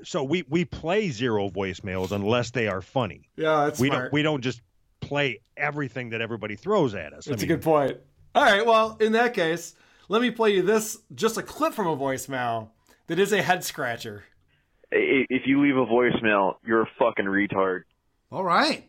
Speaker 1: So we we play zero voicemails unless they are funny.
Speaker 2: Yeah, that's
Speaker 1: we
Speaker 2: smart.
Speaker 1: don't we don't just play everything that everybody throws at us. I
Speaker 2: That's a
Speaker 1: mean,
Speaker 2: good point. Uh, All right. Well, in that case, let me play you this just a clip from a voicemail that is a head scratcher.
Speaker 27: I- If you leave a voicemail, you're a fucking retard.
Speaker 12: All right.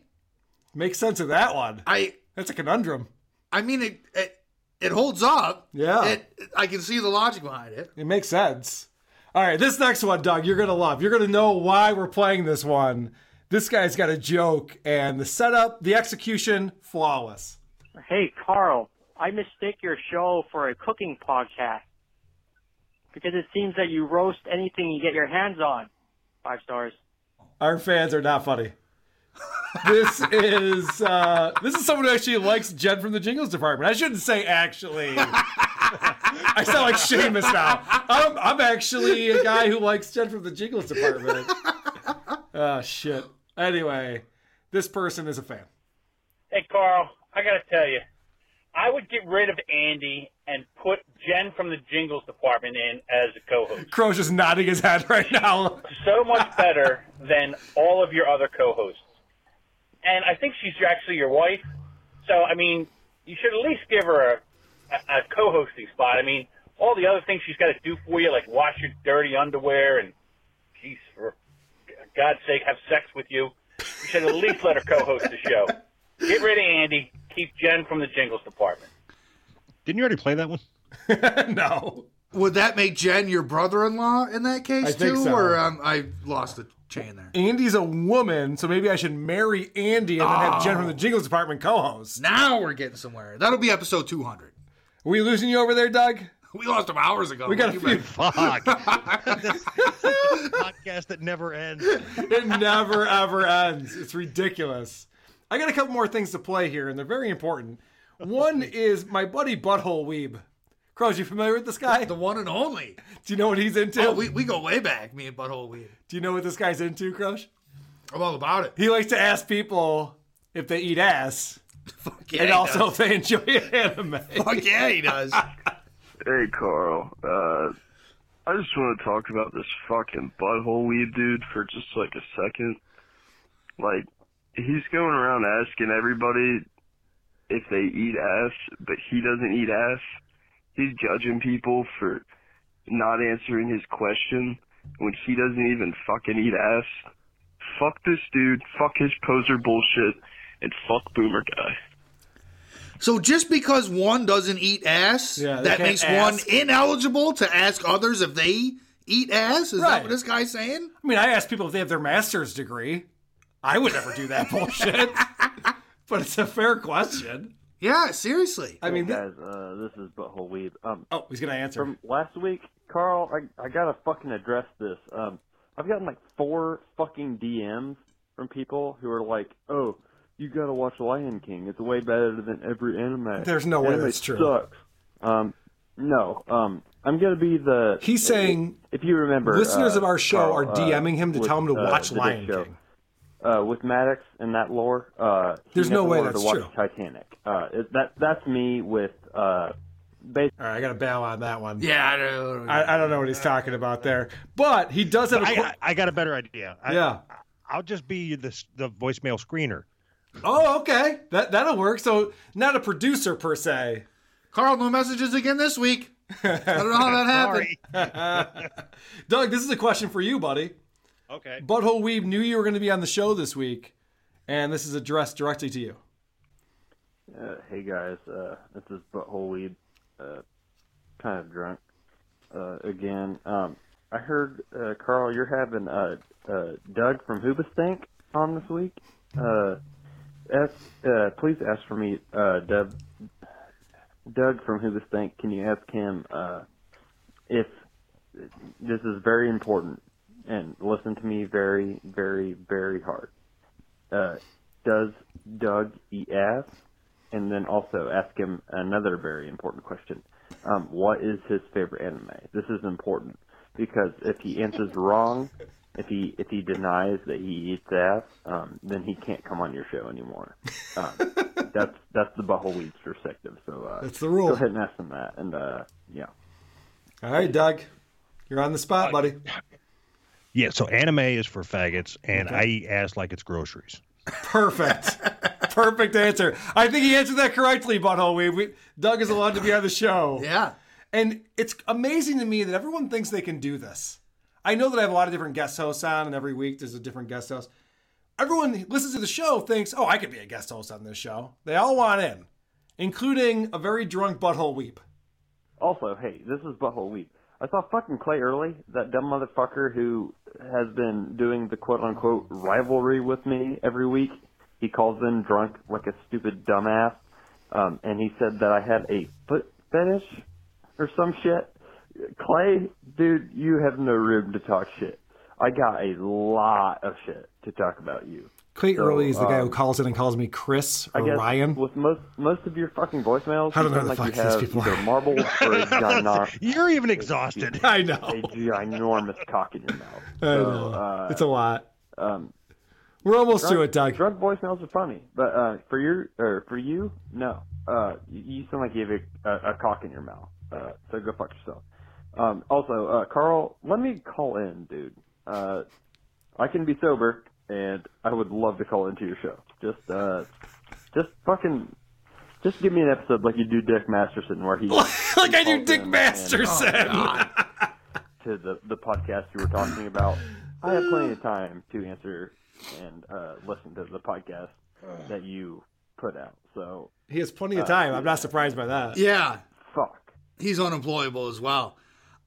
Speaker 2: Make sense of that one.
Speaker 12: I
Speaker 2: that's a conundrum.
Speaker 12: I mean, it it, it holds up.
Speaker 2: Yeah.
Speaker 12: It, I can see the logic behind it.
Speaker 2: It makes sense. All right, this next one, Doug, you're gonna love. You're gonna know why we're playing this one. This guy's got a joke, and the setup, the execution, flawless.
Speaker 27: Hey, Carl, I mistake your show for a cooking podcast because it seems that you roast anything you get your hands on. Five stars.
Speaker 2: Our fans are not funny. This is uh, this is someone who actually likes Jen from the Jingles Department. I shouldn't say actually. I sound like Seamus now. I'm, I'm actually a guy who likes Jen from the Jingles Department. Oh shit. Anyway, this person is a fan.
Speaker 9: Hey, Carl, I got to tell you, I would get rid of Andy and put Jen from the Jingles department in as a co host.
Speaker 2: Crow's just nodding his head right now.
Speaker 9: So much better than all of your other co hosts. And I think she's actually your wife. So, I mean, you should at least give her a, a, a co hosting spot. I mean, all the other things she's got to do for you, like wash your dirty underwear and, geez, for God's sake, have sex with you. You should at least let her co host the show. Get rid of Andy. Keep Jen from the Jingles department.
Speaker 1: Didn't you already play that one?
Speaker 2: no.
Speaker 12: Would that make Jen your brother-in-law in that case
Speaker 2: I think
Speaker 12: too,
Speaker 2: so.
Speaker 12: or um, I lost the chain there?
Speaker 2: Andy's a woman, so maybe I should marry Andy and then have Jen from the Jingles Department co-host.
Speaker 12: Now we're getting somewhere. That'll be episode 200.
Speaker 2: Are we losing you over there, Doug?
Speaker 12: We lost him hours ago.
Speaker 1: We got a
Speaker 12: You
Speaker 1: few-
Speaker 12: bet.
Speaker 1: Fuck. podcast that never ends.
Speaker 2: it never ever ends. It's ridiculous. I got a couple more things to play here, and they're very important. One is my buddy Butthole Weeb. Crows, you familiar with this guy? The
Speaker 12: one and only.
Speaker 2: Do you know what he's into?
Speaker 12: Oh, we, we go way back, me and Butthole Weed.
Speaker 2: Do you know what this guy's into, Crush?
Speaker 12: I'm all about it.
Speaker 2: He likes to ask people if they eat ass.
Speaker 12: yeah,
Speaker 2: and
Speaker 12: he
Speaker 2: also
Speaker 12: does.
Speaker 2: if they enjoy anime.
Speaker 12: Fuck yeah, he does.
Speaker 43: Hey, Carl. Uh, I just want to talk about this fucking butthole weed dude for just like a second. Like, he's going around asking everybody if they eat ass, but he doesn't eat ass. He's judging people for not answering his question when he doesn't even fucking eat ass. Fuck this dude. Fuck his poser bullshit. And fuck Boomer Guy.
Speaker 12: So just because one doesn't eat ass,
Speaker 43: they
Speaker 12: that
Speaker 43: can't
Speaker 12: makes
Speaker 43: ask.
Speaker 12: one ineligible to ask others if they eat ass? Is that
Speaker 2: Right.
Speaker 12: what this guy's saying?
Speaker 2: I mean, I ask people if they have their master's degree. I would never do that bullshit. but it's a fair question.
Speaker 12: Yeah, seriously.
Speaker 2: I mean,
Speaker 10: Hey, guys, uh, this is Butthole Weeb. Um,
Speaker 2: oh, he's gonna answer.
Speaker 10: From last week, Carl, I I gotta fucking address this. Um, I've gotten like four fucking DMs from people who are like, "Oh, you gotta watch Lion King. It's way better than every anime."
Speaker 2: There's no way
Speaker 10: Anime
Speaker 2: that's true.
Speaker 10: Sucks. Um, no. Um, I'm gonna be the.
Speaker 2: He's saying
Speaker 10: if you remember,
Speaker 2: listeners
Speaker 10: uh,
Speaker 2: of our show
Speaker 10: Carl,
Speaker 2: are
Speaker 10: uh,
Speaker 2: DMing him to
Speaker 10: with,
Speaker 2: tell him to
Speaker 10: uh,
Speaker 2: watch
Speaker 10: the Dick
Speaker 2: Lion
Speaker 10: Show.
Speaker 2: King.
Speaker 10: uh, with Maddox and that lore, uh, he
Speaker 2: There's no
Speaker 10: never
Speaker 2: way
Speaker 10: wanted
Speaker 2: that's
Speaker 10: to watch
Speaker 2: true.
Speaker 10: Titanic. Uh, it, that that's me with. Uh, bas-
Speaker 2: All right, I gotta bail on that one.
Speaker 12: Yeah, I don't,
Speaker 2: I, don't know what he's talking about there, but he does have. a
Speaker 1: I-
Speaker 2: qu-
Speaker 1: I- I got a better idea. I,
Speaker 2: Yeah.
Speaker 1: I'll just be the s- the voicemail screener.
Speaker 2: Oh, okay, that that'll work. So not a producer per se.
Speaker 12: Carl, no messages again this week.
Speaker 2: I don't
Speaker 12: know how that happened.
Speaker 2: happened. Doug, this is a question for you, buddy.
Speaker 1: Okay.
Speaker 2: Butthole Weeb knew you were going to be on the show this week, and this is addressed directly to you.
Speaker 10: Uh, hey guys, uh, this is Butthole Weed, uh, kind of drunk uh, again. Um, I heard uh, Carl, you're having uh, uh, Doug from Hoobastank on this week. Uh, ask, uh, please ask for me, uh, Doug. Doug from Hoobastank. Can you ask him uh, if this is very important? And listen to me very, very, very hard. Uh, does Doug eat ass? and then also ask him another very important question. Um, what is his favorite anime? This is important because if he answers wrong, if he if he denies that he eats ass, um, then he can't come on your show anymore. Um, that's that's the Butthole Weeds perspective. So uh,
Speaker 2: That's the rule.
Speaker 10: Go ahead and ask him that, and uh, yeah.
Speaker 2: All right, Doug, you're on the spot, buddy.
Speaker 1: Yeah, so anime is for faggots, and I eat ass like it's groceries.
Speaker 2: Perfect. Perfect answer. I think he answered that correctly, Butthole Weeb. We, Doug is allowed to be on the show.
Speaker 12: Yeah.
Speaker 2: And it's amazing to me that everyone thinks they can do this. I know that I have a lot of different guest hosts on, and every week there's a different guest host. Everyone who listens to the show thinks, oh, I could be a guest host on this show. They all want in, including a very drunk Butthole Weep.
Speaker 10: Also, hey, this is Butthole Weed. I saw fucking Clay Early, that dumb motherfucker who has been doing the quote unquote rivalry with me every week. He calls in drunk like a stupid dumbass, um, and he said that I had a foot fetish or some shit. Clay, dude, you have no room to talk shit. I got a lot of shit to talk about you.
Speaker 2: Clay
Speaker 10: So,
Speaker 2: Early is the guy
Speaker 10: um,
Speaker 2: who calls in and calls me Chris
Speaker 10: I
Speaker 2: or
Speaker 10: guess
Speaker 2: Ryan.
Speaker 10: With most most of your fucking voicemails,
Speaker 2: I don't know
Speaker 10: you sound
Speaker 2: who the
Speaker 10: like you
Speaker 2: fuck these
Speaker 10: have
Speaker 2: people
Speaker 10: either
Speaker 2: are.
Speaker 10: marbles or a ginormous.
Speaker 1: You're even exhausted.
Speaker 2: I know.
Speaker 10: A ginormous cock in your mouth.
Speaker 2: I know.
Speaker 10: So, uh,
Speaker 2: it's a lot.
Speaker 10: Um,
Speaker 2: We're almost
Speaker 10: drunk,
Speaker 2: to it, Doug.
Speaker 10: Drunk voicemails are funny, but uh, for your or for you, no. Uh, you you sound like you have a, a, a cock in your mouth. Uh, so go fuck yourself. Um, also, uh, Carl, let me call in, dude. Uh, I can be sober, and I would love to call into your show. Just, uh, just fucking, just give me an episode like you do Dick Masterson, where he
Speaker 2: like I
Speaker 15: Oh,
Speaker 2: do Dick Masterson.
Speaker 10: to the the podcast you were talking about. I have plenty of time to answer and uh, listen to the podcast that you put out. So
Speaker 2: He has plenty
Speaker 10: Uh,
Speaker 2: of time. I'm not surprised by that.
Speaker 12: Yeah.
Speaker 10: Fuck.
Speaker 12: He's unemployable as well.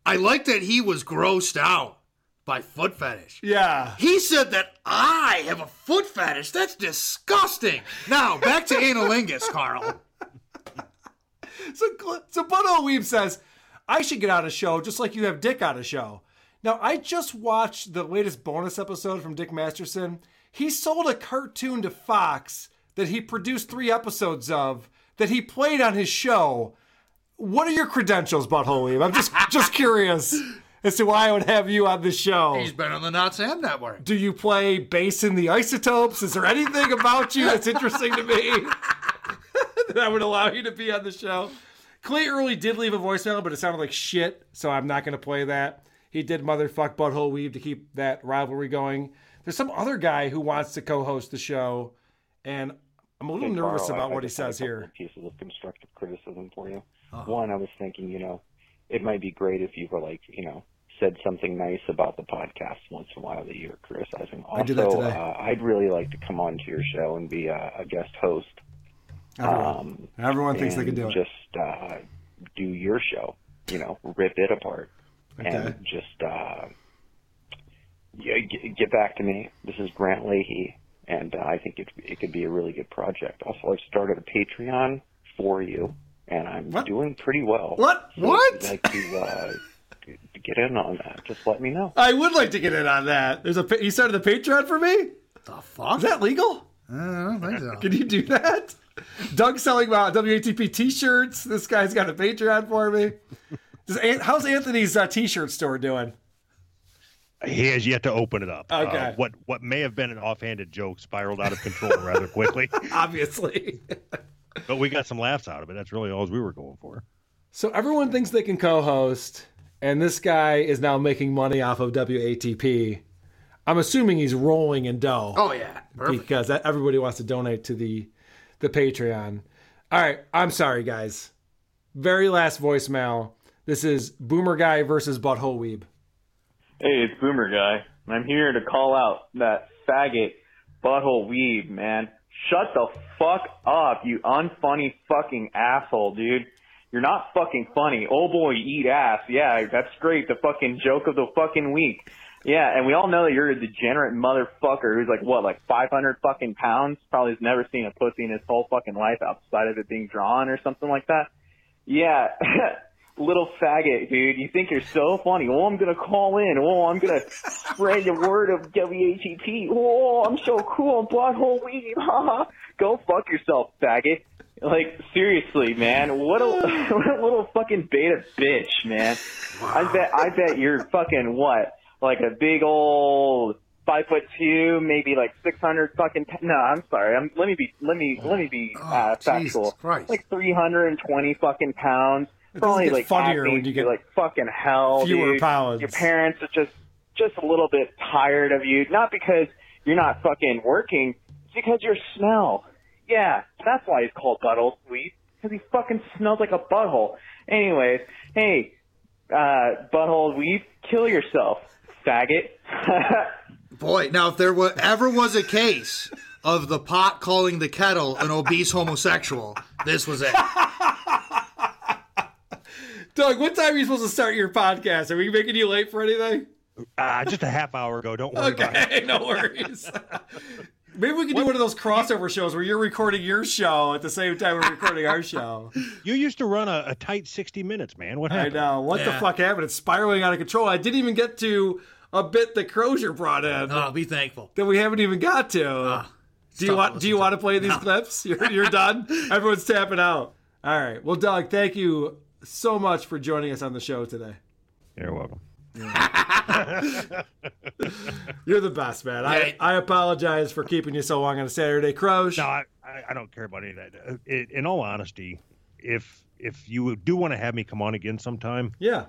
Speaker 12: I like that he was grossed out by foot fetish.
Speaker 2: Yeah.
Speaker 12: He said that I have a foot fetish. That's disgusting. Now, back to analingus, Carl.
Speaker 2: So, Cl- so Butthole Weeb says, I should get on a show just like you have Dick on a show. Now, I just watched the latest bonus episode from Dick Masterson. He sold a cartoon to Fox that he produced three episodes of that he played on his show. What are your credentials, Butthole Weave? I'm just just curious as to why I would have you on the
Speaker 43: Oh.
Speaker 2: show.
Speaker 12: He's been on the Not Sam Network.
Speaker 2: Do you play bass in the isotopes? Is there anything about you that's interesting to me that I would allow you to be on the show? Clay Early did leave a voicemail, but it sounded like shit, so I'm not going to play that. He did motherfuck butthole weave to keep that rivalry going. There's some other guy who wants to co-host the show, and I'm a little
Speaker 32: Hey, Carl,
Speaker 2: nervous
Speaker 32: I-
Speaker 2: about
Speaker 32: I
Speaker 2: what he
Speaker 32: just had a
Speaker 2: says here. Uh-huh.
Speaker 32: couple of Pieces of constructive criticism for you. One, I was thinking, you know, it might be great if you were like, you know, said something nice about the podcast once in a while that you were criticizing.
Speaker 44: I
Speaker 32: Also,
Speaker 44: did that today.
Speaker 32: Uh, I'd really like to come onto your show and be a, a guest host. Um,
Speaker 2: Everyone, everyone thinks they
Speaker 32: and
Speaker 2: can do it.
Speaker 32: Just uh, do your show, you know, rip it apart, and
Speaker 2: Okay.
Speaker 32: just uh, yeah, g- get back to me. This is Grant Leahy, and uh, I think it it could be a really good project. Also, I've started a Patreon for you, and I'm doing pretty well.
Speaker 2: What?
Speaker 32: So if
Speaker 2: What?
Speaker 32: you'd like to uh, g- get in on that? Just let me know.
Speaker 2: I would like to get in on that. There's a pa- you started the Patreon for me. The fuck is that legal?
Speaker 12: Uh, I don't think so.
Speaker 2: Can you do that? Doug's selling uh, about WATP t-shirts. This guy's got a Patreon for me. Does An- how's Anthony's uh, t-shirt store doing?
Speaker 1: He has yet to open it up.
Speaker 2: Okay.
Speaker 1: Uh, what what may have been an offhanded joke spiraled out of control rather quickly.
Speaker 2: Obviously.
Speaker 1: but we got some laughs out of it. That's really all we were going for.
Speaker 2: So everyone thinks they can co-host, and this guy is now making money off of WATP. I'm assuming he's rolling in dough.
Speaker 12: Oh, yeah. Perfect.
Speaker 2: because that, everybody wants to donate to the the Patreon. All right, I'm sorry, guys. Very last voicemail. This is Boomer Guy versus Butthole Weeb.
Speaker 7: Hey, it's Boomer Guy. and I'm here to call out that faggot butthole weed, man. Shut the fuck up, you unfunny fucking asshole, dude. You're not fucking funny. Oh boy, you eat ass. Yeah, that's great. The fucking joke of the fucking week. Yeah, and we all know that you're a degenerate motherfucker who's like, what, like 500 fucking pounds? Probably has never seen a pussy in his whole fucking life outside of it being drawn or something like that. Yeah, little faggot, dude. You think you're so funny. Oh, I'm gonna call in. Oh, I'm gonna spread the word of WAGP. Oh, I'm so cool. Butthole weed. Haha. Go fuck yourself, faggot. Like seriously, man. What a what a little fucking beta bitch, man. I bet I bet you're fucking what? Like a big old five foot two, maybe like six hundred fucking. pa- no, I'm sorry. I'm, let me be. Let me let me be
Speaker 2: Oh,
Speaker 7: uh, factual. Like three hundred and twenty fucking pounds. Probably
Speaker 2: get
Speaker 7: like
Speaker 2: funnier
Speaker 7: acne,
Speaker 2: when you get
Speaker 7: like fucking hell.
Speaker 2: fewer
Speaker 7: dude.
Speaker 2: pounds.
Speaker 7: Your parents are just just a little bit tired of you, not because you're not fucking working, it's because your smell. Yeah, that's why he's called Butthole Sweet, because he fucking smells like a butthole. Anyways, hey, uh, Butthole Weed, kill yourself, faggot.
Speaker 12: Boy, now if there were, ever was a case of the pot calling the kettle an obese homosexual, this was it.
Speaker 2: Doug, what time are you supposed to start your podcast? Are we making you late for anything?
Speaker 1: Uh, just a half hour ago. Don't worry about
Speaker 2: Okay, no worries. Maybe we could do one of those crossover shows where you're recording your show at the same time we're recording our show.
Speaker 1: You used to run a, a tight 60 minutes, man. What happened?
Speaker 2: I know. What the fuck happened? It's spiraling out of control. I didn't even get to a bit that Crozier brought in.
Speaker 12: Oh, be thankful.
Speaker 2: That we haven't even got to. do you want do you want to play these clips? You're you're done? Everyone's tapping out. All right. Well, Doug, thank you so much for joining us on the show today.
Speaker 1: You're welcome.
Speaker 2: You're the best, man. I, I apologize for keeping you so long on a Saturday, Crozier.
Speaker 1: No, I, I, I don't care about any of that. Uh, It, in all honesty, if if you do want to have me come on again sometime,
Speaker 2: yeah,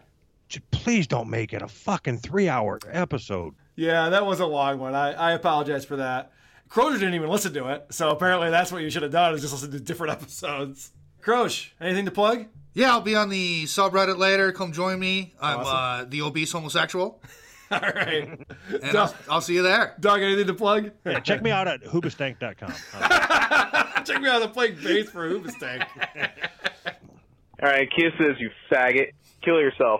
Speaker 1: please don't make it a fucking three hour episode.
Speaker 2: Yeah, that was a long one. I, I apologize for that. Crozier didn't even listen to it, so apparently that's what you should have done is just listen to different episodes. Crozier, anything to plug?
Speaker 12: Yeah, I'll be on the subreddit later. Come join me. I'm
Speaker 2: Awesome.
Speaker 12: uh, the obese homosexual.
Speaker 2: All right.
Speaker 12: And I'll, I'll see you there.
Speaker 2: Doug, anything to plug?
Speaker 1: Yeah, check me out at hoobastank.com.
Speaker 2: Check me out. I'm playing bass for Hoobastank.
Speaker 7: All right, kisses, you faggot. Kill yourself.